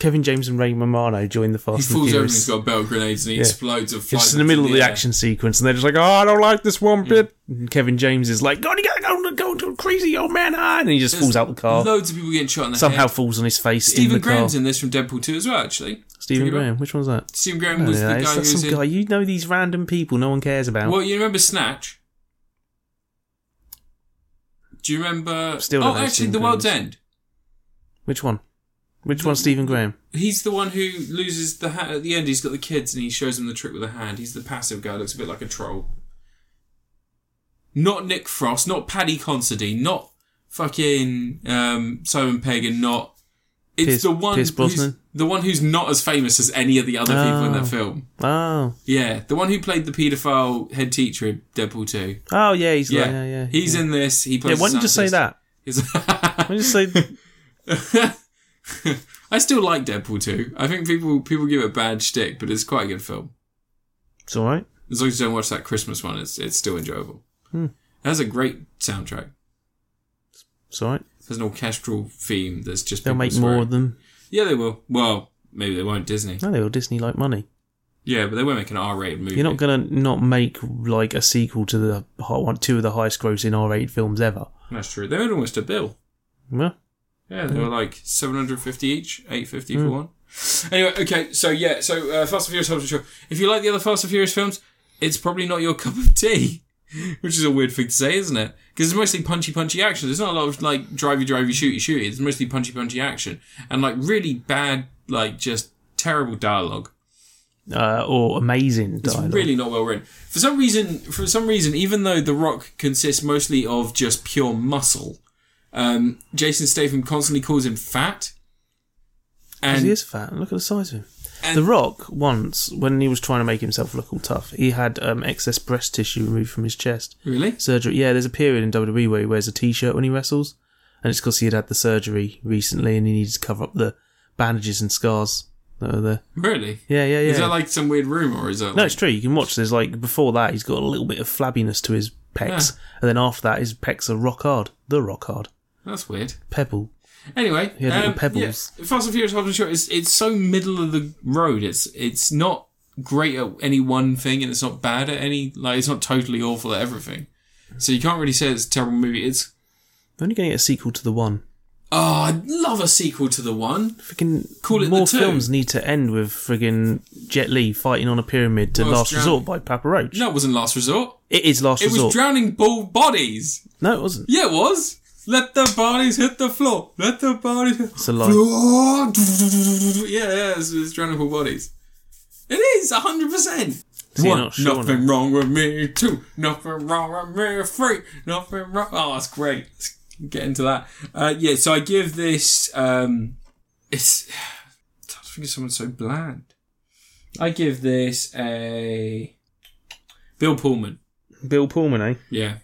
Speaker 2: Kevin James and Ray Romano join the
Speaker 1: he
Speaker 2: Fast and
Speaker 1: falls over and
Speaker 2: Furious.
Speaker 1: he's got bell grenades and he
Speaker 2: Yeah.
Speaker 1: explodes and flies
Speaker 2: It's in the
Speaker 1: up
Speaker 2: middle
Speaker 1: to
Speaker 2: of the
Speaker 1: air.
Speaker 2: action sequence, and they're just like, "Oh, I don't like this one bit." And Kevin James is like, "Go on, you gotta go, go, go crazy, old man!" ah," And he just falls out the car.
Speaker 1: Loads of people getting shot in the
Speaker 2: Somehow
Speaker 1: head.
Speaker 2: falls on his face in
Speaker 1: Stephen
Speaker 2: the car.
Speaker 1: Graham's in this from Deadpool 2 as well, actually.
Speaker 2: Stephen
Speaker 1: Pretty much.
Speaker 2: Graham. Which one's that?
Speaker 1: Stephen Graham
Speaker 2: No,
Speaker 1: was
Speaker 2: no,
Speaker 1: the
Speaker 2: Oh, it's
Speaker 1: guy who
Speaker 2: like
Speaker 1: was
Speaker 2: some
Speaker 1: in.
Speaker 2: guy. You know these random people no one cares about.
Speaker 1: Well, you remember Snatch? Do you remember?
Speaker 2: Still don't
Speaker 1: oh,
Speaker 2: know
Speaker 1: actually,
Speaker 2: Stephen
Speaker 1: The World's
Speaker 2: Graham's.
Speaker 1: End.
Speaker 2: Which one? Which one's Stephen Graham?
Speaker 1: He's the one who loses the hat at the end. He's got the kids, and he shows them the trick with a hand. He's the passive guy. Looks a bit like a troll. Not Nick Frost. Not Paddy Considine. Not fucking um, Simon Pegg, and not. It's
Speaker 2: Pierce-
Speaker 1: the one
Speaker 2: Pierce
Speaker 1: who's,
Speaker 2: Brosnan?
Speaker 1: the one who's not as famous as any of the other people in
Speaker 2: Oh.
Speaker 1: that film.
Speaker 2: Oh,
Speaker 1: Yeah, the one who played the paedophile head teacher in Deadpool Two.
Speaker 2: oh yeah, he's
Speaker 1: Yeah,
Speaker 2: like, yeah, yeah.
Speaker 1: He's
Speaker 2: yeah.
Speaker 1: in this. He
Speaker 2: Yeah,
Speaker 1: plays.
Speaker 2: why don't you just say that?
Speaker 1: that?
Speaker 2: Why don't you
Speaker 1: (laughs)
Speaker 2: say?
Speaker 1: I still like Deadpool 2. I think people people give it a bad shtick, but it's quite a good film.
Speaker 2: it's all right.
Speaker 1: As long as you don't watch that Christmas one, it's it's still enjoyable.
Speaker 2: Hmm.
Speaker 1: It has a great soundtrack.
Speaker 2: It's all right.
Speaker 1: It has an orchestral theme that's just.
Speaker 2: They'll
Speaker 1: people
Speaker 2: make
Speaker 1: swearing.
Speaker 2: more of them.
Speaker 1: Yeah, they will. Well, maybe they won't. Disney.
Speaker 2: No, they will Disney like money.
Speaker 1: Yeah, but they won't make an R-rated movie.
Speaker 2: You're not gonna not make like a sequel to the hi- one, two of the highest grossing R8 films ever.
Speaker 1: That's true. They made almost a bill.
Speaker 2: Well,
Speaker 1: Yeah, they were like 750 each, 850 for one. Anyway, okay, so yeah, so uh, Fast and Furious Hobbs and Shaw. If you like the other Fast and Furious films, it's probably not your (laughs) cup of tea, which is a weird thing to say, isn't it? Because it's mostly punchy, punchy action. There's not a lot of like drivey, drivey, shooty, shooty. It's mostly punchy, punchy action and like really bad, like just terrible dialogue.
Speaker 2: uh, or amazing dialogue.
Speaker 1: It's really not well written. For some reason, for some reason, even though The Rock consists mostly of just pure muscle, um, Jason Statham constantly calls him fat.
Speaker 2: 'Cause
Speaker 1: And
Speaker 2: he is fat. Look at the size of him.
Speaker 1: and-
Speaker 2: The Rock once, when he was trying to make himself look all tough, he had um, excess breast tissue removed from his chest.
Speaker 1: really,
Speaker 2: Surgery. Yeah, there's a period in WWE where he wears a t-shirt when he wrestles, and it's because he had had the surgery recently and he needed to cover up the bandages and scars that are there.
Speaker 1: really,
Speaker 2: Yeah, yeah, yeah.
Speaker 1: is that like some weird rumor? Or is that
Speaker 2: no,
Speaker 1: like,
Speaker 2: it's true. You can watch. There's like before that, he's got a little bit of flabbiness to his pecs, and then after that, his pecs are rock hard. The rock hard.
Speaker 1: that's weird?
Speaker 2: Pebble.
Speaker 1: Anyway,
Speaker 2: He had little
Speaker 1: um,
Speaker 2: pebbles.
Speaker 1: yeah, Fast and Furious Hobbs and Shaw is it's so middle of the road. It's it's not great at any one thing, and it's not bad at any like it's not totally awful at everything. So you can't really say it's a terrible movie. It's
Speaker 2: They're only going to get a sequel to the one.
Speaker 1: oh, I'd love a sequel to the one.
Speaker 2: Freaking
Speaker 1: Call it the
Speaker 2: more
Speaker 1: two.
Speaker 2: films need to end with friggin' Jet Li fighting on a pyramid to
Speaker 1: Well, it's
Speaker 2: Last
Speaker 1: drowning.
Speaker 2: Resort by Papa Roach.
Speaker 1: No, it wasn't Last Resort.
Speaker 2: It is Last
Speaker 1: It was
Speaker 2: Resort.
Speaker 1: drowning bald bodies.
Speaker 2: no, it wasn't.
Speaker 1: Yeah, it was. Let the bodies hit the floor. Let the bodies hit
Speaker 2: It's a lie.
Speaker 1: floor. (laughs) Yeah, yeah, it's, it's Drowning Pool Bodies. It is, 100%.
Speaker 2: So you're
Speaker 1: One,
Speaker 2: not sure
Speaker 1: nothing wrong with me. Two, nothing wrong with me. Three, nothing wrong. Oh, that's great. Let's get into that. Uh, yeah, so I give this, um, it's, (sighs) I don't think it's someone so bland. I give this a Bill Pullman.
Speaker 2: Bill Pullman, eh?
Speaker 1: Yeah.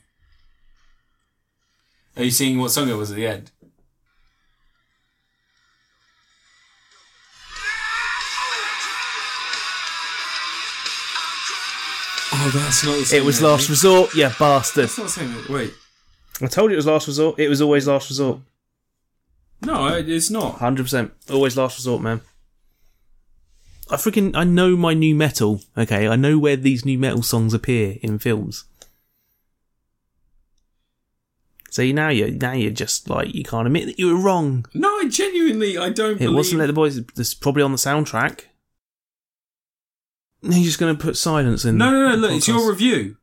Speaker 1: Are you seeing what song it was at the end? Oh, that's not the same.
Speaker 2: It was
Speaker 1: movie.
Speaker 2: Last Resort, yeah, bastard.
Speaker 1: That's not the same. movie. Wait.
Speaker 2: I told you it was Last Resort. It was always Last Resort.
Speaker 1: No, it- it's not.
Speaker 2: 100%. Always Last Resort, man. I freaking. I know my new metal, okay? I know where these new metal songs appear in films. So you- now you're, now you're just like, you can't admit that you were wrong.
Speaker 1: No, I genuinely, I don't
Speaker 2: It
Speaker 1: believe.
Speaker 2: wasn't Let the Boys. It's probably on the soundtrack. He's just going to put silence in.
Speaker 1: no, no, no.
Speaker 2: the
Speaker 1: Look, it's
Speaker 2: podcast.
Speaker 1: your review.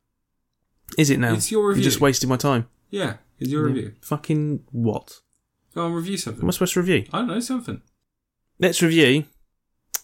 Speaker 2: Is it now?
Speaker 1: it's your review.
Speaker 2: You're just wasting my time.
Speaker 1: Yeah, it's your review.
Speaker 2: Fucking what?
Speaker 1: Go on, review
Speaker 2: What am
Speaker 1: something.
Speaker 2: I supposed to review?
Speaker 1: I don't know something.
Speaker 2: Let's review.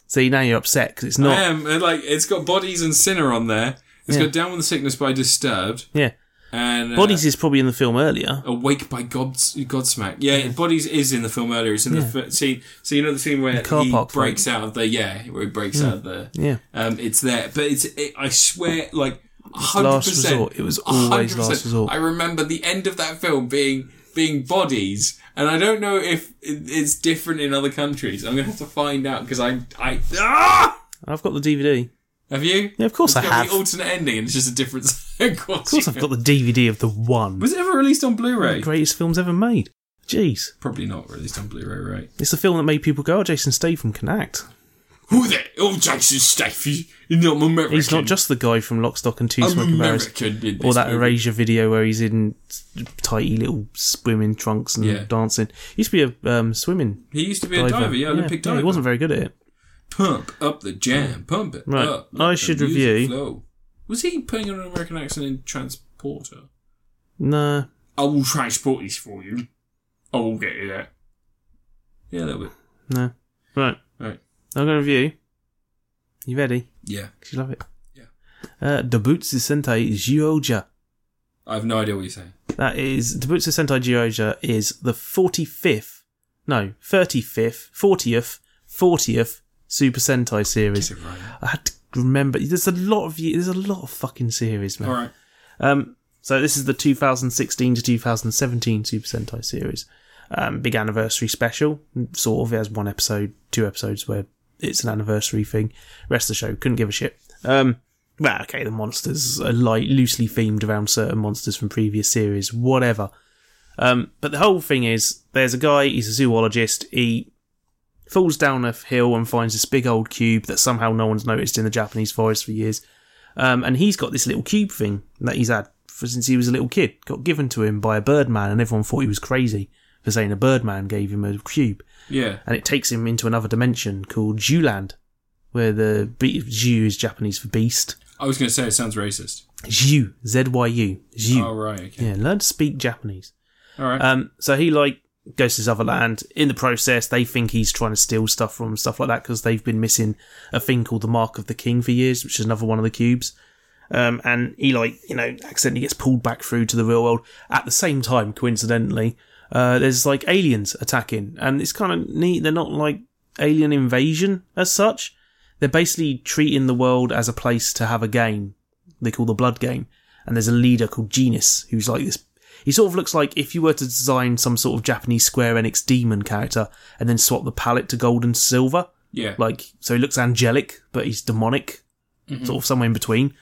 Speaker 2: See, now you're upset because it's
Speaker 1: I
Speaker 2: not.
Speaker 1: am. and, Like, it's got Bodies and Sinner on there. It's
Speaker 2: Yeah.
Speaker 1: got Down with the Sickness by Disturbed.
Speaker 2: Yeah.
Speaker 1: And uh,
Speaker 2: Bodies is probably in the film earlier.
Speaker 1: Awake by God's, Godsmack. Yeah, Bodies is in the film earlier. It's in
Speaker 2: Yeah.
Speaker 1: the f- scene. So you know the scene where
Speaker 2: car
Speaker 1: he
Speaker 2: park
Speaker 1: breaks out of the yeah, where he breaks out of the.
Speaker 2: Yeah.
Speaker 1: Um, it's there, but it's. It, I swear, like hundred
Speaker 2: last
Speaker 1: percent.
Speaker 2: resort. It was always last resort.
Speaker 1: I remember the end of that film being being Bodies, and I don't know if it- it's different in other countries. I'm gonna have to find out because I I ah!
Speaker 2: I've got
Speaker 1: (laughs)
Speaker 2: the DVD.
Speaker 1: have you?
Speaker 2: Yeah, of course
Speaker 1: It's
Speaker 2: I
Speaker 1: got the
Speaker 2: have.
Speaker 1: alternate ending, and it's just a different. (laughs)
Speaker 2: Of course, I've got the DVD of the one.
Speaker 1: Was it ever released on Blu-ray?
Speaker 2: Greatest films ever made. Jeez.
Speaker 1: Probably not released on Blu-ray, right?
Speaker 2: It's the film that made people go, oh, Jason Statham can act.
Speaker 1: Who that? Oh, Jason Statham. He's not American.
Speaker 2: He's not just the guy from Lock, Stock and Two
Speaker 1: I'm
Speaker 2: Smoking Barrels.
Speaker 1: American. in
Speaker 2: Or
Speaker 1: this
Speaker 2: that
Speaker 1: movie.
Speaker 2: Erasure video where he's in tighty little swimming trunks and
Speaker 1: Yeah.
Speaker 2: dancing. He used to be a um, swimming
Speaker 1: He used to be
Speaker 2: diver.
Speaker 1: a diver, yeah, Olympic diver.
Speaker 2: He wasn't very good at it.
Speaker 1: Pump up the jam, pump it
Speaker 2: Right,
Speaker 1: up.
Speaker 2: I
Speaker 1: let the
Speaker 2: should
Speaker 1: music
Speaker 2: review-
Speaker 1: Flow. Was he putting on an American accent in Transporter?
Speaker 2: Nah.
Speaker 1: I will transport this for you. I will get you that. Yeah, a little bit.
Speaker 2: No. Right.
Speaker 1: Right.
Speaker 2: I'm going to review. You ready?
Speaker 1: Yeah.
Speaker 2: Because you love it.
Speaker 1: Yeah.
Speaker 2: Uh, Dobutsu Sentai Jioja.
Speaker 1: I have no idea what you're saying.
Speaker 2: That is, Dobutsu Sentai Jioja is the 45th, no, 35th, 40th, 40th Super Sentai series.
Speaker 1: it right?
Speaker 2: I had to remember, there's a lot of, ye- there's a lot of fucking series, man.
Speaker 1: All right.
Speaker 2: Um, so this is the 2016 to 2017 Super Sentai series. Um, big anniversary special. Sort of it has one episode, two episodes where it's an anniversary thing. Rest of the show couldn't give a shit. Um, well, okay, the monsters are light, loosely themed around certain monsters from previous series, whatever. Um, but the whole thing is, there's a guy. He's a zoologist. He falls down a hill and finds this big old cube that somehow no one's noticed in the Japanese forest for years. Um, and he's got this little cube thing that he's had for, since he was a little kid. Got given to him by a birdman, and everyone thought he was crazy for saying a birdman gave him a cube.
Speaker 1: Yeah.
Speaker 2: And it takes him into another dimension called Zhuland, where the be- Zhu is Japanese for beast.
Speaker 1: I was going to say it sounds racist.
Speaker 2: Zhu, Z Y U, Zhu.
Speaker 1: All right. Oh, Okay.
Speaker 2: Yeah, learn to speak Japanese.
Speaker 1: All right.
Speaker 2: Um, so he like goes to this other land. In the process, they think he's trying to steal stuff from him, stuff like that because they've been missing a thing called the Mark of the King for years, which is another one of the cubes. Um, and he like you know accidentally gets pulled back through to the real world. At the same time, coincidentally, uh, there's like aliens attacking, and it's kind of neat. They're not like alien invasion as such. They're basically treating the world as a place to have a game. They call the Blood Game, and there's a leader called Genus who's like this he sort of looks like if you were to design some sort of Japanese Square Enix demon character and then swap the palette to gold and silver.
Speaker 1: yeah.
Speaker 2: Like, so he looks angelic, but he's demonic, sort of somewhere in between.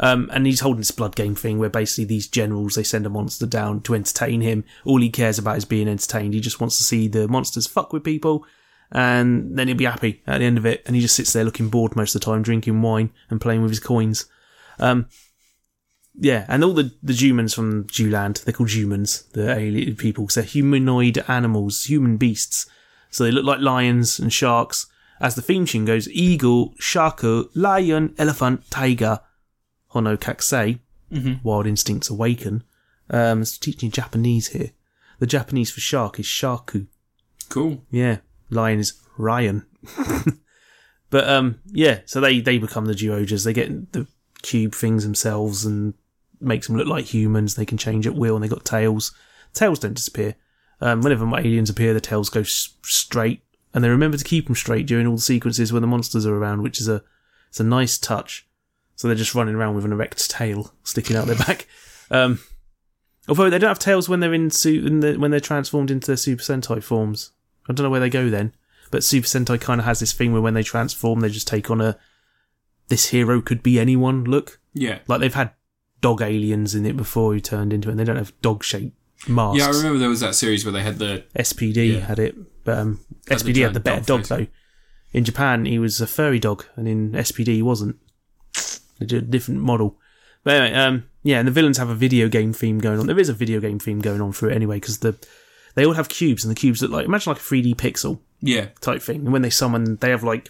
Speaker 2: Um, and he's holding this blood game thing where basically these generals, they send a monster down to entertain him. All he cares about is being entertained. He just wants to see the monsters fuck with people and then he'll be happy at the end of it. And he just sits there looking bored most of the time, drinking wine and playing with his coins. Um, yeah, and all the, the humans from Jewland, they're called humans, the alien people, 'cause they're humanoid animals, human beasts. So they look like lions and sharks. As the theme tune goes, eagle, sharku, lion, elephant, tiger, hono kakusei, wild instincts awaken. Um, it's teaching Japanese here. The Japanese for shark is shaku.
Speaker 1: Cool.
Speaker 2: Yeah, lion is Ryan. (laughs) but um, yeah, so they they become the Geojas. They get the cube things themselves and makes them look like humans. They can change at will, and they got tails. Tails don't disappear. Um, whenever my aliens appear, the tails go s- straight, and they remember to keep them straight during all the sequences when the monsters are around, which is a it's a nice touch. So they're just running around with an erect tail sticking out their back. (laughs) Um, although they don't have tails when they're in, su- in the, when they're transformed into their Super Sentai forms. I don't know where they go then. But Super Sentai kind of has this thing where when they transform, they just take on a this hero could be anyone look.
Speaker 1: Yeah.
Speaker 2: Like they've had dog aliens in it before who turned into it, and they don't have dog shaped masks.
Speaker 1: Yeah, I remember there was that series where they had the
Speaker 2: SPD
Speaker 1: Yeah.
Speaker 2: had it, but um,
Speaker 1: Had the
Speaker 2: SPD had the
Speaker 1: giant
Speaker 2: better dog
Speaker 1: dog
Speaker 2: though. In Japan, he was a furry dog, and in SPD, he wasn't. They did a different model. But anyway, um, yeah, and the villains have a video game theme going on. There is a video game theme going on through it anyway, because the they all have cubes, and the cubes look like imagine like a 3D pixel
Speaker 1: yeah
Speaker 2: type thing. And when they summon, they have like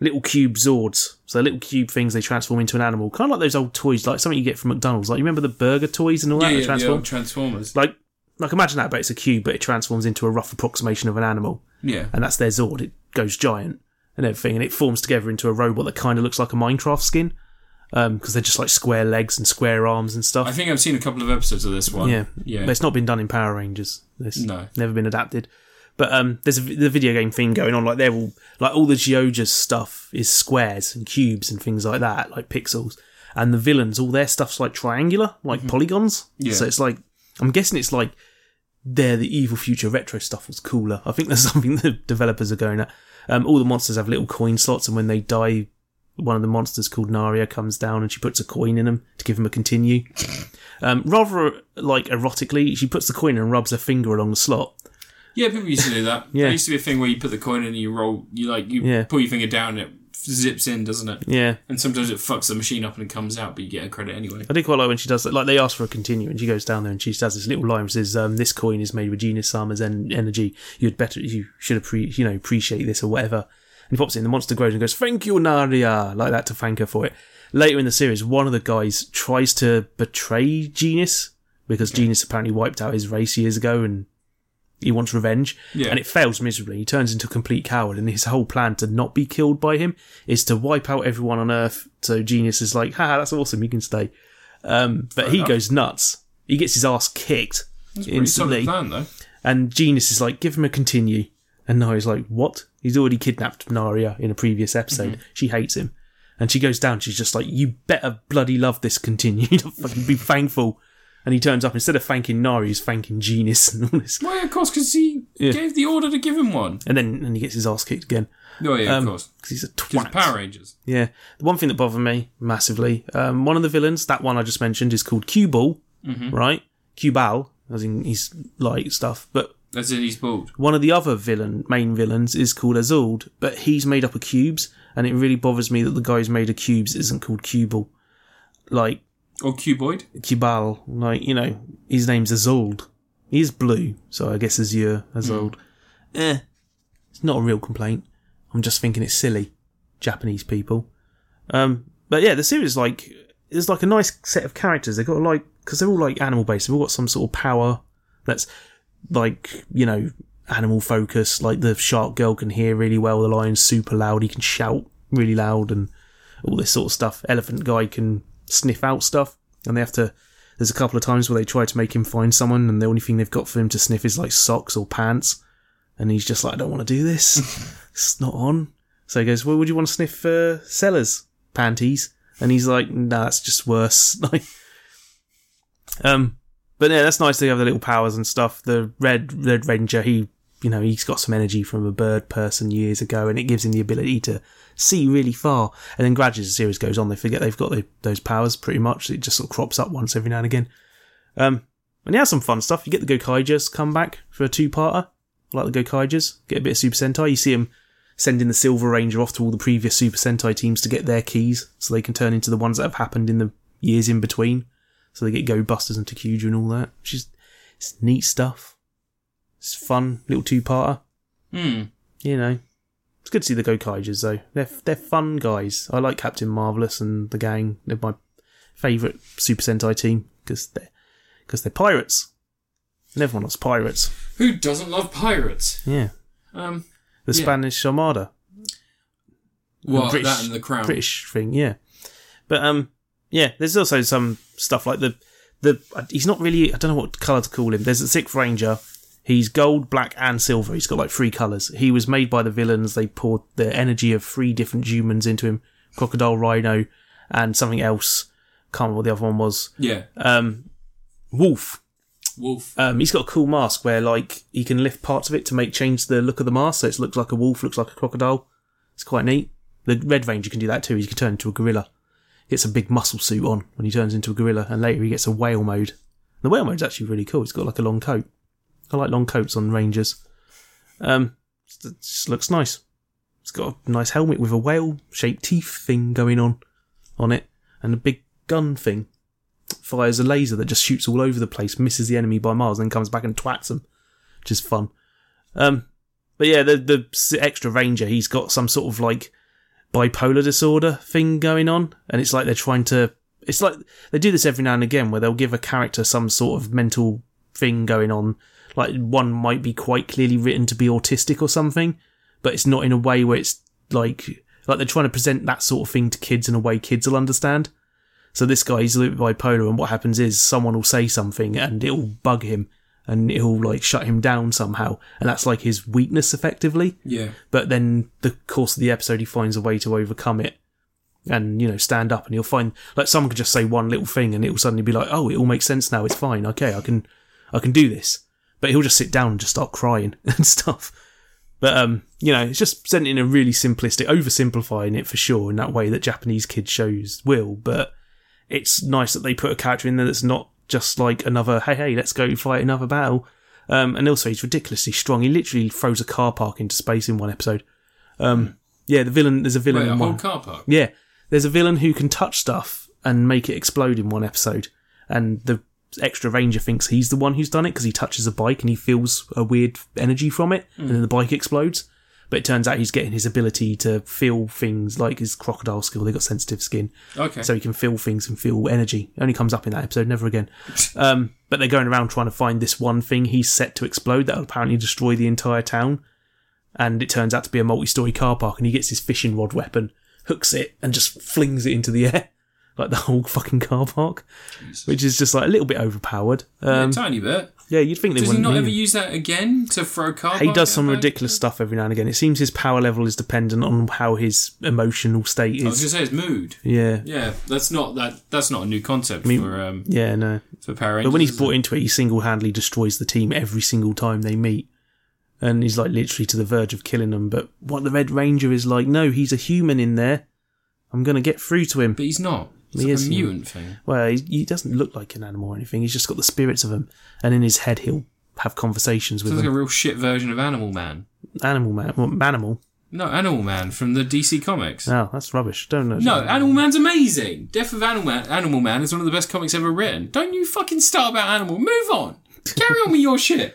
Speaker 2: little cube Zords. So little cube things they transform into an animal, kind of like those old toys, like something you get from McDonald's. Like you remember the burger toys and all
Speaker 1: yeah,
Speaker 2: that. that
Speaker 1: yeah the
Speaker 2: transform?
Speaker 1: old Transformers.
Speaker 2: like like imagine that, but it's a cube, but it transforms into a rough approximation of an animal,
Speaker 1: yeah.
Speaker 2: and that's their Zord. It goes giant and everything, and it forms together into a robot that kind of looks like a Minecraft skin, because they're just like square legs and square arms and
Speaker 1: I
Speaker 2: stuff.
Speaker 1: think I've seen a couple of episodes of this one.
Speaker 2: Yeah,
Speaker 1: Yeah.
Speaker 2: But it's not been done in Power Rangers. It's
Speaker 1: No.
Speaker 2: never been adapted. But um, there's a, vi- the video game thing going on. Like they're all like all the Geoja's stuff is squares and cubes and things like that, like pixels. And the villains, all their stuff's like triangular, like polygons.
Speaker 1: Yeah.
Speaker 2: So it's like I'm guessing it's like there the evil future retro stuff was cooler. I think that's (laughs) something the developers are going at. Um, all the monsters have little coin slots, and when they die, one of the monsters called Naria comes down and she puts a coin in them to give them a continue. Um, rather like erotically, she puts the coin in and rubs her finger along the slot.
Speaker 1: Yeah, people used to do that.
Speaker 2: (laughs) Yeah.
Speaker 1: There used to be a thing where you put the coin in and you roll, you like, you
Speaker 2: Yeah.
Speaker 1: pull your finger down and it zips in, doesn't it?
Speaker 2: Yeah,
Speaker 1: And sometimes it fucks the machine up and it comes out, but you get a credit anyway.
Speaker 2: I do quite like when she does that. Like they ask for a continue, and she goes down there and she just has this little line which says, um, "This coin is made with Genius Sama's en- energy. You'd better, you should appre- you know appreciate this or whatever." And he pops it, in, the monster grows and goes, "Thank you, Naria," like that to thank her for it. Later in the series, one of the guys tries to betray Genius because Genius apparently wiped out his race years ago, and he wants revenge.
Speaker 1: Yeah.
Speaker 2: And it fails miserably. He turns into a complete coward, and his whole plan to not be killed by him is to wipe out everyone on Earth. So Genius is like, "Ha, that's awesome. You can stay." Um, but he
Speaker 1: enough.
Speaker 2: goes nuts. He gets his ass kicked
Speaker 1: It's a pretty solid
Speaker 2: instantly,
Speaker 1: plan, though.
Speaker 2: and Genius is like, "Give him a continue." And Naria's like, "What? He's already kidnapped Naria in a previous episode.
Speaker 1: Mm-hmm.
Speaker 2: She hates him." And she goes down. She's just like, "You better bloody love this continue. (laughs) fucking be thankful." And he turns up instead of thanking Nari, he's thanking Genius and all this.
Speaker 1: Why, of course, because he
Speaker 2: Yeah.
Speaker 1: gave the order to give him one.
Speaker 2: And then and he gets his ass kicked again
Speaker 1: No, yeah, of
Speaker 2: Um,
Speaker 1: course.
Speaker 2: because he's a twat.
Speaker 1: Because Power Rangers.
Speaker 2: Yeah. The one thing that bothered me massively, um, one of the villains, that one I just mentioned, is called Cubal, right? Cubal, as in he's like stuff. But
Speaker 1: That's in he's bald.
Speaker 2: one of the other villain, main villains, is called Azuld, but he's made up of cubes, and it really bothers me that the guy who's made of cubes isn't called Cubal. Like,
Speaker 1: Or Cuboid.
Speaker 2: Cubal, like, you know, his name's Azuld. He's blue, so I guess Azure, Azuld. Eh. It's not a real complaint. I'm just thinking it's silly. Japanese people. Um, but yeah, the series, like, there's like a nice set of characters. They've got like, because they're all like animal based, they've all got some sort of power that's like, you know, animal focused. Like, the shark girl can hear really well, the lion's super loud, he can shout really loud, and all this sort of stuff. Elephant guy can sniff out stuff, and they have to. There's a couple of times where they try to make him find someone, and the only thing they've got for him to sniff is like socks or pants, and he's just like, I don't want to do this. it's not on. So he goes, Well, would you want to sniff uh, Sellers' panties? And he's like, Nah, that's just worse. (laughs) Like, um, but yeah, that's nice. They have the little powers and stuff. The red red ranger, he you know he's got some energy from a bird person years ago, and it gives him the ability to see really far. And then gradually, as the series goes on, they forget they've got the, those powers pretty much. It just sort of crops up once every now and again. Um, and he has some fun stuff. You get the Gokaijas come back for a two parter. Like the Gokaijas, get a bit of Super Sentai. You see him sending the Silver Ranger off to all the previous Super Sentai teams to get their keys, so they can turn into the ones that have happened in the years in between. So they get Go Busters and Takuja and all that. Which is it's neat stuff. It's fun, little two parter.
Speaker 1: Hmm.
Speaker 2: You know. It's good to see the Go Kaijas though. They're they're fun guys. I like Captain Marvelous and the gang. They're my favourite Super Sentai team because they're because they're pirates. And everyone loves pirates.
Speaker 1: Who doesn't love pirates?
Speaker 2: Yeah.
Speaker 1: Um,
Speaker 2: The
Speaker 1: Yeah.
Speaker 2: Spanish Armada.
Speaker 1: well,
Speaker 2: British-
Speaker 1: that and the Crown.
Speaker 2: British thing, yeah. But um, yeah, there's also some stuff like the the he's not really I don't know what color to call him. There's the Sixth Ranger. He's gold, black, and silver. He's got like three colors. He was made by the villains. They poured the energy of three different humans into him: crocodile, rhino, and something else. Can't remember what the other one was.
Speaker 1: Yeah,
Speaker 2: Um, wolf.
Speaker 1: wolf.
Speaker 2: Um, he's got a cool mask where like he can lift parts of it to make change the look of the mask, so it looks like a wolf, looks like a crocodile. It's quite neat. The Red Ranger can do that too. He can turn into a gorilla. Gets a big muscle suit on when he turns into a gorilla, and later he gets a whale mode. The whale mode's actually really cool. It's got like a long coat. I like long coats on rangers. Um, it just looks nice. It's got a nice helmet with a whale-shaped teeth thing going on on it, and a big gun thing fires a laser that just shoots all over the place, misses the enemy by miles, and then comes back and twats them, which is fun. Um, but yeah, the the s- extra ranger, he's got some sort of like bipolar disorder thing going on, and it's like they're trying to. It's like they do this every now and again, where they'll give a character some sort of mental thing going on. Like one might be quite clearly written to be autistic or something, but it's not in a way where it's like like they're trying to present that sort of thing to kids in a way kids will understand. So this guy, he's a little bit bipolar, and what happens is someone will say something and it'll bug him and it'll like shut him down somehow. And that's like his weakness effectively.
Speaker 1: Yeah,
Speaker 2: But then the course of the episode, he finds a way to overcome it and, you know, stand up and he'll find like someone could just say one little thing and it'll suddenly be like, oh, it all makes sense now. It's fine. Okay. I can, I can do this. But he'll just sit down and just start crying (laughs) and stuff. But, um, you know, it's just presented in a really simplistic, oversimplifying it for sure in that way that Japanese kid shows will. But it's nice that they put a character in there that's not just like another hey hey let's go fight another battle um, and also he's ridiculously strong he literally throws a car park into space in one episode um, yeah the villain there's a villain
Speaker 1: Wait, a
Speaker 2: in
Speaker 1: whole
Speaker 2: one
Speaker 1: car park.
Speaker 2: yeah there's a villain who can touch stuff and make it explode in one episode and the extra ranger thinks he's the one who's done it because he touches a bike and he feels a weird energy from it and then the bike explodes but it turns out he's getting his ability to feel things like his crocodile skill they've got sensitive skin
Speaker 1: Okay.
Speaker 2: so he can feel things and feel energy. It only comes up in that episode, never again. Um, but they're going around trying to find this one thing he's set to explode that'll apparently destroy the entire town. And it turns out to be a multi-story car park, and he gets his fishing rod weapon, hooks it, and just flings it into the (laughs) air, like the whole fucking car park, which is just like a little bit overpowered. Um,
Speaker 1: a tiny bit.
Speaker 2: yeah, you'd think they
Speaker 1: Does he
Speaker 2: wouldn't.
Speaker 1: not
Speaker 2: need
Speaker 1: ever
Speaker 2: him.
Speaker 1: use that again to throw car
Speaker 2: He
Speaker 1: park
Speaker 2: does some
Speaker 1: out back?
Speaker 2: ridiculous stuff every now and again. It seems his power level is dependent on how his emotional state
Speaker 1: I was
Speaker 2: is.
Speaker 1: going to say his mood.
Speaker 2: Yeah,
Speaker 1: Yeah, that's not that. That's not a new concept for um
Speaker 2: yeah, no.
Speaker 1: for Power Rangers.
Speaker 2: But when he's
Speaker 1: is
Speaker 2: brought into it, he single handedly destroys the team every single time they meet. And he's like literally to the verge of killing them. But what the Red Ranger is like, no, he's a human in there. I'm going to get through to
Speaker 1: it?
Speaker 2: him.
Speaker 1: but he's not. He's
Speaker 2: He
Speaker 1: like
Speaker 2: is,
Speaker 1: a
Speaker 2: yeah.
Speaker 1: mutant thing.
Speaker 2: Well, he, he doesn't look like an animal or anything. He's just got the spirits of him. And in his head, he'll have conversations with
Speaker 1: Sounds like a
Speaker 2: them.
Speaker 1: real shit version of Animal Man.
Speaker 2: Animal man. Well, manimal.
Speaker 1: No, Animal Man from the DC comics.
Speaker 2: Oh, that's rubbish. Don't know.
Speaker 1: No, Animal Man's amazing. Death of Animal Man, Animal Man is one of the best comics ever written. Don't you fucking start about Animal. Move on. Carry on with your shit.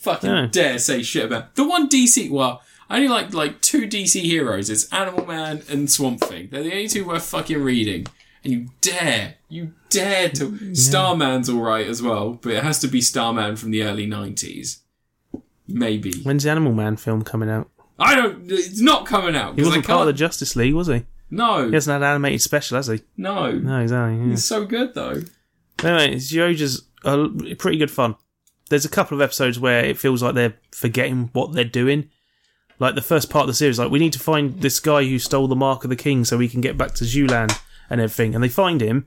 Speaker 1: Fucking
Speaker 2: Yeah.
Speaker 1: dare say shit about the one DC. Well, I only like like two DC heroes. It's Animal Man and Swamp Thing. They're the only two worth fucking reading. And you dare, you dare to. Starman's all right as well, but it has to be Starman from the early nineties. Maybe
Speaker 2: When's the Animal Man film coming out?
Speaker 1: I don't. It's not coming out.
Speaker 2: He
Speaker 1: 'cause I
Speaker 2: wasn't part of the
Speaker 1: can't-
Speaker 2: Justice League, was he?
Speaker 1: No,
Speaker 2: He hasn't had an animated special, has he?
Speaker 1: no,
Speaker 2: No, exactly. yeah.
Speaker 1: It's so good though.
Speaker 2: Anyway, Yoja's uh, pretty good fun. There's a couple of episodes where it feels like they're forgetting what they're doing. Like the first part of the series, like we need to find this guy who stole the mark of the king so we can get back to Zulan and everything. And they find him,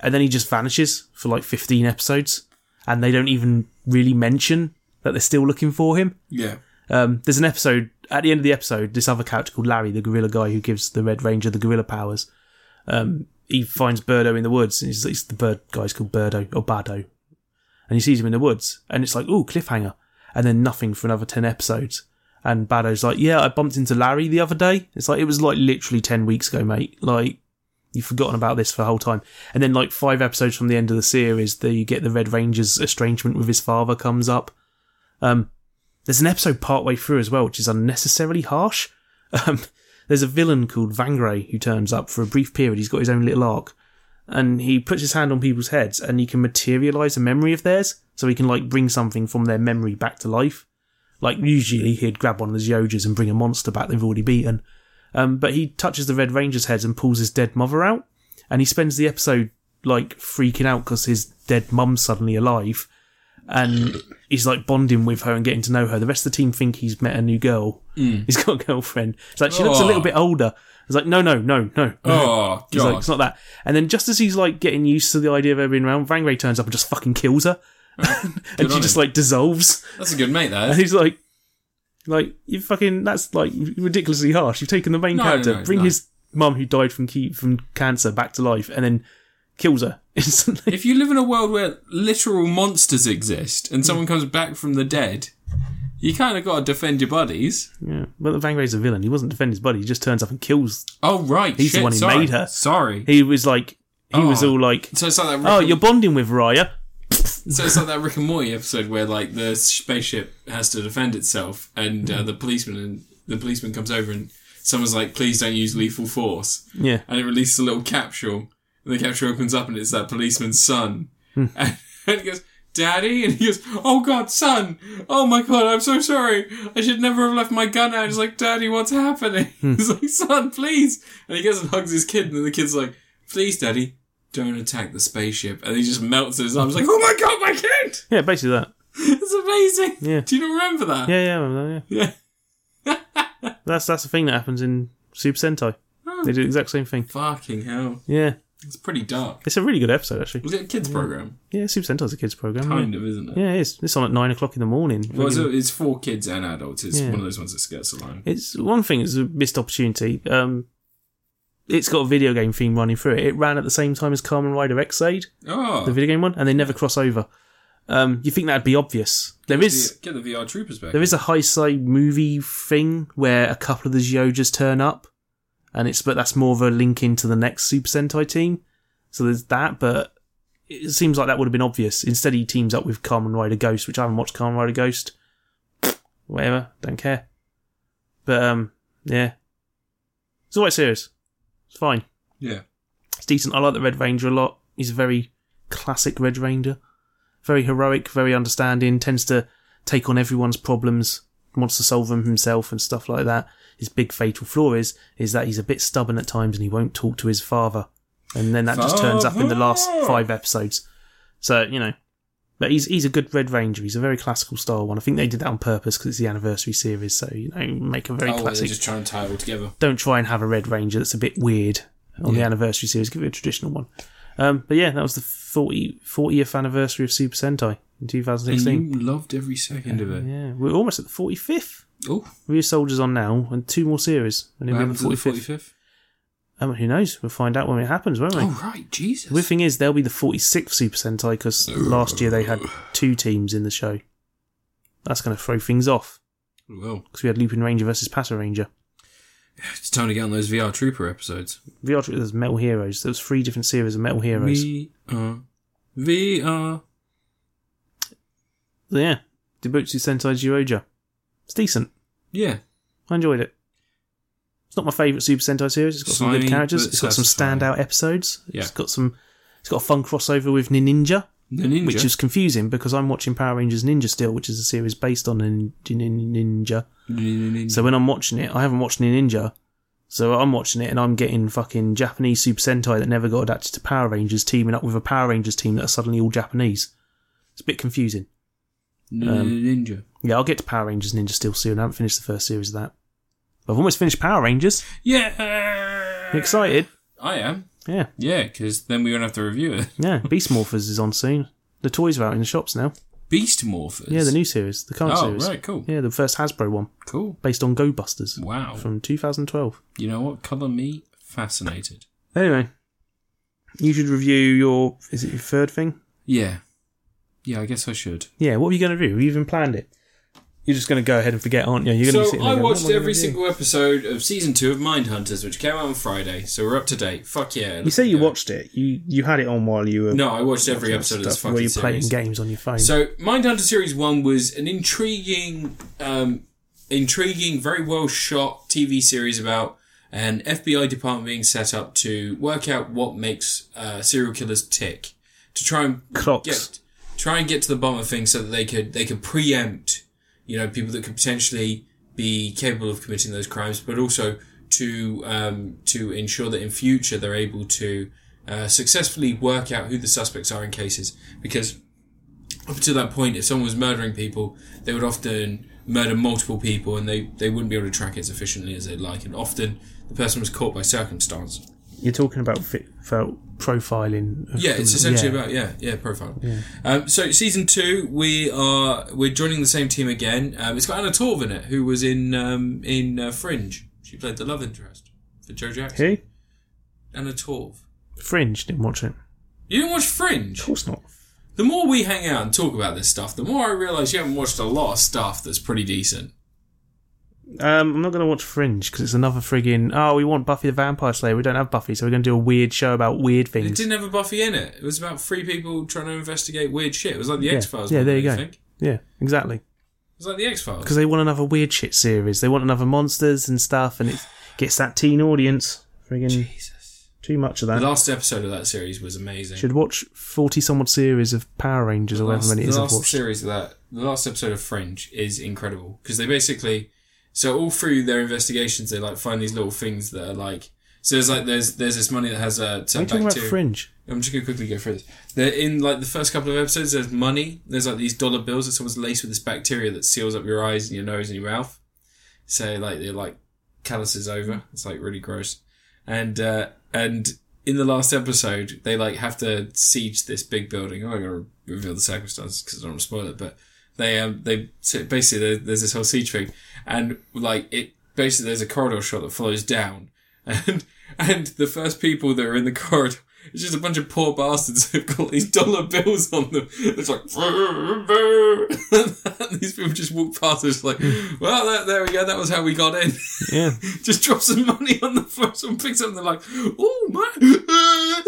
Speaker 2: and then he just vanishes for like 15 episodes, and they don't even really mention that they're still looking for him.
Speaker 1: Yeah.
Speaker 2: Um, there's an episode at the end of the episode. This other character called Larry, the gorilla guy who gives the Red Ranger the gorilla powers. Um, he finds Birdo in the woods. And he's, he's the bird guy's called Birdo or Bado, and he sees him in the woods, and it's like, ooh, cliffhanger, and then nothing for another ten episodes. And Bado's like, yeah, I bumped into Larry the other day. It's like it was like literally ten weeks ago, mate. Like you've forgotten about this for the whole time. And then like five episodes from the end of the series, there you get the Red Ranger's estrangement with his father comes up. Um, there's an episode partway through as well, which is unnecessarily harsh. (laughs) Um, there's a villain called Vangray who turns up for a brief period. He's got his own little arc. and he puts his hand on people's heads and he can materialize a memory of theirs. So he can like bring something from their memory back to life. Like usually he'd grab one of his Yojas and bring a monster back they've already beaten. Um, but he touches the Red Ranger's heads and pulls his dead mother out. And he spends the episode like freaking out because his dead mum's suddenly alive. And he's like bonding with her and getting to know her. The rest of the team think he's met a new girl. He's got a girlfriend. It's like she looks a
Speaker 1: Aw.
Speaker 2: little bit older. It's like, no, no, no, no. no.
Speaker 1: Oh,
Speaker 2: He's like,
Speaker 1: God.
Speaker 2: it's not that. And then just as he's like getting used to the idea of her being around, Vangray turns up and just fucking kills
Speaker 1: (laughs)
Speaker 2: her. (laughs) and she
Speaker 1: on
Speaker 2: just
Speaker 1: him.
Speaker 2: like dissolves.
Speaker 1: That's a good mate, there.
Speaker 2: And he's like, like, you fucking, that's like ridiculously harsh. You've taken the main
Speaker 1: No,
Speaker 2: character,
Speaker 1: no,
Speaker 2: bring
Speaker 1: no.
Speaker 2: his mum who died from key, from cancer back to life and then kills her (laughs) instantly.
Speaker 1: If you live in a world where literal monsters exist and someone comes back from the dead, you kind of got to defend your buddies.
Speaker 2: yeah. But Vangray's a villain. He wasn't defending his buddy. He just turns up and kills.
Speaker 1: Oh, right.
Speaker 2: He's the
Speaker 1: shit,
Speaker 2: one who
Speaker 1: sorry.
Speaker 2: made her.
Speaker 1: Sorry.
Speaker 2: He was like, he was
Speaker 1: Oh.
Speaker 2: all like,
Speaker 1: so it's like that. Rick
Speaker 2: oh,
Speaker 1: and-
Speaker 2: you're bonding with Raya.
Speaker 1: So it's like that Rick and Morty episode where like the spaceship has to defend itself, and
Speaker 2: Mm.
Speaker 1: uh, the policeman and the policeman comes over and someone's like, "Please don't use lethal force,"
Speaker 2: Yeah.
Speaker 1: and it releases a little capsule, and the capsule opens up and it's that policeman's son,
Speaker 2: Hmm.
Speaker 1: (laughs) and, and he goes. Daddy, and he goes, "Oh God, son! Oh my God, I'm so sorry. I should never have left my gun out." He's like, "Daddy, what's happening?"
Speaker 2: Hmm.
Speaker 1: (laughs) He's like, "Son, please!" And he goes and hugs his kid, and then the kid's like, "Please, Daddy, don't attack the spaceship." And he just melts in his arms, like, "Oh my God, my kid!"
Speaker 2: Yeah, basically that.
Speaker 1: It's amazing.
Speaker 2: Yeah.
Speaker 1: Do you not remember that?
Speaker 2: Yeah, yeah, I remember that, yeah.
Speaker 1: Yeah.
Speaker 2: That's that's the thing that happens in Super Sentai.
Speaker 1: Oh.
Speaker 2: They do the exact same thing.
Speaker 1: (laughs) Fucking hell.
Speaker 2: Yeah,
Speaker 1: It's pretty dark.
Speaker 2: it's a really good episode actually.
Speaker 1: Was it a kids' program?
Speaker 2: Yeah, Super Sentai's a kids program.
Speaker 1: Kind of, isn't it?
Speaker 2: Yeah, it is. It's on at nine o'clock in the morning.
Speaker 1: Well, it's, it's for kids and adults. It's
Speaker 2: Yeah.
Speaker 1: one of those ones that skirts the line.
Speaker 2: It's one thing. It's a missed opportunity. Um, it's got a video game theme running through it. It ran at the same time as Carmen Rider Xade,
Speaker 1: Oh,
Speaker 2: the video game one, and they never cross over. Um, you think that'd be obvious? There is
Speaker 1: get the VR troopers back.
Speaker 2: There is a high side movie thing where a couple of the Zyojas turn up, and it's but that's more of a link into the next Super Sentai team. So there's that, but it seems like that would have been obvious. Instead, he teams up with Carmen Rider Ghost, which I haven't watched. Carmen Rider Ghost, (sniffs) whatever, don't care. But um, yeah, it's alright. Serious, it's fine.
Speaker 1: Yeah.
Speaker 2: It's decent. I like the Red Ranger a lot. He's a very classic Red Ranger. Very heroic, very understanding, tends to take on everyone's problems, wants to solve them himself and stuff like that. His big fatal flaw is is that he's a bit stubborn at times and he won't talk to his father. And then that just turns up in the last
Speaker 1: Father!
Speaker 2: five episodes. So, you know. But he's he's a good Red Ranger. He's a very classical style one. I think they did that on purpose because it's the anniversary series. So, you know, make a very
Speaker 1: oh, they
Speaker 2: classic
Speaker 1: just try and tie it all together.
Speaker 2: don't try and have a red ranger that's a bit weird on the anniversary series give it a traditional one um, but yeah that was the 40, 40th anniversary of super sentai in 2016
Speaker 1: And you loved every second of it.
Speaker 2: yeah we're almost at the 45th
Speaker 1: Oh,
Speaker 2: Rear Soldiers on now, and two more series, and then
Speaker 1: what
Speaker 2: we're on the
Speaker 1: happened to the
Speaker 2: 45th.
Speaker 1: 45th?
Speaker 2: Um, who knows? We'll find out when it happens, won't we?
Speaker 1: Oh, right. Jesus.
Speaker 2: The weird thing is, there'll be the 46th Super Sentai because last year they had
Speaker 1: Oh.
Speaker 2: two teams in the show. That's going to throw things off
Speaker 1: well,
Speaker 2: because we had Lupin Ranger versus Pata Ranger.
Speaker 1: it's time to get on those VR trooper episodes.
Speaker 2: The other there's Metal Heroes. There was three different series of Metal Heroes.
Speaker 1: We are VR.
Speaker 2: So yeah, Debutsu Sentai Jiroja. It's decent.
Speaker 1: Yeah.
Speaker 2: I enjoyed it. It's not my favourite Super Sentai series. It's got some
Speaker 1: Slimy,
Speaker 2: good characters.
Speaker 1: but
Speaker 2: It's got some
Speaker 1: satisfying.
Speaker 2: standout episodes.
Speaker 1: Yeah.
Speaker 2: It's got some. It's got a fun crossover with Ninja,
Speaker 1: The ninja.
Speaker 2: which is confusing because I'm watching Power Rangers Ninja still, which is a series based on Nin- Nin- Ninja.
Speaker 1: Ninja.
Speaker 2: So when I'm watching it, I haven't watched Ninja. So I'm watching it and I'm getting fucking Japanese Super Sentai that never got adapted to Power Rangers teaming up with a Power Rangers team that are suddenly all Japanese. It's a bit confusing. um,
Speaker 1: Ninja.
Speaker 2: Yeah, I'll get to Power Rangers Ninja Steel soon. I haven't finished the first series of that. But I've almost finished Power Rangers.
Speaker 1: Yeah.
Speaker 2: You excited?
Speaker 1: I am.
Speaker 2: Yeah,
Speaker 1: Yeah, because then we don't have to review it. (laughs)
Speaker 2: (laughs) yeah. Beast Morphers is on soon. The toys are out in the shops now.
Speaker 1: Beast Morphers.
Speaker 2: Yeah, the new series, the current
Speaker 1: Oh,
Speaker 2: series.
Speaker 1: right, cool.
Speaker 2: Yeah, the first Hasbro one
Speaker 1: Cool.
Speaker 2: based on Go Busters
Speaker 1: Wow.
Speaker 2: from 2012.
Speaker 1: you know what? Colour me fascinated.
Speaker 2: Anyway, you should review your. Is it your third thing?
Speaker 1: Yeah. Yeah, I guess I should.
Speaker 2: Yeah. What are you going to do? Have you even planned it? You're just going to go ahead and forget, aren't you? You're going to be
Speaker 1: So
Speaker 2: sitting there
Speaker 1: I
Speaker 2: going,
Speaker 1: watched
Speaker 2: "What am I
Speaker 1: every
Speaker 2: gonna do?"
Speaker 1: single episode of season two of Mindhunters, which came out on Friday, so we're up to date. Fuck yeah.
Speaker 2: You say you
Speaker 1: Yeah.
Speaker 2: watched it. You you had it on while you were
Speaker 1: No, I watched every episode
Speaker 2: stuff
Speaker 1: of this
Speaker 2: where
Speaker 1: fucking
Speaker 2: you're playing
Speaker 1: series.
Speaker 2: games on your phone.
Speaker 1: So Mindhunter series one was an intriguing, um, intriguing, very well shot TV series about an FBI department being set up to work out what makes uh, serial killers tick, to try and
Speaker 2: Clocks.
Speaker 1: get try and get to the bottom of things so that they could they could preempt, you know, people that could potentially be capable of committing those crimes, but also to um, to ensure that in future they're able to uh, successfully work out who the suspects are in cases because up to that point, if someone was murdering people, they would often murder multiple people and they, they wouldn't be able to track it as efficiently as they'd like. And often the person was caught by circumstance.
Speaker 2: You're talking about fit, felt profiling. of
Speaker 1: Yeah, it's
Speaker 2: criminal-
Speaker 1: essentially
Speaker 2: yeah.
Speaker 1: about yeah, yeah, profile. Um, so season two, we are we're joining the same team again. Um, it's got Anna Torv in it, who was in um, in uh, Fringe. She played the love interest for Joe Jackson.
Speaker 2: Who?
Speaker 1: Anna Torv.
Speaker 2: Fringe didn't watch it.
Speaker 1: You didn't watch Fringe?
Speaker 2: Of course not.
Speaker 1: The more we hang out and talk about this stuff, the more I realise you haven't watched a lot of stuff that's pretty decent.
Speaker 2: Um, I'm not going to watch Fringe because it's another friggin' oh we want Buffy the Vampire Slayer. We don't have Buffy, so we're going to do a weird show about weird
Speaker 1: It
Speaker 2: things.
Speaker 1: didn't have a Buffy in it. It was about three people trying to investigate weird shit. It was like the
Speaker 2: Yeah.
Speaker 1: X Files.
Speaker 2: Yeah, there you
Speaker 1: I
Speaker 2: go.
Speaker 1: Think. It
Speaker 2: Yeah, exactly.
Speaker 1: was like the X Files.
Speaker 2: Because they want another weird shit series. They want another monsters and stuff, and it gets that teen audience. Friggin'
Speaker 1: Jesus.
Speaker 2: too much of
Speaker 1: The
Speaker 2: that.
Speaker 1: last episode of that series was amazing.
Speaker 2: Should watch forty some odd series of Power Rangers or
Speaker 1: the
Speaker 2: however
Speaker 1: last,
Speaker 2: many it
Speaker 1: the
Speaker 2: is I've
Speaker 1: last
Speaker 2: watched.
Speaker 1: series of that, the last episode of Fringe is incredible because they basically, so all through their investigations, they like find these little things that are like. So there's like there's there's this money that has uh, a.
Speaker 2: Are you talking about Fringe?
Speaker 1: I'm just gonna quickly go through this. They're in like the first couple of episodes. There's money. There's like these dollar bills that someone's laced with this bacteria that seals up your eyes and your nose and your mouth. So like they're like calluses over. It's like really gross. And uh, and in the last episode, they like have to siege this big building. I'm not gonna reveal the circumstances because I don't want to spoil it. But they um they so basically there- there's this whole siege thing, and like it basically there's a corridor shot that follows down, and and the first people that are in the corridor. It's just a bunch of poor bastards who've got these dollar bills on them. It's like, (laughs) and these people just walk past us like, well, there, there we go. That was how we got in.
Speaker 2: Yeah.
Speaker 1: (laughs) just drop some money on the floor. Someone picks up and they're like, oh, my. (laughs)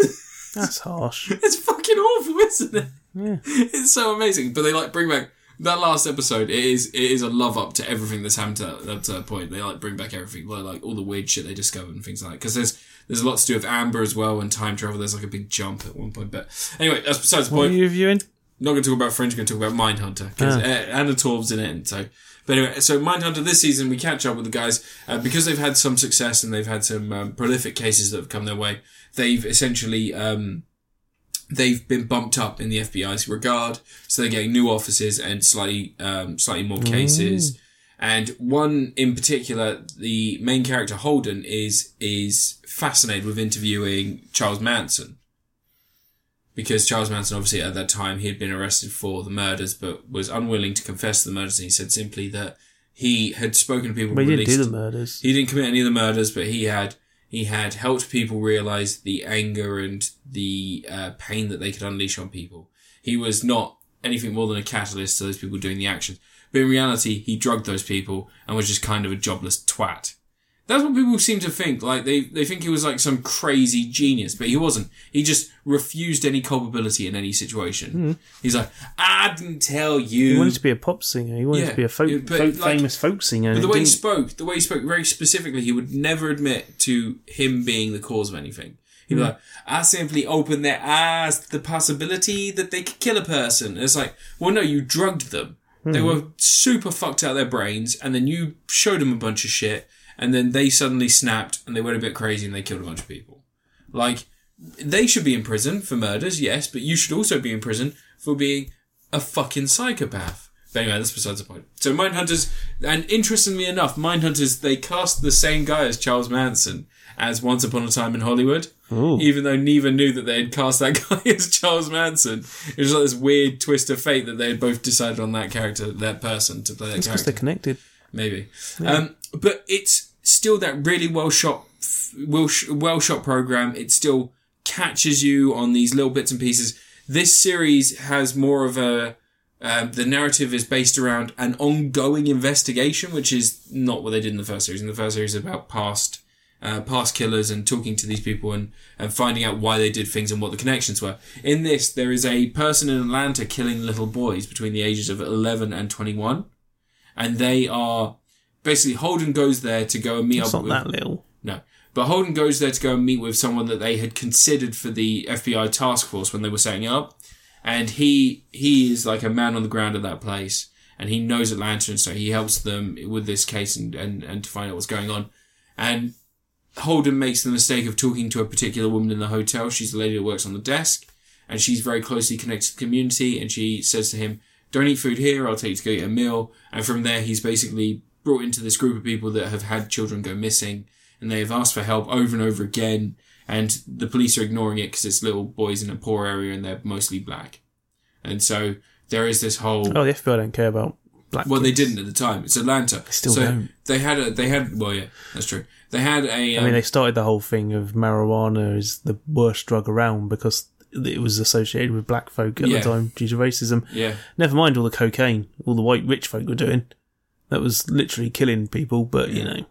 Speaker 2: That's harsh.
Speaker 1: It's fucking awful, isn't it?
Speaker 2: Yeah.
Speaker 1: It's so amazing. But they like bring back that last episode. It is it is a love up to everything that's happened to that, up to that point. They like bring back everything, like, like all the weird shit they discovered and things like that. Because there's there's a lot to do with Amber as well and time travel. There's like a big jump at one point. But anyway, that's besides the
Speaker 2: What are
Speaker 1: point.
Speaker 2: you reviewing?
Speaker 1: Not going to talk about Fringe. Going to talk about Mindhunter because
Speaker 2: Ah.
Speaker 1: Anna Torv's in it. And so, but anyway, so Mindhunter this season we catch up with the guys uh, because they've had some success and they've had some um, prolific cases that have come their way. They've essentially. Um, they've been bumped up in the FBI's regard, so they're getting new offices and slightly um, slightly more cases.
Speaker 2: Mm.
Speaker 1: And one in particular, the main character Holden is is fascinated with interviewing Charles Manson. Because Charles Manson, obviously at that time, he had been arrested for the murders, but was unwilling to confess to the murders. And he said simply that he had spoken to people.
Speaker 2: But you didn't do
Speaker 1: released-
Speaker 2: the murders.
Speaker 1: he didn't commit any of the murders, but he had he had helped people realize the anger and the uh, pain that they could unleash on people. He was not anything more than a catalyst to those people doing the actions. But in reality, he drugged those people and was just kind of a jobless twat. That's what people seem to think. Like they, they think he was like some crazy genius, but he wasn't. He just refused any culpability in any situation. He's like, I didn't tell you.
Speaker 2: Hmm. He wanted to be a pop singer. He wanted
Speaker 1: Yeah,
Speaker 2: to be a folk,
Speaker 1: yeah, but,
Speaker 2: folk-
Speaker 1: like-
Speaker 2: famous folk singer.
Speaker 1: But
Speaker 2: and
Speaker 1: the
Speaker 2: it
Speaker 1: way he
Speaker 2: didn't-
Speaker 1: spoke, the way he spoke very specifically, he would never admit to him being the cause of anything. He'd
Speaker 2: Hmm.
Speaker 1: be like, I simply opened their eyes to the possibility that they could kill a person. And it's like, well, no, you drugged them. They
Speaker 2: Hmm.
Speaker 1: were super fucked out of their brains, and then you showed them a bunch of shit, and then they suddenly snapped and they went a bit crazy and they killed a bunch of people. Like, they should be in prison for murders, yes, but you should also be in prison for being a fucking psychopath. But anyway, that's besides the point. So Mindhunters, and interestingly enough, Mindhunters, they cast the same guy as Charles Manson as Once Upon a Time in Hollywood. Even though neither knew that they had cast that (laughs) guy as Charles Manson. It was like this weird twist of fate that they had both decided on that character, that person to play that
Speaker 2: because
Speaker 1: character
Speaker 2: they're connected.
Speaker 1: maybe. Um, but it's still that really well shot, well, sh- well shot program. It still catches you on these little bits and pieces. This series has more of a. Um, the narrative is based around an ongoing investigation, which is not what they did in the first series. In the first series, about past uh, past killers and talking to these people and, and finding out why they did things and what the connections were. In this, there is a person in Atlanta killing little boys between the ages of 11 and 21 and they are basically Holden goes there to go and meet
Speaker 2: It's
Speaker 1: up
Speaker 2: not
Speaker 1: with.
Speaker 2: that little.
Speaker 1: No. But Holden goes there to go and meet with someone that they had considered for the FBI task force when they were setting up. And he he is like a man on the ground at that place. And he knows Atlanta, and so he helps them with this case and, and, and to find out what's going on. And Holden makes the mistake of talking to a particular woman in the hotel. She's the lady that works on the desk, and she's very closely connected to the community. And she says to him, "Don't eat food here. I'll take you to go get a meal." And from there, he's basically brought into this group of people that have had children go missing, and they have asked for help over and over again. And the police are ignoring it because it's little boys in a poor area, and they're mostly black. And so there is this whole
Speaker 2: Oh, the FBI don't care about black.
Speaker 1: well, they
Speaker 2: kids.
Speaker 1: didn't at the time. It's Atlanta.
Speaker 2: still
Speaker 1: so
Speaker 2: don't.
Speaker 1: They had a. They had. Well, yeah, that's true. They had a.
Speaker 2: I
Speaker 1: um,
Speaker 2: mean, they started the whole thing of marijuana is the worst drug around because it was associated with black folk at
Speaker 1: Yeah.
Speaker 2: the time due to racism.
Speaker 1: yeah.
Speaker 2: Never mind all the cocaine, all the white rich folk were doing. That was literally killing people, but you know,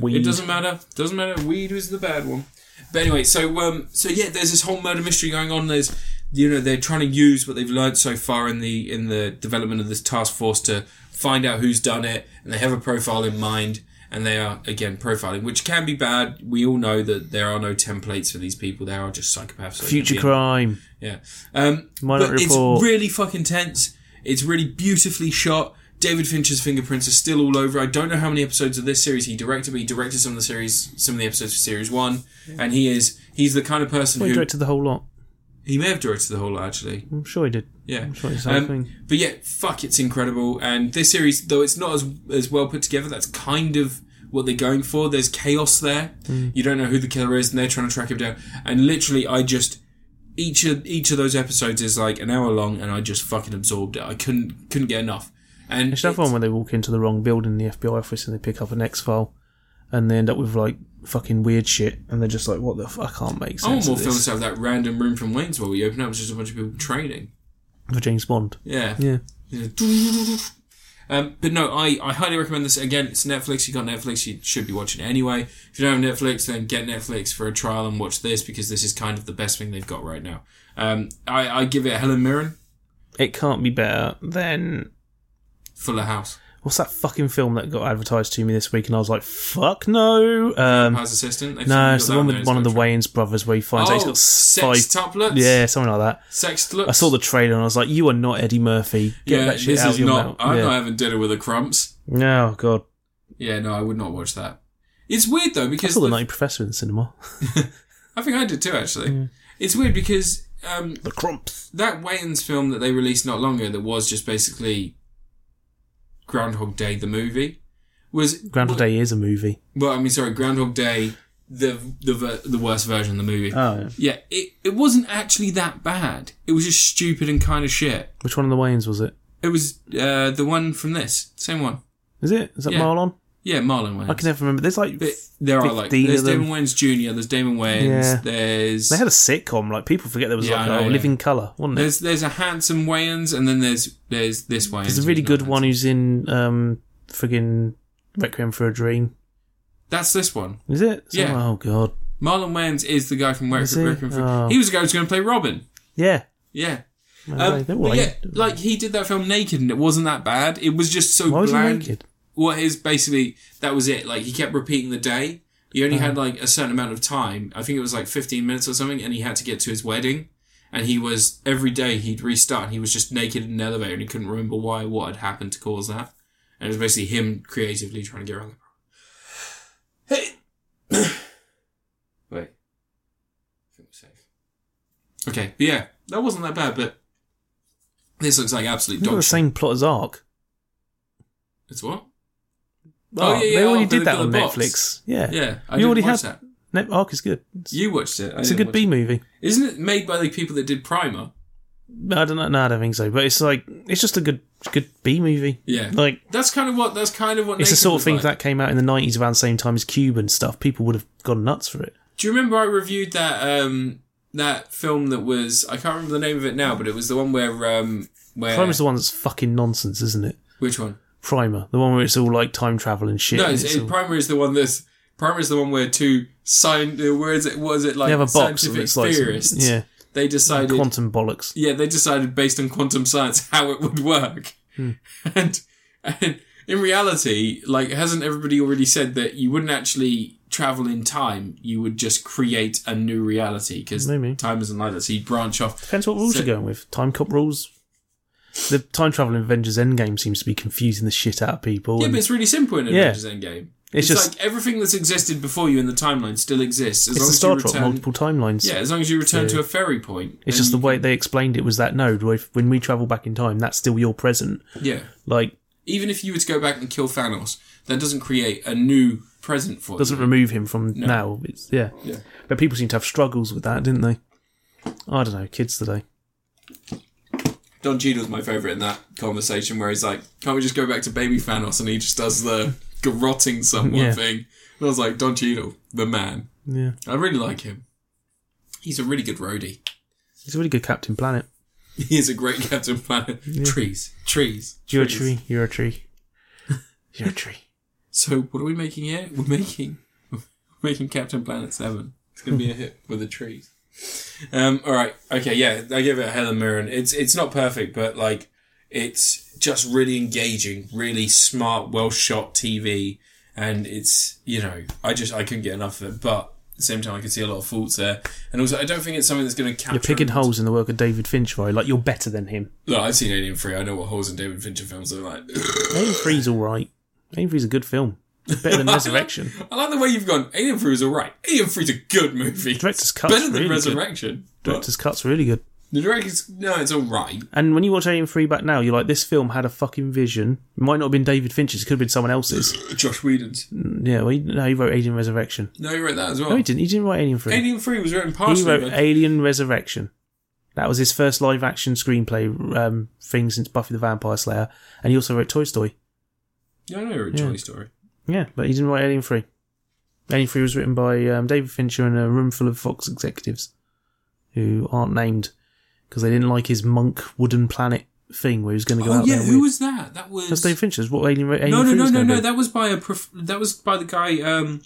Speaker 2: weed.
Speaker 1: It doesn't matter. Doesn't matter. Weed was the bad one. But anyway, so um, so yeah, there's this whole murder mystery going on. There's, you know, they're trying to use what they've learned so far in the in the development of this task force to find out who's done it, and they have a profile in mind, and they are again profiling, which can be bad. We all know that there are no templates for these people. They are just psychopaths. So it can
Speaker 2: Future
Speaker 1: be-
Speaker 2: crime.
Speaker 1: Yeah. Um,
Speaker 2: Minority
Speaker 1: but
Speaker 2: Report.
Speaker 1: it's really fucking tense. It's really beautifully shot. David Fincher's fingerprints are still all over. I don't know how many episodes of this series he directed, but he directed some of the series, some of the episodes for series one. And he is, he's the kind of person
Speaker 2: Well, he
Speaker 1: who,
Speaker 2: directed the whole lot.
Speaker 1: he may have directed the whole lot actually.
Speaker 2: I'm sure he did.
Speaker 1: Yeah.
Speaker 2: sure it's
Speaker 1: Um,
Speaker 2: something.
Speaker 1: but yeah, fuck, it's incredible. And this series, though it's not as, as well put together, that's kind of what they're going for. There's chaos there.
Speaker 2: Hmm.
Speaker 1: You don't know who the killer is and they're trying to track him down. And literally, I just, each of, each of those episodes is like an hour long and I just fucking absorbed it. I couldn't, couldn't get enough. And
Speaker 2: It's that
Speaker 1: it's-
Speaker 2: one where they walk into the wrong building, the FBI office, and they pick up an X file, and they end up with like fucking weird shit, and they're just like, "What the fuck? I can't make
Speaker 1: I want
Speaker 2: sense
Speaker 1: Oh, more
Speaker 2: of this."
Speaker 1: films to have that random room from Wayne's where we open up, it's just a bunch of people training.
Speaker 2: For James Bond,
Speaker 1: Yeah.
Speaker 2: yeah.
Speaker 1: (laughs) Um, but no, I, I highly recommend this. Again, it's Netflix. You got Netflix, you should be watching it anyway. If you don't have Netflix, then get Netflix for a trial and watch this because this is kind of the best thing they've got right now. Um, I, I give it Helen Mirren,
Speaker 2: It can't be better than
Speaker 1: Fuller House,
Speaker 2: what's that fucking film that got advertised to me this week, and I was like, "Fuck no!" Um,
Speaker 1: House Assistant. They've
Speaker 2: no,
Speaker 1: got
Speaker 2: it's
Speaker 1: that
Speaker 2: the one
Speaker 1: there
Speaker 2: with
Speaker 1: as
Speaker 2: one of the
Speaker 1: well.
Speaker 2: Wayans brothers where he finds out he's
Speaker 1: Oh,
Speaker 2: got five,
Speaker 1: sextuplets?
Speaker 2: yeah, something like that.
Speaker 1: Sextuplets.
Speaker 2: I saw the trailer and I was like, "You are not Eddie Murphy. Get
Speaker 1: Yeah,
Speaker 2: that shit
Speaker 1: this
Speaker 2: out
Speaker 1: is
Speaker 2: of your
Speaker 1: not.
Speaker 2: mouth."
Speaker 1: I'm
Speaker 2: yeah.
Speaker 1: not having dinner with the crumps.
Speaker 2: No, god,
Speaker 1: Yeah, no, I would not watch that. It's weird though
Speaker 2: I
Speaker 1: because
Speaker 2: saw the
Speaker 1: the-
Speaker 2: Night Professor in the cinema.
Speaker 1: I think I did too actually. It's weird because um,
Speaker 2: the Crumps.
Speaker 1: that Wayans film that they released not long ago that was just basically Groundhog Day the movie was
Speaker 2: Groundhog Day is a movie.
Speaker 1: Well, I mean, sorry, Groundhog Day the the ver- the worst version of the movie.
Speaker 2: Oh, yeah.
Speaker 1: yeah, it it wasn't actually that bad. It was just stupid and kind of shit.
Speaker 2: Which one of the Wayans was it?
Speaker 1: It was uh, the one from this same one.
Speaker 2: Is it? Is that
Speaker 1: Yeah.
Speaker 2: Marlon?
Speaker 1: Yeah, Marlon Wayans.
Speaker 2: I can never remember. There's like
Speaker 1: But there are like
Speaker 2: 15
Speaker 1: there's
Speaker 2: of them.
Speaker 1: Damon Wayans Jr. There's Damon Wayans.
Speaker 2: Yeah.
Speaker 1: There's
Speaker 2: they had a sitcom. Like people forget there was
Speaker 1: Yeah,
Speaker 2: like
Speaker 1: I know,
Speaker 2: a
Speaker 1: yeah.
Speaker 2: Living Color, wasn't it?
Speaker 1: there's there's a handsome Wayans, and then there's there's this Wayans.
Speaker 2: There's a really
Speaker 1: who's not
Speaker 2: good
Speaker 1: handsome.
Speaker 2: one who's in um friggin' Requiem for a Dream.
Speaker 1: That's this one.
Speaker 2: Is it? So-
Speaker 1: Yeah.
Speaker 2: Oh god.
Speaker 1: Marlon Wayans is the guy from Wreck-
Speaker 2: Is he?
Speaker 1: Wreck- Wreck-
Speaker 2: Oh.
Speaker 1: He was the guy who's going to play Robin.
Speaker 2: Yeah.
Speaker 1: Yeah. Um,
Speaker 2: Man, Oh, they- they're
Speaker 1: but
Speaker 2: all
Speaker 1: yeah,
Speaker 2: like-
Speaker 1: like he did that film naked, and it wasn't that bad. It was just so
Speaker 2: why was he
Speaker 1: bland.
Speaker 2: naked?
Speaker 1: Well, his basically that was it. Like he kept repeating the day. He only had
Speaker 2: Uh-huh.
Speaker 1: like a certain amount of time. I think it was like fifteen minutes or something, and he had to get to his wedding. And he was every day he'd restart. And he was just naked in an elevator, and he couldn't remember why what had happened to cause that. And it was basically him creatively trying to get around the problem. (coughs) Wait. I think we're safe. Okay, but yeah, that wasn't that bad, but this looks like absolute
Speaker 2: They've got
Speaker 1: dog
Speaker 2: the
Speaker 1: shit.
Speaker 2: same plot as Ark.
Speaker 1: It's what?
Speaker 2: Oh,
Speaker 1: yeah, yeah,
Speaker 2: they already
Speaker 1: Ark,
Speaker 2: did
Speaker 1: they've
Speaker 2: that
Speaker 1: got
Speaker 2: on
Speaker 1: the box.
Speaker 2: Netflix. Yeah.
Speaker 1: Yeah, I
Speaker 2: You
Speaker 1: didn't
Speaker 2: already
Speaker 1: watch
Speaker 2: had-
Speaker 1: that.
Speaker 2: Ne- Ark is good. It's,
Speaker 1: You watched it. I
Speaker 2: it's a
Speaker 1: didn't
Speaker 2: good
Speaker 1: watch
Speaker 2: B
Speaker 1: it.
Speaker 2: movie.
Speaker 1: Isn't it made by the people that did Primer?
Speaker 2: I don't know. No, I don't think so. But it's like it's just a good good B movie.
Speaker 1: Yeah.
Speaker 2: Like
Speaker 1: That's kind of what. That's kind of what.
Speaker 2: it's the
Speaker 1: Naked
Speaker 2: sort
Speaker 1: was
Speaker 2: of thing
Speaker 1: like.
Speaker 2: that came out in the 90s around the same time as Cube and stuff. People would have gone nuts for it.
Speaker 1: Do you remember I reviewed that um that film that was I can't remember the name of it now, but it was the one where um where
Speaker 2: Primer's the one that's fucking nonsense, isn't it?
Speaker 1: which one?
Speaker 2: Primer, the one where it's all like time travel and shit.
Speaker 1: No,
Speaker 2: and
Speaker 1: it's,
Speaker 2: it's
Speaker 1: it,
Speaker 2: all-
Speaker 1: Primer is the one that's Primer is the one where two sign. Where is it? What is it like?
Speaker 2: they have a box and
Speaker 1: scientific
Speaker 2: it's like some-
Speaker 1: theorists. (laughs)
Speaker 2: yeah,
Speaker 1: They decided.
Speaker 2: quantum bollocks.
Speaker 1: yeah, they decided based on quantum science (laughs) how it would work.
Speaker 2: Hmm.
Speaker 1: (laughs) And, and in reality, like, hasn't everybody already said that you wouldn't actually travel in time, you would just create a new reality because
Speaker 2: Maybe.
Speaker 1: time isn't like that. So you branch off.
Speaker 2: Depends what rules
Speaker 1: So-
Speaker 2: you're going with. Time cop rules. The time travel in Avengers Endgame seems to be confusing the shit out of people.
Speaker 1: Yeah,
Speaker 2: and
Speaker 1: but it's really simple in
Speaker 2: Yeah.
Speaker 1: Avengers Endgame. It's,
Speaker 2: It's just-
Speaker 1: like everything that's existed before you in the timeline still exists. As
Speaker 2: it's
Speaker 1: long
Speaker 2: the
Speaker 1: as
Speaker 2: Star
Speaker 1: you
Speaker 2: Trek,
Speaker 1: return,
Speaker 2: multiple timelines.
Speaker 1: Yeah, as long as you return
Speaker 2: So-
Speaker 1: to a ferry point.
Speaker 2: It's
Speaker 1: then
Speaker 2: just the
Speaker 1: you-
Speaker 2: way they explained it was that node where if- when we travel back in time, that's still your present.
Speaker 1: Yeah.
Speaker 2: Like,
Speaker 1: Even if you were to go back and kill Thanos, that doesn't create a new present for
Speaker 2: doesn't
Speaker 1: you.
Speaker 2: remove him from now. It's, yeah.
Speaker 1: Yeah.
Speaker 2: But people seem to have struggles with that, didn't they? I don't know, kids today.
Speaker 1: Don Cheadle's my favourite in that conversation where he's like, can't we just go back to baby Thanos? And he just does the garrotting someone
Speaker 2: Yeah.
Speaker 1: thing. And I was like, Don Cheadle, the man.
Speaker 2: Yeah.
Speaker 1: I really like him. He's a really good roadie. (laughs)
Speaker 2: He's a really good Captain Planet.
Speaker 1: He is a great Captain Planet. Trees, trees,
Speaker 2: You're a
Speaker 1: trees.
Speaker 2: tree. You're a tree. You're a tree.
Speaker 1: So what are we making here? We're making (laughs) we're making Captain Planet Seven. It's gonna be a hit with the trees. Um. All right. Okay. Yeah. I give it a Helen Mirren. It's it's not perfect, but like it's just really engaging, really smart, well shot TV, and it's you know I just I couldn't get enough of it, but. At the same time, I can see a lot of faults there, and also I don't think it's something that's going to capture.
Speaker 2: You're picking holes in the work of David Finch, right? Like, you're better than him.
Speaker 1: Look, I've seen Alien Three. I know what holes in David Fincher films are like. (laughs)
Speaker 2: Alien
Speaker 1: (coughs)
Speaker 2: Three's alright. Alien Three's a good film. It's
Speaker 1: (laughs)
Speaker 2: better than Resurrection.
Speaker 1: I like the way you've gone. Alien Three was alright. Alien Three's a good movie.
Speaker 2: Director's cut's
Speaker 1: better than
Speaker 2: really good.
Speaker 1: Resurrection. But
Speaker 2: Director's cut's really good.
Speaker 1: the director's no, it's all right.
Speaker 2: And when you watch Alien Three back now, you're like, this film had a fucking vision. It might not have been David Finch's. It could have been someone else's. Mm,
Speaker 1: Josh Whedon's.
Speaker 2: yeah, well, he, no, he wrote Alien Resurrection.
Speaker 1: No, you wrote that as well.
Speaker 2: No, he didn't. He didn't write Alien Three.
Speaker 1: Oh. Alien Three was written
Speaker 2: he
Speaker 1: partially.
Speaker 2: wrote
Speaker 1: by-
Speaker 2: Alien Resurrection. That was his first live action screenplay um, thing since Buffy the Vampire Slayer, and he also wrote Toy Story.
Speaker 1: yeah, I know you wrote
Speaker 2: Yeah.
Speaker 1: Johnny Story.
Speaker 2: Yeah, but he didn't write Alien Three. Alien Three was written by um, David Fincher and a room full of Fox executives who aren't named because they didn't like his monk wooden planet thing where he was going to go
Speaker 1: Oh
Speaker 2: out
Speaker 1: yeah,
Speaker 2: there.
Speaker 1: who
Speaker 2: with-
Speaker 1: was that? That was
Speaker 2: That's David Fincher's. What Alien, Alien
Speaker 1: no, no,
Speaker 2: 3
Speaker 1: no,
Speaker 2: was
Speaker 1: no,
Speaker 2: gonna
Speaker 1: no.
Speaker 2: be.
Speaker 1: That was by a prof- that was by the guy um,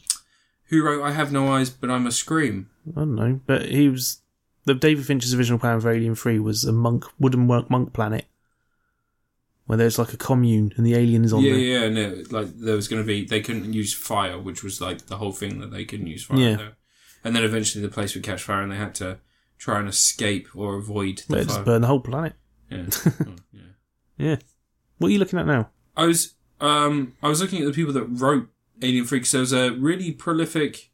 Speaker 1: who wrote "I Have No Eyes, But I Must Scream."
Speaker 2: I don't know, but he was the David Fincher's original plan for Alien Three was a monk wooden work monk planet where there's like a commune and the alien is on
Speaker 1: Yeah,
Speaker 2: there.
Speaker 1: yeah, no. Like there was going to be they couldn't use fire, which was like the whole thing that they couldn't use fire.
Speaker 2: Yeah.
Speaker 1: though. And then eventually the place would catch fire, and they had to try and escape or avoid
Speaker 2: But
Speaker 1: the
Speaker 2: it just
Speaker 1: fire.
Speaker 2: burned the whole planet.
Speaker 1: Yeah.
Speaker 2: (laughs)
Speaker 1: Oh, yeah.
Speaker 2: Yeah. What are you looking at now?
Speaker 1: I was um I was looking at the people that wrote Alien Three because there was a really prolific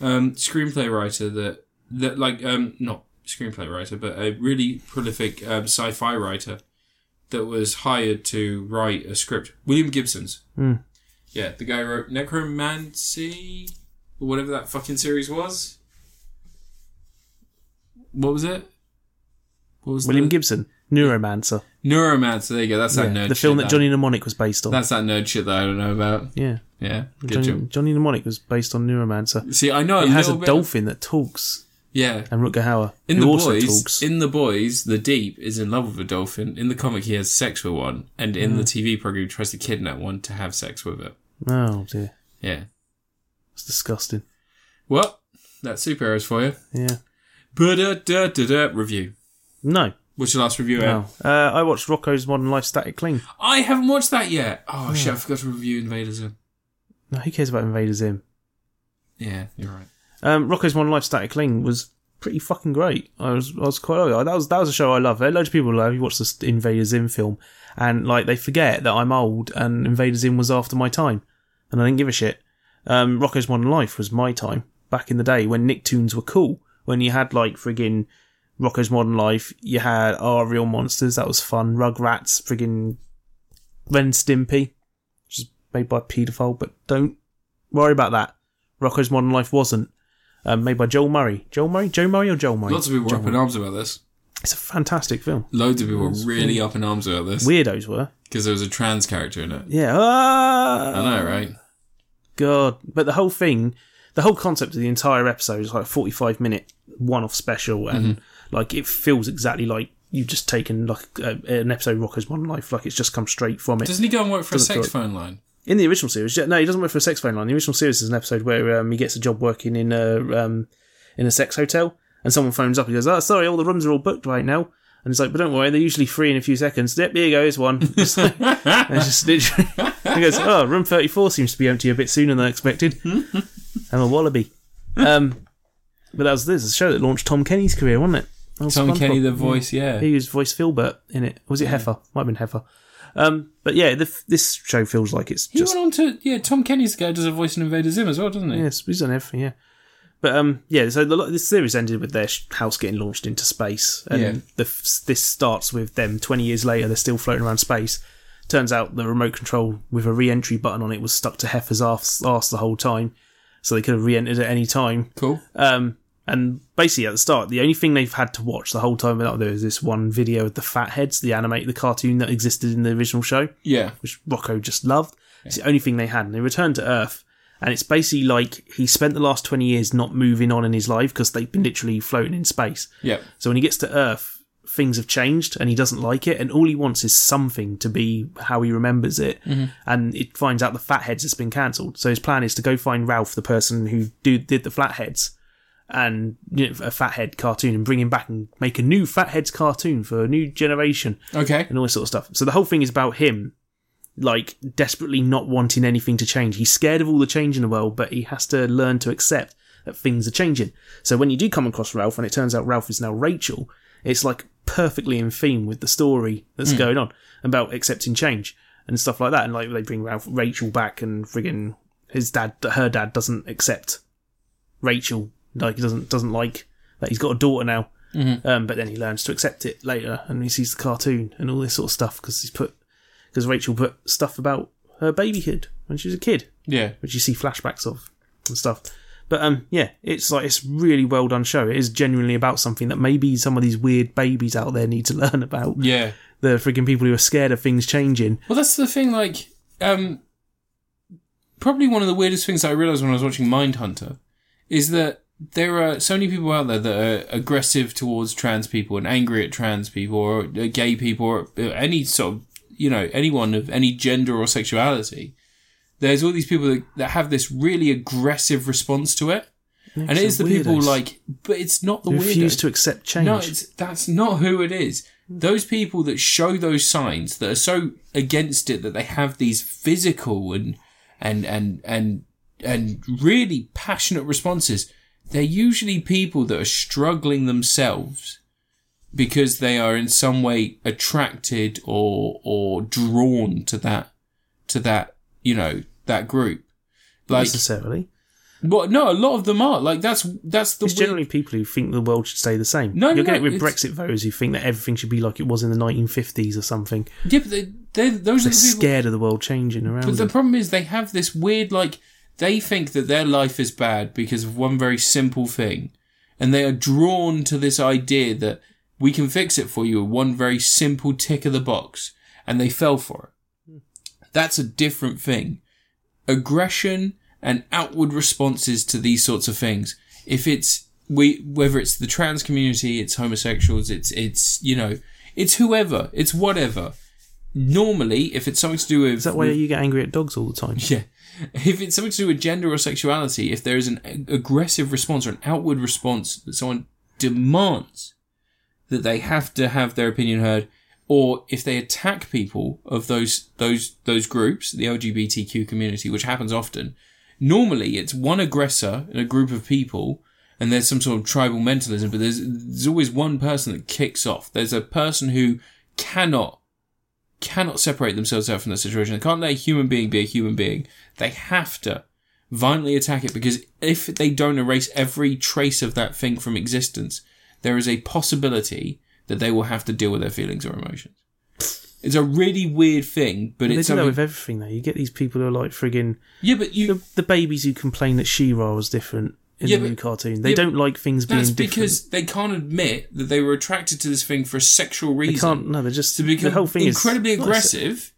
Speaker 1: um screenplay writer that that like um not screenplay writer but a really prolific um, sci-fi writer that was hired to write a script. William Gibson's.
Speaker 2: Hmm.
Speaker 1: Yeah, the guy who wrote Necromancy or whatever that fucking series was. What was it? What was
Speaker 2: William
Speaker 1: the-
Speaker 2: Gibson, Neuromancer,
Speaker 1: Neuromancer. There you go. That's that
Speaker 2: Yeah,
Speaker 1: nerd.
Speaker 2: the film
Speaker 1: shit
Speaker 2: that Johnny Mnemonic was based on.
Speaker 1: That's that nerd shit that I don't know about.
Speaker 2: yeah,
Speaker 1: Yeah, good
Speaker 2: Johnny,
Speaker 1: job.
Speaker 2: Johnny Mnemonic was based on Neuromancer.
Speaker 1: See, I know a
Speaker 2: It has a
Speaker 1: little bit.
Speaker 2: dolphin that talks,
Speaker 1: yeah,
Speaker 2: and Rutger Hauer,
Speaker 1: in
Speaker 2: who
Speaker 1: the
Speaker 2: also
Speaker 1: boys,
Speaker 2: talks.
Speaker 1: in the boys, the deep is in love with a dolphin. In the comic, he has sex with one, and in
Speaker 2: Mm.
Speaker 1: the TV program, he tries to kidnap one to have sex with it.
Speaker 2: oh dear,
Speaker 1: Yeah.
Speaker 2: it's disgusting.
Speaker 1: Well, that's superheroes for you.
Speaker 2: Yeah,
Speaker 1: But da da da review.
Speaker 2: no,
Speaker 1: What's your last review? Ed?
Speaker 2: no. Uh, I watched Rocco's Modern Life Static Cling.
Speaker 1: I haven't watched that yet. Oh shit! I forgot to review Invaders. Zim.
Speaker 2: No, who cares about Invader Zim?
Speaker 1: Yeah, you're right.
Speaker 2: Um, Rocco's Modern Life Static Cling was pretty fucking great. I was I was quite oh, that was that was a show I love. Loads of people love. You watch this Invader Zim film, and like they forget that I'm old and Invader Zim was after my time, and I didn't give a shit. Um, Rocco's Modern Life was my time back in the day when Nicktoons were cool. When you had like friggin' Rocco's Modern Life, you had Our Real Monsters, that was fun. Rugrats, friggin' Ren and Stimpy, which is made by a paedophile, but don't worry about that. Rocco's Modern Life wasn't um, made by Joel Murray. Joel Murray? Joe Murray or Joel Murray?
Speaker 1: Lots of people were
Speaker 2: Joel
Speaker 1: up in
Speaker 2: Murray.
Speaker 1: arms about this.
Speaker 2: It's a fantastic film.
Speaker 1: Loads of people were really up in arms about this
Speaker 2: Weirdos were.
Speaker 1: because there was a trans character in it.
Speaker 2: Yeah. Ah!
Speaker 1: I know, right?
Speaker 2: God. But the whole thing, the whole concept of the entire episode is like a 45 minute one off special, and like it feels exactly like you've just taken like a, an episode of Rocco's Modern Life, like it's just come straight from it.
Speaker 1: Doesn't he go and work for a
Speaker 2: Doesn't feel
Speaker 1: sex phone line?
Speaker 2: in the original series, yeah, no, he doesn't work for a sex phone line. The original series is an episode where um, he gets a job working in a um, in a sex hotel, and someone phones up. He goes, "Oh, sorry, all the rooms are all booked right now." And he's like, "But don't worry, they're usually free in a few seconds." Yep, here goes one. (laughs) It's like,
Speaker 1: (laughs)
Speaker 2: and it's just literally, he goes, "Oh, room thirty-four seems to be empty a bit sooner than expected." I'm a wallaby. um, but that was this was a show that launched Tom Kenny's career, wasn't it? That was
Speaker 1: Tom
Speaker 2: SpongeBob.
Speaker 1: Kenny, the
Speaker 2: Yeah.
Speaker 1: voice, yeah.
Speaker 2: He was voice Filbert in it. Was it Heifer? Might have been Heifer. Um, but yeah, the, this show feels like it's
Speaker 1: He
Speaker 2: just
Speaker 1: went on to yeah. Tom Kenny's guy does a voice in Invader Zim as well, doesn't he?
Speaker 2: yes, he's done everything. Yeah, but um, yeah. So the, this series ended with their sh- house getting launched into space, and
Speaker 1: Yeah.
Speaker 2: the, f- this starts with them twenty years later. They're still floating around space. Turns out the remote control with a re-entry button on it was stuck to Heifer's arse, arse the whole time, so they could have re-entered at any time.
Speaker 1: Cool.
Speaker 2: Um, and basically at the start, the only thing they've had to watch the whole time without there is this one video of the Fatheads, the animate, the cartoon that existed in the original show,
Speaker 1: Yeah.
Speaker 2: which Rocco just loved. It's the only thing they had, and they returned to Earth. And it's basically like he spent the last twenty years not moving on in his life because they've been literally floating in space.
Speaker 1: Yeah.
Speaker 2: So when he gets to Earth, things have changed and he doesn't like it, and all he wants is something to be how he remembers it. And it finds out the Fatheads has been cancelled. So his plan is to go find Ralph, the person who do, did the Flatheads, and you know, a Fathead cartoon, and bring him back and make a new Fatheads cartoon for a new generation
Speaker 1: Okay.
Speaker 2: and all this sort of stuff. So the whole thing is about him, like desperately not wanting anything to change. He's scared of all the change in the world, but he has to learn to accept that things are changing. So when you do come across Ralph, and it turns out Ralph is now Rachel, it's like perfectly in theme with the story that's going on about accepting change and stuff like that. And like they bring Ralph, Rachel back, and friggin' his dad, her dad doesn't accept Rachel. Like he doesn't doesn't like that he's got a daughter now.
Speaker 1: Mm-hmm.
Speaker 2: Um, but then he learns to accept it later, and he sees the cartoon and all this sort of stuff because he's put because Rachel put stuff about her babyhood when she was a kid,
Speaker 1: Yeah.
Speaker 2: which you see flashbacks of and stuff. But um, yeah, it's like it's really well done show. It is genuinely about something that maybe some of these weird babies out there need to (laughs) learn about.
Speaker 1: Yeah.
Speaker 2: The freaking people who are scared of things changing.
Speaker 1: Well, that's the thing. Like, um, probably one of the weirdest things I realized when I was watching Mindhunter is that there are so many people out there that are aggressive towards trans people and angry at trans people or uh, gay people or uh, any sort of you know anyone of any gender or sexuality. There's all these people that, that have this really aggressive response to it, and it is the people
Speaker 2: Weirdos.
Speaker 1: like, but it's not the
Speaker 2: who refuse
Speaker 1: weirdos.
Speaker 2: to accept change.
Speaker 1: No, it's, that's not who it is. Those people that show those signs that are so against it that they have these physical and and and and and really passionate responses. They're usually people that are struggling themselves because they are in some way attracted or or drawn to that to that you know that group.
Speaker 2: not
Speaker 1: Like,
Speaker 2: necessarily.
Speaker 1: well, no, a lot of them are like that's that's the
Speaker 2: It's
Speaker 1: weird-
Speaker 2: generally people who think the world should stay the same.
Speaker 1: No, no,
Speaker 2: You'll get
Speaker 1: no,
Speaker 2: it with
Speaker 1: it's-
Speaker 2: Brexit voters who think that everything should be like it was in the 1950s or something.
Speaker 1: yeah, but they, they're, those are
Speaker 2: They're
Speaker 1: the people.
Speaker 2: scared of the world changing around
Speaker 1: But the
Speaker 2: them.
Speaker 1: problem is they have this weird like they think that their life is bad because of one very simple thing, and they are drawn to this idea that we can fix it for you with one very simple tick of the box, and they fell for it. That's a different thing. Aggression and outward responses to these sorts of things. If it's we, whether it's the trans community, it's homosexuals, it's it's you know, it's whoever, it's whatever. Normally, if it's something to do with
Speaker 2: Is that why you get angry at dogs all the time?
Speaker 1: yeah. If it's something to do with gender or sexuality, if there is an ag- aggressive response or an outward response that someone demands that they have to have their opinion heard, or if they attack people of those those those groups, the LGBTQ community, which happens often, normally it's one aggressor in a group of people, and there's some sort of tribal mentalism, but there's there's always one person that kicks off. There's a person who cannot cannot separate themselves out from that situation. They can't let a human being be a human being. They have to violently attack it because if they don't erase every trace of that thing from existence, there is a possibility that they will have to deal with their feelings or emotions. It's a really weird thing, but
Speaker 2: They do
Speaker 1: it's
Speaker 2: that
Speaker 1: something.
Speaker 2: with everything, though. You get these people who are like friggin'
Speaker 1: yeah, but you.
Speaker 2: the, the babies who complain that She-Ra was different in
Speaker 1: Yeah,
Speaker 2: the new
Speaker 1: but-
Speaker 2: cartoon. They
Speaker 1: yeah,
Speaker 2: don't like things being
Speaker 1: That's
Speaker 2: different.
Speaker 1: because they can't admit that they were attracted to this thing for a sexual
Speaker 2: they
Speaker 1: reason.
Speaker 2: can't. No, they're just
Speaker 1: to become
Speaker 2: the whole thing
Speaker 1: incredibly
Speaker 2: is Well, it's-
Speaker 1: aggressive,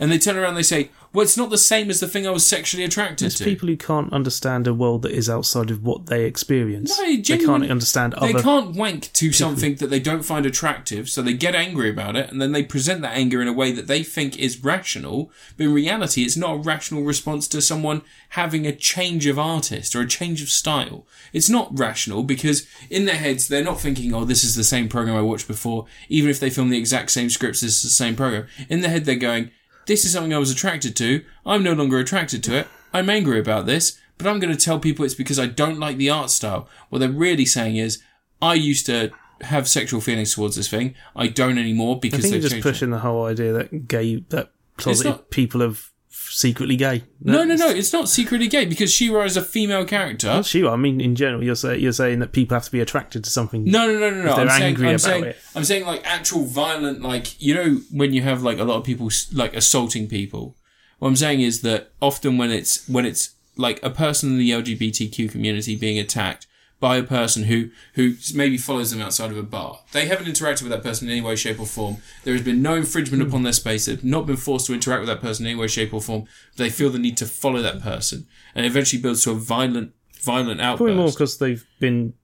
Speaker 1: and they turn around and they say, "Well, it's not the same as the thing I was sexually attracted
Speaker 2: It's
Speaker 1: to."
Speaker 2: people who can't understand a world that is outside of what they experience.
Speaker 1: No,
Speaker 2: they
Speaker 1: genuine-
Speaker 2: can't understand
Speaker 1: They
Speaker 2: other
Speaker 1: can't wank to something that they don't find attractive, so they get angry about it, and then they present that anger in a way that they think is rational, but in reality, it's not a rational response to someone having a change of artist or a change of style. It's not rational because in their heads, they're not thinking, oh, this is the same program I watched before, even if they film the exact same scripts, this is the same program. In their head, they're going, this is something I was attracted to, I'm no longer attracted to it, I'm angry about this, but I'm going to tell people it's because I don't like the art style. What they're really saying is, I used to have sexual feelings towards this thing. I don't anymore
Speaker 2: I
Speaker 1: because they've
Speaker 2: think you're just
Speaker 1: changed it."
Speaker 2: pushing the whole idea that gay that closeted
Speaker 1: not-
Speaker 2: people are f- secretly gay.
Speaker 1: No, no, no. It's not secretly gay because Shira is a female character.
Speaker 2: Not you. I mean, in general, you're say, you're saying that people have to be attracted to something.
Speaker 1: No, no, no, no, no.
Speaker 2: they're
Speaker 1: I'm saying,
Speaker 2: angry
Speaker 1: I'm
Speaker 2: about
Speaker 1: saying,
Speaker 2: it.
Speaker 1: I'm saying like actual violent, like you know when you have like a lot of people s- like assaulting people. What I'm saying is that often when it's when it's like a person in the LGBTQ community being attacked by a person who who maybe follows them outside of a bar, they haven't interacted with that person in any way, shape, or form. There has been no infringement
Speaker 2: Hmm.
Speaker 1: upon their space. They've not been forced to interact with that person in any way, shape, or form. They feel the need to follow that person, and it eventually builds to a violent, violent outburst.
Speaker 2: probably more because they've been,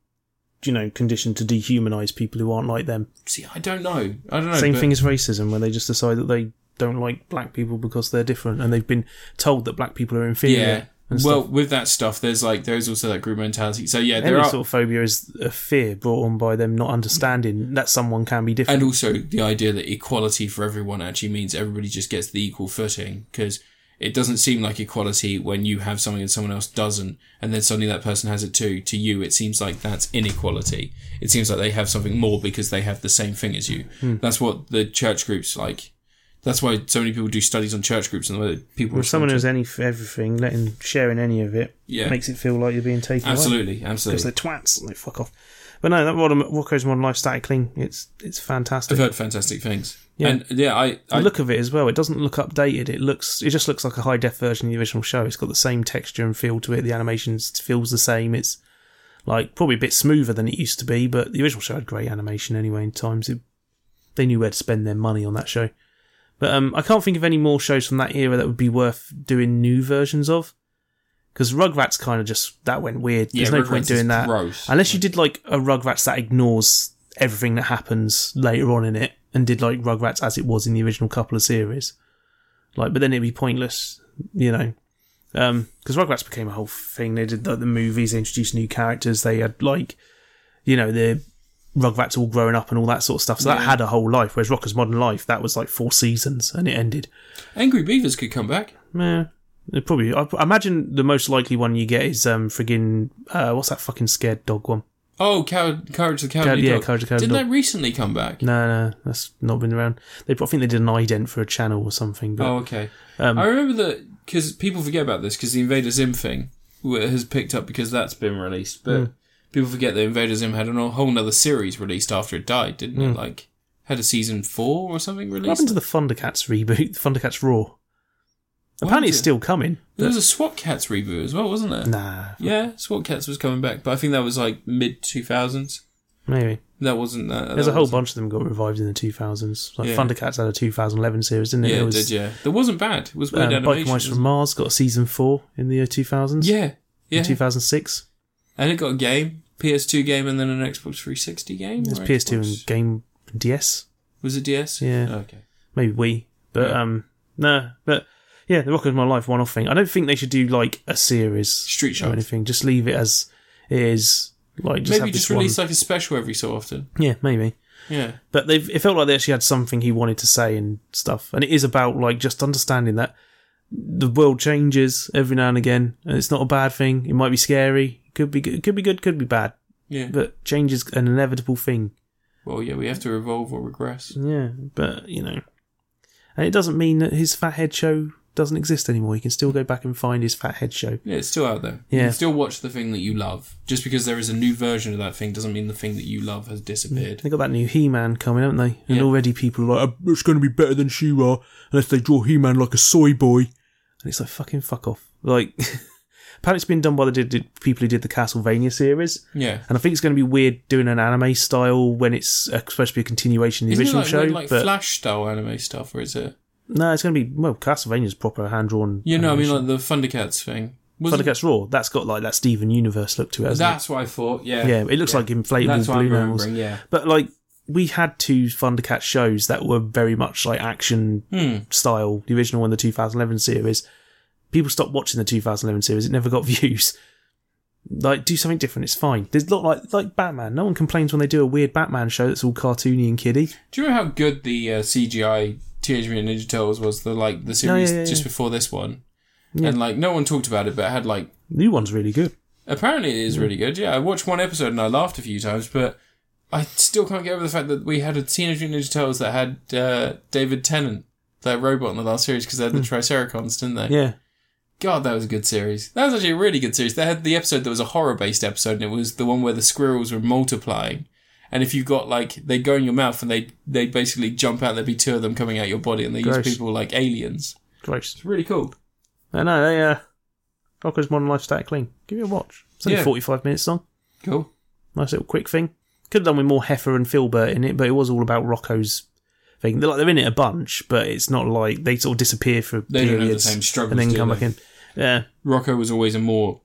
Speaker 2: you know, conditioned to dehumanize people who aren't like them.
Speaker 1: See, I don't know. I don't know.
Speaker 2: Same
Speaker 1: Oh, but-
Speaker 2: thing as racism, where they just decide that they don't like black people because they're different, and they've been told that black people are inferior.
Speaker 1: Yeah.
Speaker 2: And
Speaker 1: Well,
Speaker 2: stuff.
Speaker 1: with that stuff, there's like there's also that group mentality. So yeah, there
Speaker 2: Every
Speaker 1: are,
Speaker 2: sort of phobia is a fear brought on by them not understanding that someone can be different.
Speaker 1: and also the idea that equality for everyone actually means everybody just gets the equal footing because it doesn't seem like equality when you have something and someone else doesn't, and then suddenly that person has it too. To you, it seems like that's inequality. It seems like they have something more because they have the same thing as you.
Speaker 2: Hmm.
Speaker 1: That's what the church groups like. That's why so many people do studies on church groups and the way that people.
Speaker 2: if someone
Speaker 1: respond
Speaker 2: has any everything, letting sharing any of it
Speaker 1: Yeah.
Speaker 2: makes it feel like you're being taken
Speaker 1: to- absolutely, absolutely.
Speaker 2: because they're twats and they fuck off. But no, that modern, Rocco's modern life static clean. It's it's fantastic.
Speaker 1: I've heard fantastic things.
Speaker 2: Yeah.
Speaker 1: And yeah, I,
Speaker 2: the
Speaker 1: I
Speaker 2: look of it as well. It doesn't look updated. It looks. It just looks like a high def version of the original show. It's got the same texture and feel to it. The animation s- feels the same. It's like probably a bit smoother than it used to be, but the original show had great animation anyway. In times, it, they knew where to spend their money on that show. But um, I can't think of any more shows from that era that would be worth doing new versions of. Because Rugrats kind of just that went weird. There's
Speaker 1: Yeah,
Speaker 2: no
Speaker 1: Rugrats
Speaker 2: point
Speaker 1: is
Speaker 2: doing that
Speaker 1: gross.
Speaker 2: unless you did like a Rugrats that ignores everything that happens later on in it and did like Rugrats as it was in the original couple of series. Like, but then it'd be pointless, you know. Because Rugrats became a whole thing. They did like, the movies, they introduced new characters. They had like, you know, the Rugrats all growing up and all that sort of stuff. So that
Speaker 1: Yeah.
Speaker 2: had a whole life. Whereas Rocker's Modern Life, that was like four seasons and it ended.
Speaker 1: Angry Beavers could come back.
Speaker 2: Meh. It probably. I, I imagine the most likely one you get is um friggin' uh, what's that fucking scared dog one?
Speaker 1: Oh, Cow- Courage the Cowardly
Speaker 2: Cow- yeah,
Speaker 1: Dog.
Speaker 2: Courage the Cowardly
Speaker 1: Didn't
Speaker 2: Dog.
Speaker 1: that recently come back?
Speaker 2: No, no, that's not been around. They, I think they did an ident for a channel or something. But um,
Speaker 1: Oh, okay. I remember that because people forget about this because the Invader Zim thing w- has picked up because that's been released,
Speaker 2: Hmm.
Speaker 1: but people forget that Invader Zim had a whole nother series released after it died, didn't it? Like had a season four or something
Speaker 2: Hmm. what happened
Speaker 1: released.
Speaker 2: to the Thundercats reboot? The Thundercats Raw.
Speaker 1: happened
Speaker 2: Apparently, it's
Speaker 1: to-
Speaker 2: still coming.
Speaker 1: There was a SWAT Cats reboot as well, wasn't there?
Speaker 2: Nah,
Speaker 1: Yeah, SWAT Cats was coming back, but I think that was like mid two thousands.
Speaker 2: maybe.
Speaker 1: That wasn't that.
Speaker 2: There's
Speaker 1: that
Speaker 2: a whole
Speaker 1: wasn't-
Speaker 2: bunch of them got revived in the 2000s. Like
Speaker 1: Yeah.
Speaker 2: Thundercats had a 2011 series, didn't it?
Speaker 1: Yeah,
Speaker 2: There
Speaker 1: it
Speaker 2: was
Speaker 1: did. Yeah, that wasn't bad. It was weird
Speaker 2: um, Biker
Speaker 1: animation.
Speaker 2: Mice from Mars got a season four in the year 2000s.
Speaker 1: yeah, yeah.
Speaker 2: in 2006.
Speaker 1: And it got a game, PS2 game, and then an Xbox 360 game.
Speaker 2: There's
Speaker 1: or
Speaker 2: PS2
Speaker 1: Xbox-
Speaker 2: and Game DS,
Speaker 1: was it DS?
Speaker 2: Yeah.
Speaker 1: Okay.
Speaker 2: maybe Wii. But um, no, but yeah, the Rock of My Life one-off thing. I don't think they should do like a series
Speaker 1: Street
Speaker 2: or
Speaker 1: Sharks.
Speaker 2: anything. Just leave it as is. Like just
Speaker 1: Maybe
Speaker 2: have
Speaker 1: just
Speaker 2: this one.
Speaker 1: release like a special every so often.
Speaker 2: Yeah, maybe.
Speaker 1: Yeah.
Speaker 2: But they've it felt like they actually had something he wanted to say and stuff. And it is about like just understanding that the world changes every now and again, and it's not a bad thing. It might be scary, could be good, could be good, could be bad,
Speaker 1: Yeah.
Speaker 2: but change is an inevitable thing.
Speaker 1: Well, yeah, we have to evolve or regress.
Speaker 2: Yeah, but you know, and it doesn't mean that his fathead show doesn't exist anymore. You can still go back and find his fathead show.
Speaker 1: Yeah, it's still out there. You
Speaker 2: Yeah.
Speaker 1: can still watch the thing that you love. Just because there is a new version of that thing doesn't mean the thing that you love has disappeared.
Speaker 2: They got that new He-Man coming, haven't they? And
Speaker 1: Yeah.
Speaker 2: already people are like, "Uh, it's going to be better than She-Ra unless they draw He-Man like a soy boy. And it's like, fucking fuck off. Like, (laughs) apparently it's been done by the did, did- people who did the Castlevania series.
Speaker 1: Yeah.
Speaker 2: And I think it's going to be weird doing an anime style when it's uh, supposed to be a continuation of the
Speaker 1: Isn't
Speaker 2: original
Speaker 1: it like,
Speaker 2: show.
Speaker 1: weird, like
Speaker 2: but
Speaker 1: Flash style anime stuff, or is it?
Speaker 2: no, it's going to be, well, Castlevania's proper hand-drawn.
Speaker 1: You know, I mean,
Speaker 2: animation.
Speaker 1: like the Thundercats thing. Was
Speaker 2: Thundercats Raw, that's got like that Steven Universe look to it, hasn't it?
Speaker 1: That's what I thought. Yeah.
Speaker 2: Yeah, it looks like inflatable
Speaker 1: That's what I'm
Speaker 2: balloon animals.
Speaker 1: remembering. Yeah.
Speaker 2: But like we had two Thundercat shows that were very much like action
Speaker 1: Hmm.
Speaker 2: style, the original one, the 2011 series. People stopped watching the 2011 series; it never got (laughs) views. Like, do something different. It's fine. There's not like like Batman. No one complains when they do a weird Batman show that's all cartoony and kiddie.
Speaker 1: Do you remember how good the uh, CGI Teenage Mutant Ninja Turtles was? The like the series
Speaker 2: Oh, yeah, yeah,
Speaker 1: just
Speaker 2: yeah.
Speaker 1: before this one, and like no one talked about it, but it had like
Speaker 2: New one's really good.
Speaker 1: apparently it
Speaker 2: Mm.
Speaker 1: is really good. Yeah, I watched one episode and I laughed a few times, but I still can't get over the fact that we had a Teenage Mutant Ninja Turtles that had uh, David Tennant, that robot in the last series, because they had the Triceracons, didn't they?
Speaker 2: Hmm. Yeah.
Speaker 1: God, that was a good series. That was actually a really good series. They had the episode that was a horror based episode, and it was the one where the squirrels were multiplying. And if you got like they go in your mouth and they they basically jump out, there'd be two of them coming out your body, and they
Speaker 2: Gross.
Speaker 1: use people like aliens.
Speaker 2: Gross.
Speaker 1: It's really cool.
Speaker 2: I know, they, uh, Rocco's Modern Life Static Clean. Give it a watch. It's only
Speaker 1: Yeah.
Speaker 2: 45 minutes long.
Speaker 1: Cool.
Speaker 2: Nice little quick thing. Could have done with more Heifer and Filbert in it, but it was all about Rocco's thing. They're, like, they're in it a bunch, but it's not like they sort of disappear for
Speaker 1: They don't have the
Speaker 2: periods
Speaker 1: same struggles,
Speaker 2: and then
Speaker 1: do
Speaker 2: come
Speaker 1: they?
Speaker 2: back in. Yeah,
Speaker 1: Rocco was always a more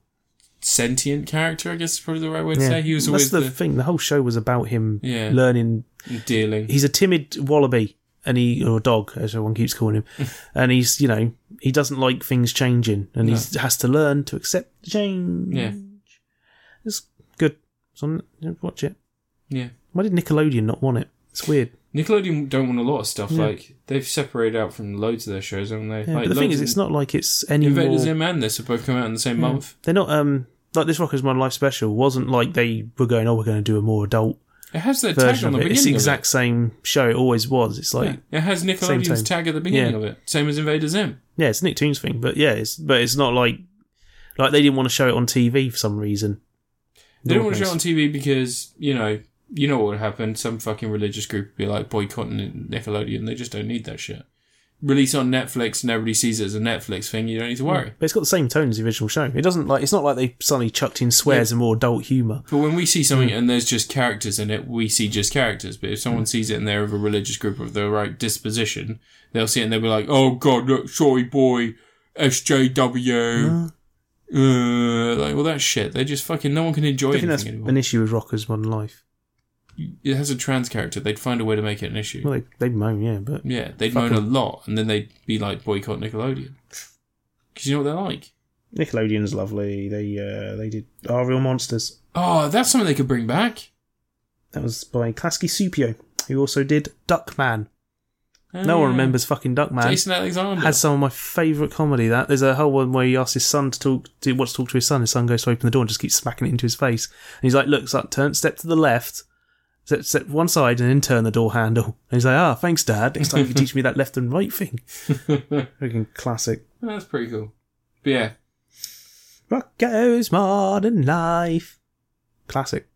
Speaker 1: sentient character, I guess is probably the right way to
Speaker 2: yeah.
Speaker 1: say. He was always
Speaker 2: That's the,
Speaker 1: the,
Speaker 2: thing. The whole show was about him
Speaker 1: Yeah.
Speaker 2: learning.
Speaker 1: dealing.
Speaker 2: He's a timid wallaby, and he or dog, as everyone keeps calling him,
Speaker 1: (laughs)
Speaker 2: and he's you know he doesn't like things changing, and he has to learn to accept the change.
Speaker 1: Yeah.
Speaker 2: It's good. So I'm- yeah, watch it.
Speaker 1: Yeah.
Speaker 2: Why did Nickelodeon not want it? It's weird.
Speaker 1: Nickelodeon don't want a lot of stuff. Like they've separated out from loads of their shows, haven't they?
Speaker 2: Yeah,
Speaker 1: like,
Speaker 2: but the thing
Speaker 1: loads
Speaker 2: is,
Speaker 1: of
Speaker 2: it's not like it's any more.
Speaker 1: Invaders Zim and this have both come out in the same month.
Speaker 2: They're not um like this Rockers Modern Life special wasn't like they were going. Oh, we're going to do a more adult
Speaker 1: It has their tag
Speaker 2: version
Speaker 1: on
Speaker 2: of
Speaker 1: the
Speaker 2: it.
Speaker 1: beginning.
Speaker 2: It's the
Speaker 1: of
Speaker 2: exact same show. It always was. It's
Speaker 1: it.
Speaker 2: like
Speaker 1: Yeah. It has Nickelodeon's
Speaker 2: time.
Speaker 1: tag at the beginning
Speaker 2: Yeah.
Speaker 1: of it, same as Invader Zim.
Speaker 2: Yeah, it's a Nicktoons thing, but yeah, it's but it's not like like they didn't want to show it on TV for some reason.
Speaker 1: They don't want to show it on TV because you know you know what would happen. Some fucking religious group would be like boycotting Nickelodeon. They just don't need that shit. Release on Netflix and everybody sees it as a Netflix thing. You don't need to worry.
Speaker 2: But it's got the same tone as the original show. It doesn't like it's not like they suddenly chucked in swears and more adult humour.
Speaker 1: But when we see something and there's just characters in it, we see just characters. But if someone sees it and they're of a religious group of the right disposition, they'll see it and they'll be like, "Oh God, look, sorry boy, SJW." Uh, like all that shit. They just fucking no one can enjoy
Speaker 2: I think
Speaker 1: anything
Speaker 2: that's
Speaker 1: anymore.
Speaker 2: an issue with Rockers Modern Life.
Speaker 1: it has a trans character. They'd find a way to make it an issue.
Speaker 2: Well, they they moan, yeah, but
Speaker 1: yeah, they'd moan a lot, and then they'd be like, "Boycott Nickelodeon," because you know what they're like.
Speaker 2: Nickelodeon's lovely. They uh they did Our Real Monsters.
Speaker 1: Oh, that's something they could bring back.
Speaker 2: That was by Klasky Supio, who also did Duckman. No one
Speaker 1: Uh,
Speaker 2: remembers fucking Duckman.
Speaker 1: Jason Alexander.
Speaker 2: had some of my favourite comedy. That there's a whole one where he asks his son to talk, to, wants to talk to his son. His son goes to open the door and just keeps smacking it into his face. And he's like, "Look, son, turn, step to the left, step, step one side, and then turn the door handle." And he's like, "Ah, thanks, Dad. Next time you teach me that left and right thing." Freaking classic.
Speaker 1: Oh, that's pretty cool. But yeah,
Speaker 2: Rocco's Modern Life. Classic.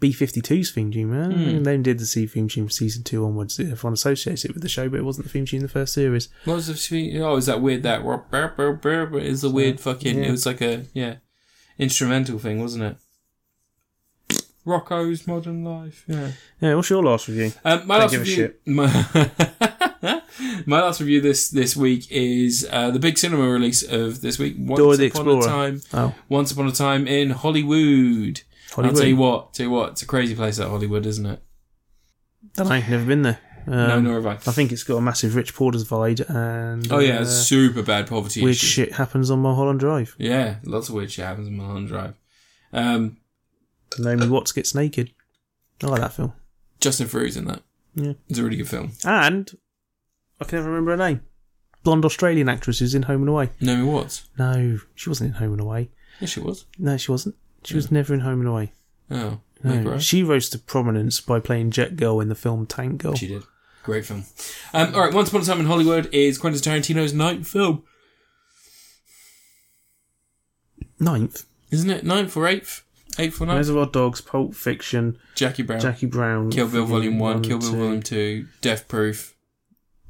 Speaker 2: B52's theme tune, man.
Speaker 1: Hmm.
Speaker 2: And then did the C theme tune from season two onwards. Everyone associates it with the show, but it wasn't the theme tune in the first series.
Speaker 1: What was the sweet? Oh, is that weird? That rah, rah, rah, rah, rah, is the weird fucking. It was like a yeah, instrumental thing, wasn't it? Rocco's Modern Life. Yeah.
Speaker 2: Yeah, what's your last review?
Speaker 1: Um, my last
Speaker 2: give a
Speaker 1: review.
Speaker 2: shit.
Speaker 1: My, (laughs) my last review this this week is uh, the big cinema release of this week. Once
Speaker 2: Dora the
Speaker 1: upon
Speaker 2: Explorer.
Speaker 1: a time.
Speaker 2: Oh,
Speaker 1: Once upon a time in Hollywood. I'll tell you
Speaker 2: Hollywood.
Speaker 1: what. Tell you what. It's a crazy place that Hollywood, isn't it?
Speaker 2: Don't know. Never been there. Um,
Speaker 1: No, nor have I.
Speaker 2: I think it's got a massive rich porter's vibe and
Speaker 1: Oh yeah,
Speaker 2: uh,
Speaker 1: it's super bad poverty.
Speaker 2: weird
Speaker 1: issue.
Speaker 2: shit happens on Mulholland Drive.
Speaker 1: Yeah, lots of weird shit happens in Mulholland Drive. Um,
Speaker 2: Naomi Watts gets naked. I like that film.
Speaker 1: Justin Theroux's in that.
Speaker 2: Yeah.
Speaker 1: It's a really good film.
Speaker 2: And I can never remember her name. Blonde Australian actress who's in Home and Away.
Speaker 1: Naomi Watts.
Speaker 2: No, she wasn't in Home and Away.
Speaker 1: Yeah, she was.
Speaker 2: No, she wasn't. She was never in Home and Away.
Speaker 1: Oh,
Speaker 2: No,
Speaker 1: Meg Ryan.
Speaker 2: she rose to prominence by playing Jet Girl in the film Tank Girl.
Speaker 1: She did. Great film. Um, all right, Once Upon a Time in Hollywood is Quentin Tarantino's ninth film,
Speaker 2: Ninth.
Speaker 1: isn't it? Ninth or eighth? Eighth or ninth?
Speaker 2: Reservoir Dogs, Pulp Fiction,
Speaker 1: Jackie Brown,
Speaker 2: Jackie Brown,
Speaker 1: Kill Bill Volume One, Kill Bill
Speaker 2: two,
Speaker 1: Volume Two, Death Proof,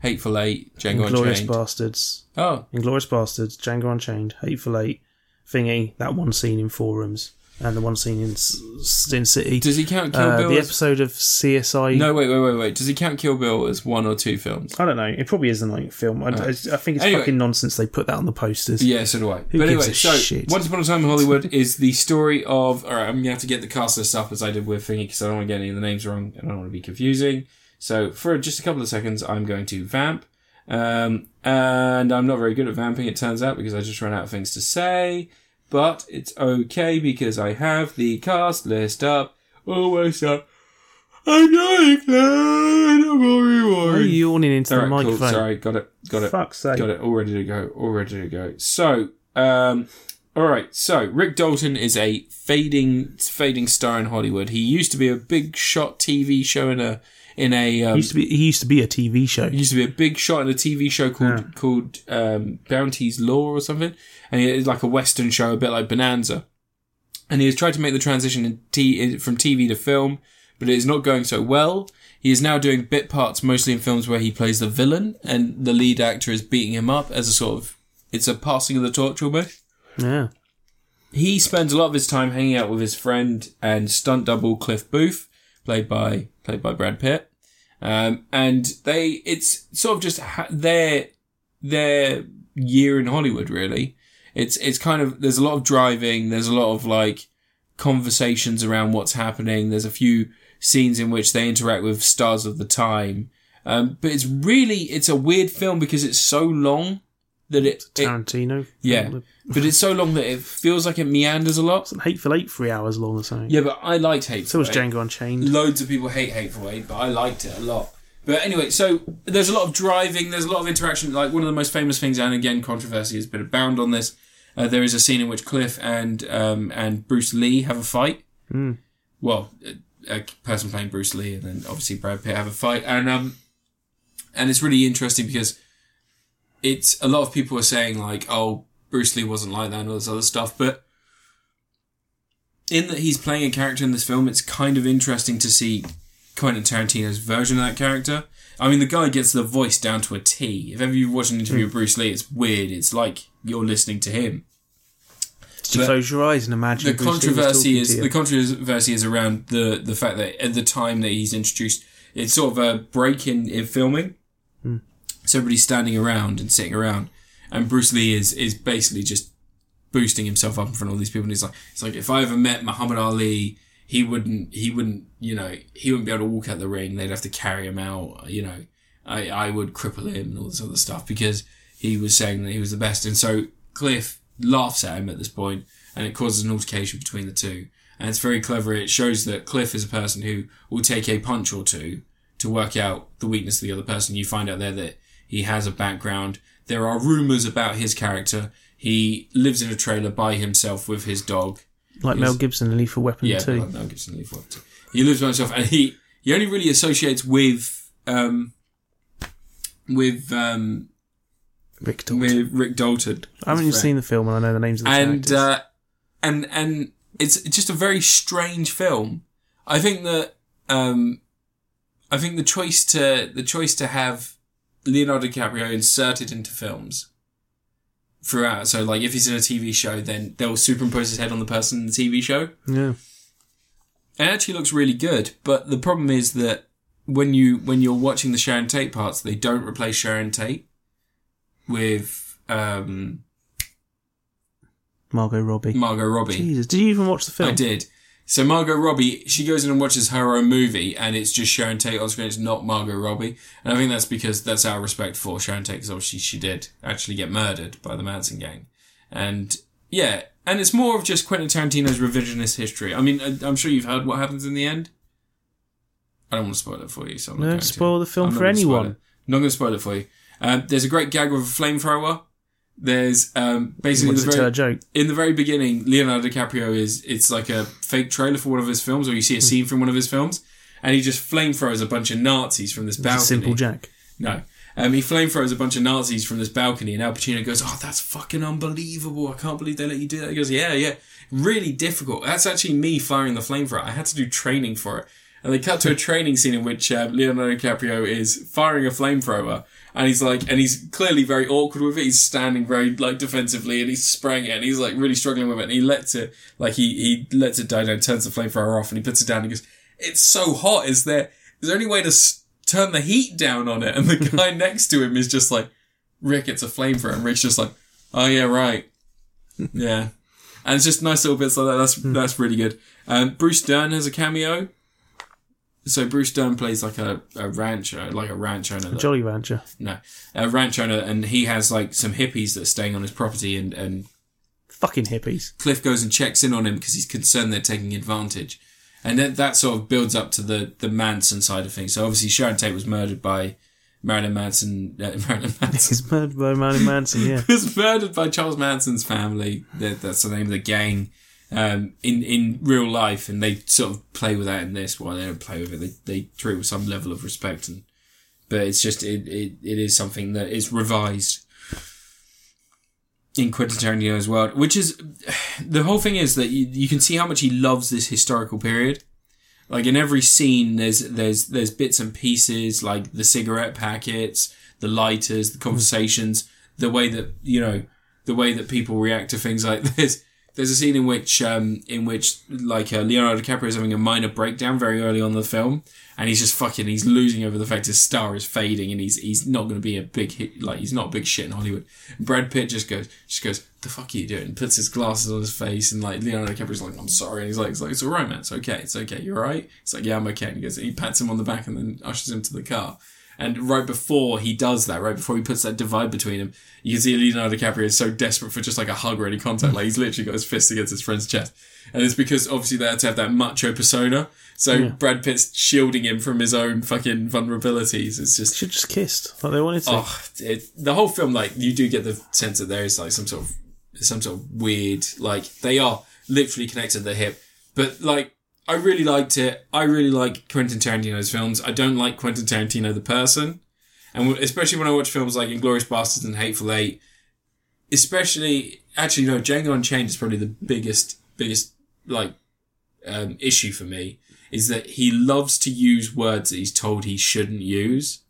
Speaker 1: Hateful Eight, Django
Speaker 2: Inglorious
Speaker 1: Unchained.
Speaker 2: Bastards.
Speaker 1: oh,
Speaker 2: Inglorious Bastards, Django Unchained, Hateful Eight, Thingy, that one scene in Forums, and the one scene in S- Sin City.
Speaker 1: does he count Kill
Speaker 2: Uh,
Speaker 1: Bill?
Speaker 2: the
Speaker 1: as...
Speaker 2: episode of CSI.
Speaker 1: No, wait, wait, wait, wait. Does he count Kill Bill as one or two films?
Speaker 2: I don't know. It probably is the ninth film. I, I- I think it's
Speaker 1: Anyway.
Speaker 2: fucking nonsense they put that on the posters.
Speaker 1: Yeah, so do I. but
Speaker 2: gives
Speaker 1: anyway,
Speaker 2: a
Speaker 1: so
Speaker 2: shit?
Speaker 1: Once Upon a Time in Hollywood is the story of. All right, I'm gonna have to get the cast list up as I did with Thingy because I don't want to get any of the names wrong and I don't want to be confusing. So for just a couple of seconds, I'm going to vamp, um, and I'm not very good at vamping. It turns out because I just ran out of things to say, but it's okay because Oh, I have the cast list up, always up. I'm yawning, Glenn. I'm already
Speaker 2: Why are
Speaker 1: worried.
Speaker 2: you yawning into
Speaker 1: All
Speaker 2: the
Speaker 1: right, cool.
Speaker 2: microphone?
Speaker 1: Sorry, got it, got it,
Speaker 2: Fuck's sake.
Speaker 1: got it. All ready to go. All ready to go. So, um, all right. So Rick Dalton is a fading, fading star in Hollywood. He used to be a big shot TV show in a in a um,
Speaker 2: He used to be. He used to be a TV show.
Speaker 1: He used to be a big shot in a TV show called called um, Bounty's Law or something, and it's like a Western show, a bit like Bonanza. And he has tried to make the transition in t- in- from TV to film, but it is not going so well. He is now doing bit parts, mostly in films where he plays the villain, and the lead actor is beating him up as a sort of it's a passing of the torch almost
Speaker 2: Yeah.
Speaker 1: Um, Um,
Speaker 2: Tarantino. Um,
Speaker 1: yeah, but it's so long that it feels like it meanders a lot.
Speaker 2: Hateful Eight, three hours long or something.
Speaker 1: Yeah, but I liked Hateful
Speaker 2: So was
Speaker 1: Eight.
Speaker 2: Django Unchained.
Speaker 1: Loads of people hate Hateful Eight, but I liked it a lot. But anyway, so there's a lot of driving, there's a lot of interaction. Like one of the most famous things, and again, controversy has been abound on this. Uh, there is a scene in which Cliff and um, and Bruce Lee have a fight.
Speaker 2: Hmm.
Speaker 1: Well, a, a person playing Bruce Lee, and then obviously Brad Pitt have a fight, and um, and it's really interesting because it's a lot of people are saying like, oh, Bruce Lee wasn't like that and all this other stuff, but in that he's playing a character in this film, it's kind of interesting to see Quentin Tarantino's version of that character. I mean, the guy gets the voice down to a T. If ever you watch an interview with Bruce Lee, it's weird. It's like you're listening to him.
Speaker 2: Just close your eyes and imagine.
Speaker 1: The
Speaker 2: Bruce Lee was
Speaker 1: controversy
Speaker 2: talking
Speaker 1: is
Speaker 2: to you.
Speaker 1: the controversy is around the the fact that at the time that he's introduced, it's sort of a break in in filming.
Speaker 2: Hmm.
Speaker 1: So everybody's standing around and sitting around, and Bruce Lee is is basically just boosting himself up in front of all these people, and he's like, it's like if I ever met Muhammad Ali, he wouldn't he wouldn't you know he wouldn't be able to walk out the ring. They'd have to carry him out. You know, I I would cripple him and all this other stuff because he was saying that he was the best, and so Cliff laughs at him at this point, and it causes an altercation between the two. And it's very clever. It shows that Cliff is a person who will take a punch or two to work out the weakness of the other person. You find out there that he has a background. There are rumors about his character. He lives in a trailer by himself with his dog.
Speaker 2: like Mel Gibson in Lethal Weapon
Speaker 1: Yeah,
Speaker 2: Two.
Speaker 1: like Mel Gibson Leaf Water. He lives by himself, and he he only really associates with um with um
Speaker 2: Rick Dalton.
Speaker 1: with Rick Dalton.
Speaker 2: I haven't even seen the film, and I know the names of the
Speaker 1: and
Speaker 2: characters.
Speaker 1: uh, and and it's it's just a very strange film. I think that um, I think the choice to the choice to have Leonardo DiCaprio inserted into films throughout. So like if he's in a TV show, then they'll superimpose his head on the person in the TV show.
Speaker 2: yeah,
Speaker 1: It actually looks really good, but the problem is that when you when you're watching the Sharon Tate parts, they don't replace Sharon Tate with um,
Speaker 2: Margot Robbie.
Speaker 1: Margot Robbie.
Speaker 2: Jesus, did you even watch the film?
Speaker 1: I did. So Margot Robbie, she goes in and watches her own movie, and it's just Sharon Tate on screen. It's not Margot Robbie, and I think that's because that's our respect for Sharon Tate, because obviously she did actually get murdered by the Manson gang, and yeah, and it's more of just Quentin Tarantino's revisionist history. I mean, I- I'm sure you've heard what happens in the end. I don't want to spoil it for you, so I'm not
Speaker 2: No,
Speaker 1: going to.
Speaker 2: spoil the film
Speaker 1: I'm not
Speaker 2: for
Speaker 1: gonna spoil
Speaker 2: anyone.
Speaker 1: it. I'm not going to spoil it for you. Um, there's a great gag with a flamethrower. There's um, basically
Speaker 2: What's
Speaker 1: the
Speaker 2: a
Speaker 1: very,
Speaker 2: turd joke?
Speaker 1: in the very beginning, Leonardo DiCaprio is it's like a fake trailer for one of his films, or you see a scene from one of his films, and he just flame throws a bunch of Nazis from this
Speaker 2: It's a
Speaker 1: balcony.
Speaker 2: simple Jack.
Speaker 1: No. Um, he flame throws a bunch of Nazis from this balcony, and Al Pacino goes, "Oh, that's fucking unbelievable! I can't believe they let you do that." He goes, "Yeah, yeah, really difficult. That's actually me firing the flamethrower. I had to do training for it." And they cut to a training scene in which uh, Leonardo DiCaprio is firing a flamethrower, and he's like, and he's clearly very awkward with it. He's standing very like defensively, and he's spraying it, and he's like really struggling with it. And he lets it, like he he lets it die down, turns the flamethrower off, and he puts it down. and He goes, "It's so hot. Is there is there any way to s- turn the heat down on it?" And the guy (laughs) next to him is just like, "Rick, it's a flamethrower." And Rick's just like, "Oh yeah, right, yeah." And it's just nice little bits like that. That's that's really good. Um, Bruce Dern has a cameo. So Bruce Dern plays like a, a rancher, like a ranch owner. that-
Speaker 2: Jolly Rancher.
Speaker 1: no, a ranch owner, and he has like some hippies that are staying on his property, and and
Speaker 2: Fucking hippies. (laughs)
Speaker 1: Cliff goes and checks in on him because he's concerned they're taking advantage. And that, that sort of builds up to the, the Manson side of things. So obviously Sharon Tate was murdered by Marilyn Manson, uh, (laughs) Marilyn Manson.
Speaker 2: He's murdered by Marilyn
Speaker 1: (laughs)
Speaker 2: Manson, yeah.
Speaker 1: was murdered by Charles Manson's family. That, that's the name of the gang. Um, in in real life, and they sort of play with that in this. Well, they don't play with it. They they treat it with some level of respect, and but it's just it it, it is something that is revised in Quentin Tarantino's world, which is (sighs) the whole thing is that you, you can see how much he loves this historical period. Like in every scene, there's there's there's bits and pieces like the cigarette packets, the lighters, the conversations, the way that you know the way that people react to things like (laughs) this. There's a scene in which um, in which like uh, Leonardo DiCaprio is having a minor breakdown very early on in the film, and he's just fucking he's losing over the fact his star is fading, and he's he's not going to be a big hit like he's not a big shit in Hollywood. And Brad Pitt just goes just goes the fuck are you doing? Puts his glasses on his face, and like Leonardo DiCaprio's like I'm sorry, and he's like it's like it's all right man, it's okay, it's okay, you're all right. It's like yeah I'm okay. And he goes he pats him on the back and then ushers him to the car. And right before he does that, right before he puts that divide between him, you can see Leonardo DiCaprio is so desperate for just like a hug or any contact. Like he's literally got his fist against his friend's chest. And it's because obviously they had to have that macho persona. So Brad Pitt's shielding him from his own fucking vulnerabilities. It's just,
Speaker 2: Should just kissed like they wanted to.
Speaker 1: oh, it, the whole film, like you do get the sense that there is like some sort of, some sort of weird, like they are literally connected to the hip. But like, I really liked it. I really like Quentin Tarantino's films. I don't like Quentin Tarantino the person, and w- especially when I watch films like *Inglorious Bastards* and *Hateful Eight. Especially, actually, no, *Django Unchained* is probably the biggest, biggest like um, issue for me is that he loves to use words that he's told he shouldn't use,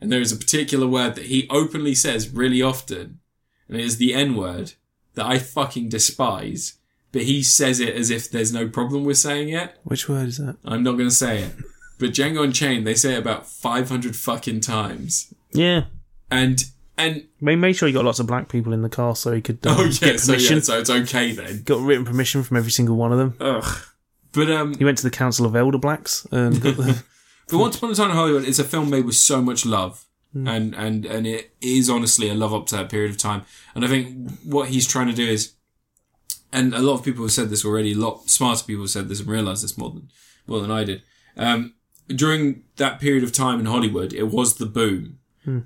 Speaker 1: and there is a particular word that he openly says really often, and it is the N word that I fucking despise. But he says it as if there's no problem with saying it.
Speaker 2: Which word is that?
Speaker 1: I'm not going to say it. But Django Unchained, they say it about 500 fucking times.
Speaker 2: Yeah.
Speaker 1: And, and, (laughs)
Speaker 2: They made sure he got lots of black people in the car so he could um,
Speaker 1: oh (laughs) yeah,
Speaker 2: get
Speaker 1: so, yeah,
Speaker 2: permission.
Speaker 1: so it's okay then.
Speaker 2: Got written permission from every single one of them.
Speaker 1: Ugh. But, um,
Speaker 2: He went to the Council of Elder Blacks and
Speaker 1: (laughs)
Speaker 2: got the,
Speaker 1: but Once Upon a Time in Hollywood is a film made with so much love. And, and, and it is honestly a love up to that period of time. And I think what he's trying to do is, and a lot of people have said this already, a lot smarter people have said this and realized this more than, more than I did. Um, during that period of time in Hollywood, it was the boom.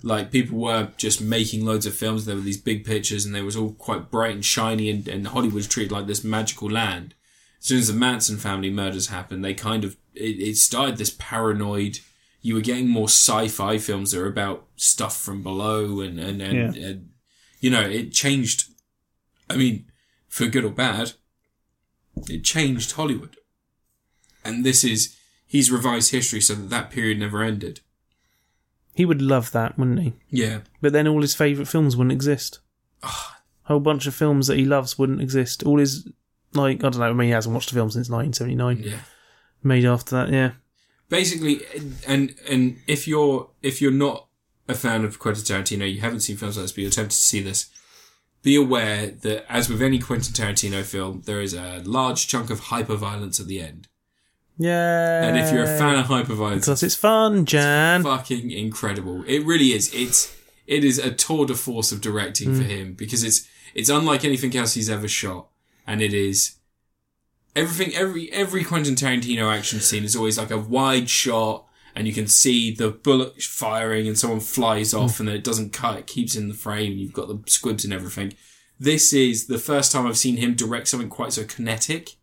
Speaker 1: Like people were just making loads of films. There were these big pictures, and they was all quite bright and shiny. And, and Hollywood was treated like this magical land. As soon as the Manson family murders happened, they kind of it, it started this paranoid. You were getting more sci-fi films that were about stuff from below, and and and,
Speaker 2: Yeah.
Speaker 1: and you know it changed. I mean, for good or bad, it changed Hollywood. And this is he's revised history so that that period never ended.
Speaker 2: he would love that, wouldn't he?
Speaker 1: Yeah.
Speaker 2: But then all his favourite films wouldn't exist.
Speaker 1: Ah.
Speaker 2: whole bunch of films that he loves wouldn't exist. All his like I don't know. I mean, he hasn't watched a film since 1979.
Speaker 1: Yeah.
Speaker 2: Made after that, yeah.
Speaker 1: Basically, and and if you're if you're not a fan of Quentin Tarantino, you haven't seen films like this, but you're tempted to see this. Be aware that, as with any Quentin Tarantino film, there is a large chunk of hyperviolence at the end.
Speaker 2: Yeah.
Speaker 1: And if you're a fan of hyperviolence,
Speaker 2: because it's fun, Jan.
Speaker 1: fucking incredible. It really is. It's it is a tour de force of directing for him because it's it's unlike anything else he's ever shot, and it is everything. Every every Quentin Tarantino action scene is always like a wide shot, and you can see the bullet firing, and someone flies off, and then it doesn't cut. It keeps in the frame. You've got the squibs and everything. This is the first time I've seen him direct something quite so kinetic.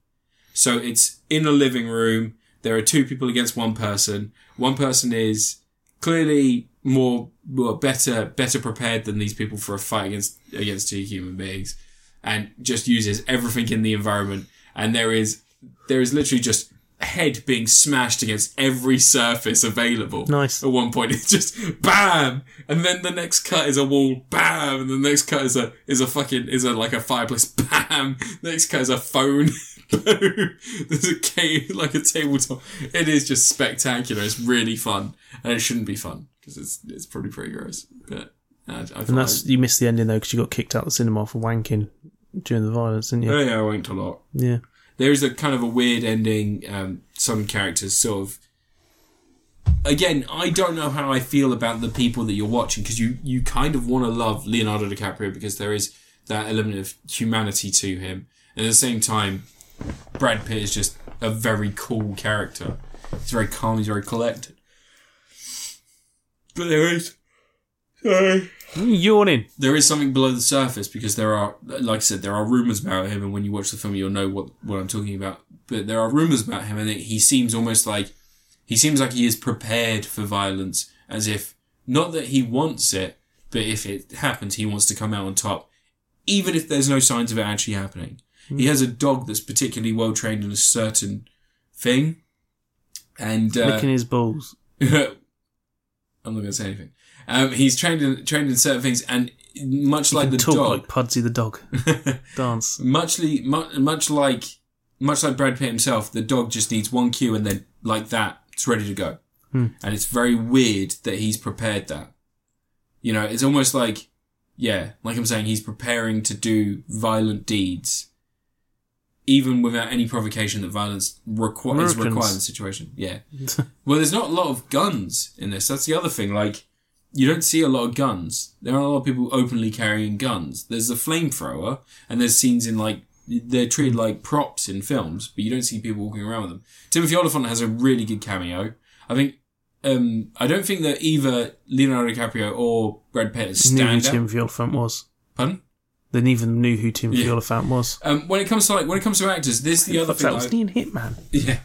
Speaker 1: So it's in a living room. There are two people against one person. One person is clearly more, well, better, better prepared than these people for a fight against against two human beings, and just uses everything in the environment. And there is there is literally just head being smashed against every surface available.
Speaker 2: Nice.
Speaker 1: At one point, (laughs) it's just bam, and then the next cut is a wall, bam, and the next cut is a is a fucking is a like a fireplace, (laughs) bam. The next cut is a phone. (laughs) boom. There's a game like a tabletop. It is just spectacular. It's really fun, and it shouldn't be fun because it's it's probably pretty gross. But I, I
Speaker 2: And
Speaker 1: thought
Speaker 2: that's you missed the ending though because you got kicked out of the cinema for wanking during the violence, didn't
Speaker 1: I,
Speaker 2: you?
Speaker 1: oh, yeah, I winked a lot.
Speaker 2: Yeah.
Speaker 1: there is a kind of a weird ending. Um, some characters sort of. Again, I don't know how I feel about the people that you're watching because you you kind of want to love Leonardo DiCaprio because there is that element of humanity to him. And at the same time, Brad Pitt is just a very cool character. He's very calm. He's very collected. But there is, sorry,
Speaker 2: Mm, Yawning.
Speaker 1: there is something below the surface because there are, like I said, there are rumors about him, and when you watch the film, you'll know what what I'm talking about. But there are rumors about him, and it, he seems almost like he seems like he is prepared for violence, as if not that he wants it, but if it happens, he wants to come out on top, even if there's no signs of it actually happening. He has a dog that's particularly well trained in a certain thing, and uh,
Speaker 2: Licking his balls.
Speaker 1: I'm not going to say anything. Um, he's trained in, trained in certain things, and much like the
Speaker 2: Talk
Speaker 1: dog,
Speaker 2: like Pudsey the
Speaker 1: (laughs)
Speaker 2: dog. Dance.
Speaker 1: muchly much, much like much like Brad Pitt himself, the dog just needs one cue, and then like that, it's ready to go.
Speaker 2: Hmm.
Speaker 1: And it's very weird that he's prepared that. You know, it's almost like, yeah, like I'm saying, he's preparing to do violent deeds, even without any provocation that violence requ- is
Speaker 2: Americans.
Speaker 1: required in the situation. Yeah. Well, there's not a lot of guns in this. That's the other thing. Like, you don't see a lot of guns. There aren't a lot of people openly carrying guns. There's the flamethrower, and there's scenes in like they're treated like props in films, but you don't see people walking around with them. Timothy Oliphant has a really good cameo. I think. Um, I don't think that either Leonardo DiCaprio or Brad Pitt is
Speaker 2: Knew who
Speaker 1: stand out.
Speaker 2: Tim Violifant was.
Speaker 1: Pardon?
Speaker 2: They even knew who Tim
Speaker 1: Yeah.
Speaker 2: Violifant was.
Speaker 1: Um, when it comes to like when it comes to actors, this is the other
Speaker 2: Fuck,
Speaker 1: thing.
Speaker 2: that
Speaker 1: I-
Speaker 2: was Ian Hitman.
Speaker 1: Yeah.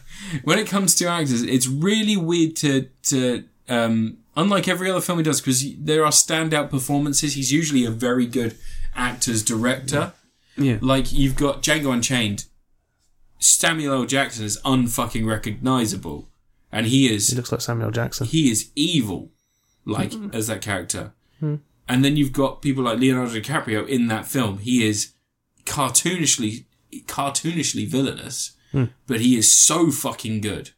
Speaker 1: When it comes to actors, it's really weird to to um unlike every other film he does because there are standout performances. He's usually a very good actor's director.
Speaker 2: Yeah.
Speaker 1: Like you've got Django Unchained. Samuel L. Jackson is unfucking recognizable, and he is
Speaker 2: He Hmm. looks like Samuel Jackson.
Speaker 1: he is evil, like as that character.
Speaker 2: Hmm.
Speaker 1: And then you've got people like Leonardo DiCaprio in that film. He is cartoonishly, cartoonishly villainous,
Speaker 2: Hmm.
Speaker 1: but he is so fucking good.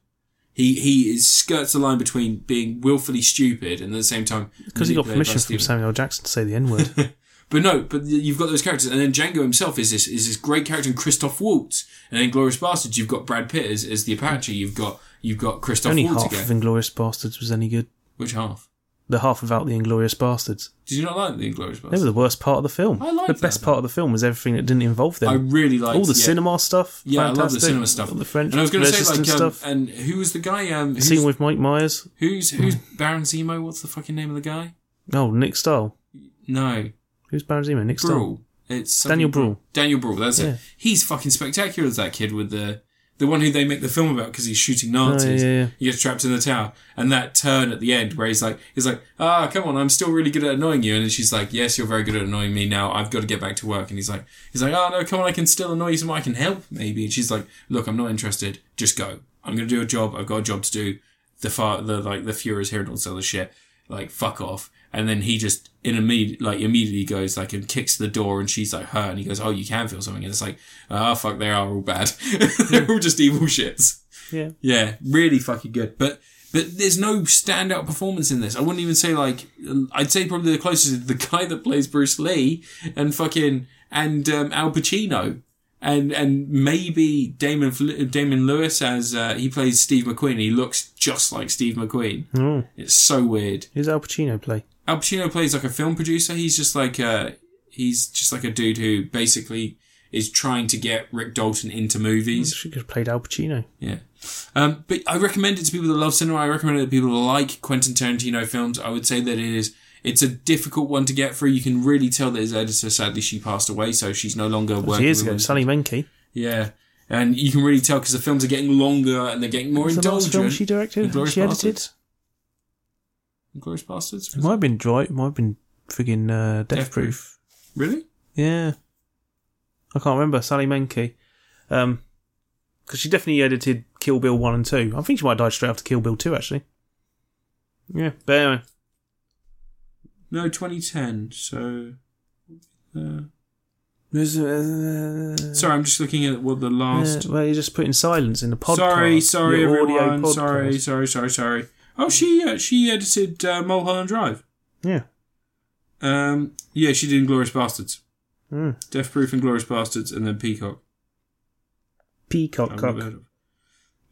Speaker 1: He he is skirts the line between being willfully stupid and at the same time
Speaker 2: Because he got
Speaker 1: manipulated by
Speaker 2: permission from
Speaker 1: Steven.
Speaker 2: Samuel Jackson to say the N word.
Speaker 1: (laughs) But no, but you've got those characters, and then Django himself is this is this great character, and Christoph Waltz, and then Glorious Bastards. You've got Brad Pitt as, as the Apache. You've got you've got Christoph
Speaker 2: Only
Speaker 1: Waltz
Speaker 2: half
Speaker 1: again.
Speaker 2: of Inglorious Bastards was any good.
Speaker 1: Which half?
Speaker 2: The half without the Inglorious Bastards.
Speaker 1: Did you not like the Glorious
Speaker 2: They
Speaker 1: Bastards?
Speaker 2: were the worst part of the film.
Speaker 1: I liked
Speaker 2: the
Speaker 1: that.
Speaker 2: best part of the film was everything that didn't involve them.
Speaker 1: I really liked
Speaker 2: All the
Speaker 1: yeah.
Speaker 2: cinema stuff.
Speaker 1: Yeah, I love the
Speaker 2: fantastic.
Speaker 1: cinema stuff.
Speaker 2: All the French
Speaker 1: and I was going to say
Speaker 2: Resistance
Speaker 1: like, um,
Speaker 2: stuff.
Speaker 1: and who was the guy? Um, who's,
Speaker 2: Scene with Mike Myers.
Speaker 1: who's
Speaker 2: (laughs)
Speaker 1: who's Baron Zemo? What's the fucking name of the guy?
Speaker 2: Oh, Nick Stahl.
Speaker 1: No,
Speaker 2: Who's Baron Zemo? Nick Stahl.
Speaker 1: Brule. It's something-
Speaker 2: Daniel Brühl.
Speaker 1: Daniel Brule. That's
Speaker 2: Yeah.
Speaker 1: it. He's fucking spectacular. As that kid with the the one who they make the film about because he's shooting
Speaker 2: Oh,
Speaker 1: Nazis.
Speaker 2: yeah, yeah.
Speaker 1: He gets trapped in the tower, and that turn at the end where he's like, he's like, ah, come on, I'm still really good at annoying you, and then she's like, yes, you're very good at annoying me. Now I've got to get back to work, and he's like, he's like, oh no, come on, I can still annoy you, some more. I can help maybe, and she's like, look, I'm not interested, just go. I'm gonna do a job. I've got a job to do. The far, the like, the Fuhrer's here and all this other shit. Like, fuck off. And then he just in immediate, like immediately goes like and kicks the door, and she's like hurt, and he goes, oh, you can feel something, and it's like, ah, fuck, they are all bad. (laughs) They're all just evil shits.
Speaker 2: Yeah.
Speaker 1: Yeah, really fucking good. But but there's no standout performance in this. I wouldn't even say like I'd say probably the closest is the guy that plays Bruce Lee and fucking and um, Al Pacino and and maybe Damon Fl- Damon Lewis as uh, he plays Steve McQueen. He looks just like Steve McQueen.
Speaker 2: Oh,
Speaker 1: It's so weird.
Speaker 2: who's Al Pacino play?
Speaker 1: Al Pacino plays like a film producer. He's just like uh he's just like a dude who basically is trying to get Rick Dalton into movies.
Speaker 2: She could have played Al Pacino.
Speaker 1: Yeah. Um, but I recommend it to people that love cinema. I recommend it to people that like Quentin Tarantino films. I would say that it is, it's a difficult one to get through. You can really tell that his editor, sadly, she passed away, so she's no longer working.
Speaker 2: Years
Speaker 1: with
Speaker 2: ago,
Speaker 1: him.
Speaker 2: Sally Menke.
Speaker 1: Yeah. And you can really tell because the films are getting longer and they're getting more
Speaker 2: Was the last
Speaker 1: indulgent.
Speaker 2: film she directed?
Speaker 1: Inglourious
Speaker 2: She edited?
Speaker 1: Basterds? Glorious Bastards?
Speaker 2: It might have been Dry. It might have been friggin' uh, Death,
Speaker 1: Death Proof.
Speaker 2: Proof.
Speaker 1: Really?
Speaker 2: Yeah. I can't remember. Sally Menke. Um, because she definitely edited Kill Bill 1 and 2. I think she might have died straight after Kill Bill 2, actually. Yeah. But anyway.
Speaker 1: No, 2010. So. Uh,
Speaker 2: There's, uh,
Speaker 1: sorry, I'm just looking at what the last.
Speaker 2: uh, well, you're just putting silence in the podcast.
Speaker 1: Sorry, sorry,
Speaker 2: Your audio
Speaker 1: everyone.
Speaker 2: podcast.
Speaker 1: Sorry, sorry, sorry, sorry. Oh, she uh, she edited uh, Mulholland Drive.
Speaker 2: Yeah.
Speaker 1: Um, yeah, she did Glorious Bastards,
Speaker 2: Mm.
Speaker 1: Death Proof, and Glorious Bastards, and then Peacock.
Speaker 2: Peacock.
Speaker 1: I've
Speaker 2: cock.
Speaker 1: never heard of.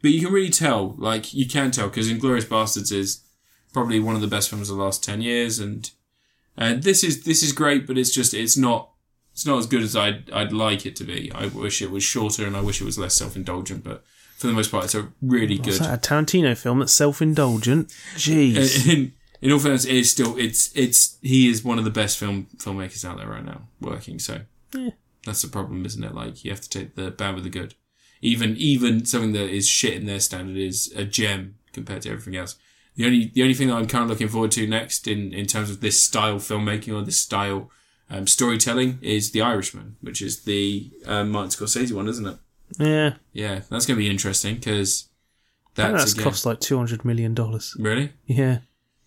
Speaker 1: But you can really tell, like you can tell, because Inglorious Bastards is probably one of the best films of the last ten years, and and this is this is great, but it's just it's not it's not as good as I'd I'd like it to be. I wish it was shorter, and I wish it was less self indulgent. But for the most part. It's a really
Speaker 2: Is
Speaker 1: good.
Speaker 2: that a Tarantino film that's self indulgent?
Speaker 1: (laughs)
Speaker 2: Jeez.
Speaker 1: In, in all fairness, it is still it's it's he is one of the best film filmmakers out there right now working. So
Speaker 2: Yeah.
Speaker 1: that's the problem, isn't it? Like you have to take the bad with the good. Even even something that is shit in their standard is a gem compared to everything else. The only the only thing that I'm kind of looking forward to next in in terms of this style filmmaking or this style um, storytelling is The Irishman, which is the um, Martin Scorsese one, isn't it?
Speaker 2: yeah.
Speaker 1: Yeah, that's going to be interesting because
Speaker 2: I think
Speaker 1: that's,
Speaker 2: that's
Speaker 1: again-
Speaker 2: cost like $200 million.
Speaker 1: really.
Speaker 2: Yeah.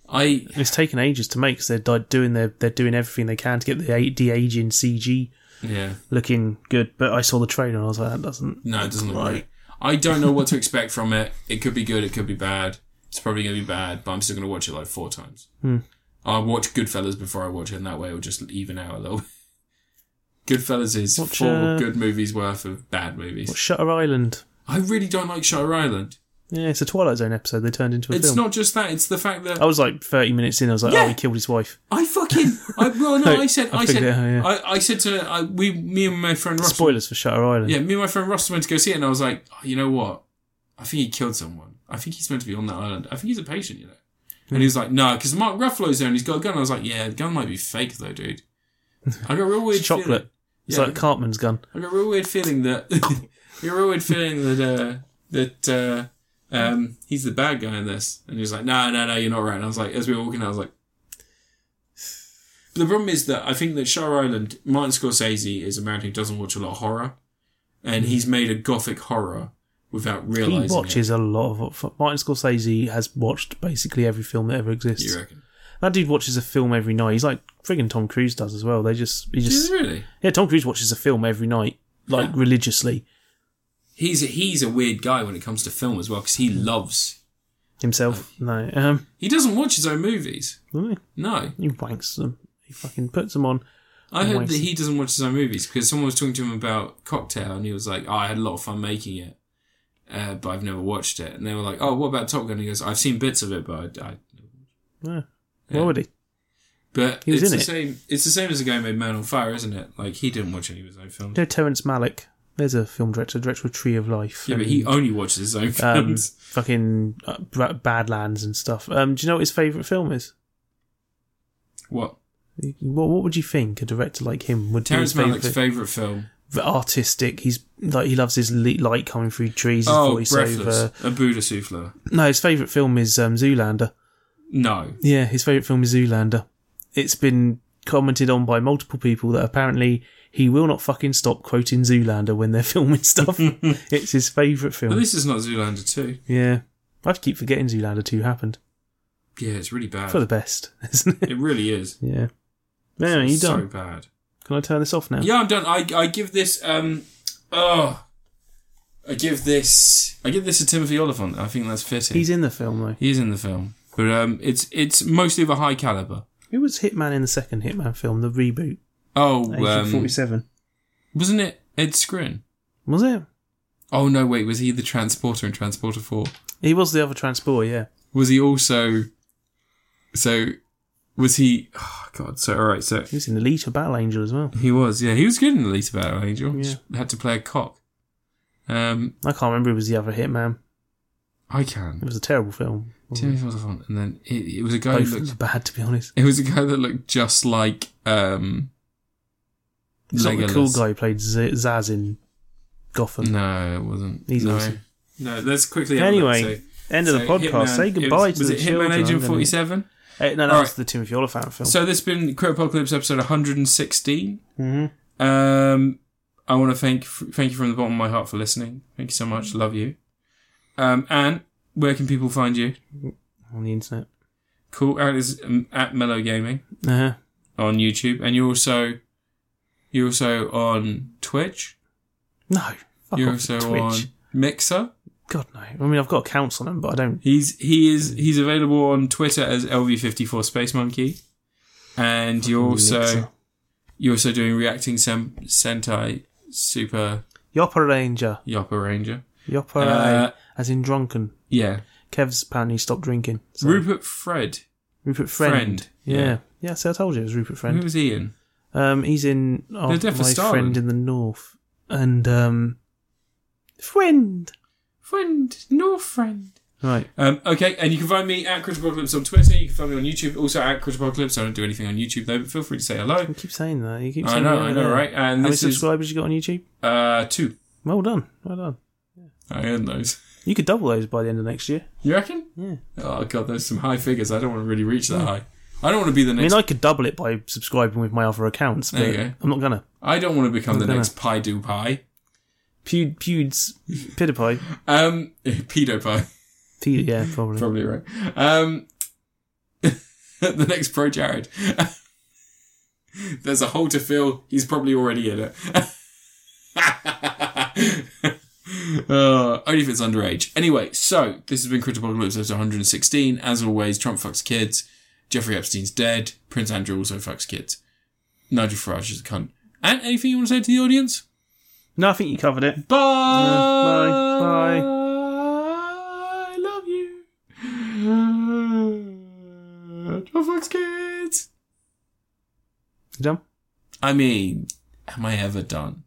Speaker 1: I
Speaker 2: And it's taken ages to make because they're di- doing their, they're doing everything they can to get the a- de aging CG
Speaker 1: yeah.
Speaker 2: looking good. But I saw the trailer and I was like, that doesn't.
Speaker 1: No, it doesn't look right. I don't know what to expect from it. It could be good. It could be bad. It's probably going to be bad, but I'm still going to watch it like four times.
Speaker 2: Hmm.
Speaker 1: I'll watch Goodfellas before I watch it, and that way it'll just even out a little bit. (laughs) Goodfellas is
Speaker 2: Watch,
Speaker 1: four
Speaker 2: uh,
Speaker 1: good movies worth of bad movies.
Speaker 2: What, Shutter Island.
Speaker 1: I really don't like Shutter Island.
Speaker 2: Yeah, it's a Twilight Zone episode they turned into a
Speaker 1: It's
Speaker 2: film. Oh.
Speaker 1: not just that; it's the fact that
Speaker 2: I was like 30 minutes in, I was like,
Speaker 1: Yeah.
Speaker 2: oh, he killed his wife.
Speaker 1: I fucking. I, well,
Speaker 2: (laughs)
Speaker 1: no, I said.
Speaker 2: I
Speaker 1: I, said.
Speaker 2: figured it out, yeah.
Speaker 1: I, I said to I, we, me and my friend Ross.
Speaker 2: Spoilers for Shutter Island.
Speaker 1: Yeah, me and my friend Ross went to go see it, and I was like, oh, you know what? I think he killed someone. I think he's meant to be on that island. I think he's a patient, you know.
Speaker 2: Hmm.
Speaker 1: And he was like, no, because Mark Ruffalo's there and he's got a gun. I was like, yeah, the gun might be fake though, dude. I got a real weird
Speaker 2: It's chocolate.
Speaker 1: Feeling.
Speaker 2: It's
Speaker 1: Yeah.
Speaker 2: like Cartman's gun.
Speaker 1: I got a real weird feeling that (laughs) I got a real weird feeling that uh, that uh, um, he's the bad guy in this. And he was like, no, no, no, you're not right. And I was like, as we were walking, I was like. But the problem is that I think that Shutter Island, Martin Scorsese is a man who doesn't watch a lot of horror, and he's made a gothic horror without
Speaker 2: He
Speaker 1: realizing it.
Speaker 2: watches a lot of. Martin Scorsese has watched basically every film that ever exists.
Speaker 1: You reckon?
Speaker 2: That dude watches a film every night. He's like friggin' Tom Cruise does as well. They just he
Speaker 1: Is
Speaker 2: just
Speaker 1: he really?
Speaker 2: yeah. Tom Cruise watches a film every night, like religiously
Speaker 1: He's a, he's a weird guy when it comes to film as well because he loves.
Speaker 2: himself.
Speaker 1: (laughs)
Speaker 2: No, um,
Speaker 1: He doesn't watch his own movies.
Speaker 2: doesn't
Speaker 1: No,
Speaker 2: he He wanks them. He fucking puts them on.
Speaker 1: I heard that
Speaker 2: Wasted.
Speaker 1: he doesn't watch his own movies because someone was talking to him about Cocktail and he was like, "Oh, I had a lot of fun making it, uh, but I've never watched it." And they were like, "Oh, what about Top Gun?" And he goes, "I've seen bits of it, but I." I
Speaker 2: Yeah.
Speaker 1: Yeah.
Speaker 2: Why would he?
Speaker 1: but
Speaker 2: He was
Speaker 1: it's
Speaker 2: in
Speaker 1: the
Speaker 2: it.
Speaker 1: same. It's the same as the guy who made Man on Fire, isn't it? Like he didn't watch any of his own films.
Speaker 2: You know Terrence Malick. There's a film director, director of Tree of Life.
Speaker 1: Yeah, but
Speaker 2: and,
Speaker 1: he only watches his own
Speaker 2: um,
Speaker 1: films.
Speaker 2: (laughs) fucking uh, Bra- Badlands and stuff. Um, do you know what his favourite film is?
Speaker 1: what?
Speaker 2: What, what would you think a director like him would
Speaker 1: Terrence
Speaker 2: do? his
Speaker 1: Malick's favorite film.
Speaker 2: the artistic. He's like he loves his le- light coming through trees. His
Speaker 1: oh,
Speaker 2: voiceover.
Speaker 1: Breathless. A Buddha Souffleur.
Speaker 2: No, his favourite film is um, Zoolander.
Speaker 1: No.
Speaker 2: Yeah, his favourite film is Zoolander. It's been commented on by multiple people that apparently he will not fucking stop quoting Zoolander when they're (laughs)
Speaker 1: (laughs)
Speaker 2: filming stuff. it's his favourite
Speaker 1: At
Speaker 2: film.
Speaker 1: least it's not Zoolander 2.
Speaker 2: Yeah. I keep forgetting Zoolander 2 happened.
Speaker 1: Yeah, it's really bad.
Speaker 2: For the best, (laughs) isn't it?
Speaker 1: It really
Speaker 2: (laughs)
Speaker 1: is.
Speaker 2: Yeah. No, you
Speaker 1: It's so
Speaker 2: done.
Speaker 1: bad.
Speaker 2: Can I turn this off now?
Speaker 1: Yeah, I'm done. I, I give this um oh I give this I give this a Timothy Oliphant. I think that's fitting. He's,
Speaker 2: He's in the film, though.
Speaker 1: in the film. But um it's it's mostly of a high caliber.
Speaker 2: Who was Hitman in the second Hitman film, the reboot?
Speaker 1: Oh, um,
Speaker 2: 1847.
Speaker 1: wasn't it Ed Skrin?
Speaker 2: was it?
Speaker 1: Oh no, wait, was he the transporter in Transporter 4?
Speaker 2: He was the other transporter, yeah.
Speaker 1: Was he also so was he oh god, so all right, so
Speaker 2: He was in Elite or Battle Angel as well.
Speaker 1: he was, yeah, he was good in Elite Battle Angel.
Speaker 2: Yeah.
Speaker 1: Just had to play a cock. Um
Speaker 2: I can't remember who was the other hitman.
Speaker 1: I can.
Speaker 2: It was a terrible film.
Speaker 1: Timothy Oliphant and then it, it was a guy
Speaker 2: Both
Speaker 1: who
Speaker 2: of them
Speaker 1: looked
Speaker 2: were bad, to be honest.
Speaker 1: It was a guy that looked just like um
Speaker 2: It's not the cool
Speaker 1: Legolas.
Speaker 2: guy who played Z- Zaz in Gotham.
Speaker 1: No, it wasn't.
Speaker 2: He's
Speaker 1: no.
Speaker 2: awesome.
Speaker 1: No, let's quickly have a look.
Speaker 2: Anyway, end of
Speaker 1: So-
Speaker 2: the
Speaker 1: so
Speaker 2: podcast.
Speaker 1: Hitman-
Speaker 2: Say goodbye
Speaker 1: it was,
Speaker 2: to
Speaker 1: was
Speaker 2: the Oh.
Speaker 1: it
Speaker 2: children.
Speaker 1: Hitman Agent
Speaker 2: I'm gonna-
Speaker 1: 47?
Speaker 2: Eh, no, that
Speaker 1: All
Speaker 2: was
Speaker 1: right.
Speaker 2: the Timothy Oliphant film.
Speaker 1: So this has been Crit Apocalypse episode 116.
Speaker 2: Mhm.
Speaker 1: Um, I want to thank thank you from the bottom of my heart for listening. Thank you so much. Love you. Um, and where can people find you?
Speaker 2: On the internet.
Speaker 1: Cool. Alex is um, at Mellow Gaming
Speaker 2: Uh-huh.
Speaker 1: on YouTube, and you're also you're also on Twitch.
Speaker 2: No. Fuck
Speaker 1: You're
Speaker 2: off
Speaker 1: also
Speaker 2: Twitch.
Speaker 1: on Mixer.
Speaker 2: God, no. I mean, I've got accounts on him, but I don't.
Speaker 1: He's he is he's available on Twitter as LV54 Space Monkey, and you're also
Speaker 2: Mixer.
Speaker 1: you're also doing reacting Sem- Sentai Super
Speaker 2: Yopper Ranger.
Speaker 1: Yopper Ranger.
Speaker 2: Yopper
Speaker 1: Uh,
Speaker 2: as in drunken.
Speaker 1: Yeah,
Speaker 2: Kev's apparently stopped drinking. So.
Speaker 1: Rupert Fred.
Speaker 2: Rupert Friend.
Speaker 1: Friend,
Speaker 2: Yeah.
Speaker 1: yeah.
Speaker 2: yeah. so I told you it was Rupert Friend.
Speaker 1: Who was he in?
Speaker 2: Um, he's in
Speaker 1: They're
Speaker 2: oh, my
Speaker 1: deaf as Starlin.
Speaker 2: friend in the north, and um, friend.
Speaker 1: Friend, no friend.
Speaker 2: Right.
Speaker 1: Um, okay, and you can find me at Critical Apocalypse on Twitter. You can find me on YouTube, also at Critical Apocalypse. I don't do anything on YouTube though, but feel free to say hello.
Speaker 2: You keep saying that. You keep
Speaker 1: I
Speaker 2: saying
Speaker 1: know,
Speaker 2: that,
Speaker 1: I know,
Speaker 2: yeah.
Speaker 1: right?
Speaker 2: How
Speaker 1: And
Speaker 2: many
Speaker 1: this is
Speaker 2: subscribers you got on YouTube?
Speaker 1: uh, two.
Speaker 2: Well done. Well done.
Speaker 1: I earned those.
Speaker 2: You could double those by the end of next year.
Speaker 1: You reckon?
Speaker 2: Yeah.
Speaker 1: Oh god, there's some high figures. I don't want to really reach that high. I don't want to be the
Speaker 2: I mean,
Speaker 1: next.
Speaker 2: I could double it by subscribing with my other accounts, but
Speaker 1: There you go.
Speaker 2: I'm not gonna.
Speaker 1: I don't want to become the
Speaker 2: gonna-
Speaker 1: next Pie Do Pie.
Speaker 2: Pewd, Pewds,
Speaker 1: (laughs)
Speaker 2: Pewdiepie.
Speaker 1: Um, Pedo Pie.
Speaker 2: Pew, yeah, probably.
Speaker 1: Probably right. Um, (laughs) the next pro Jared. (laughs) There's a hole to fill. He's probably already in it. (laughs) Uh, only if it's underage. Anyway, so this has been Critical Apocalypse episode 116. As always, Trump fucks kids. Jeffrey Epstein's dead. Prince Andrew also fucks kids. Nigel Farage is a cunt. And anything you want to say to the audience?
Speaker 2: No, I think you covered it.
Speaker 1: Bye.
Speaker 2: bye. Bye.
Speaker 1: I love you. (sighs) Twelve Fox Kids.
Speaker 2: You done?
Speaker 1: I mean, am I ever done?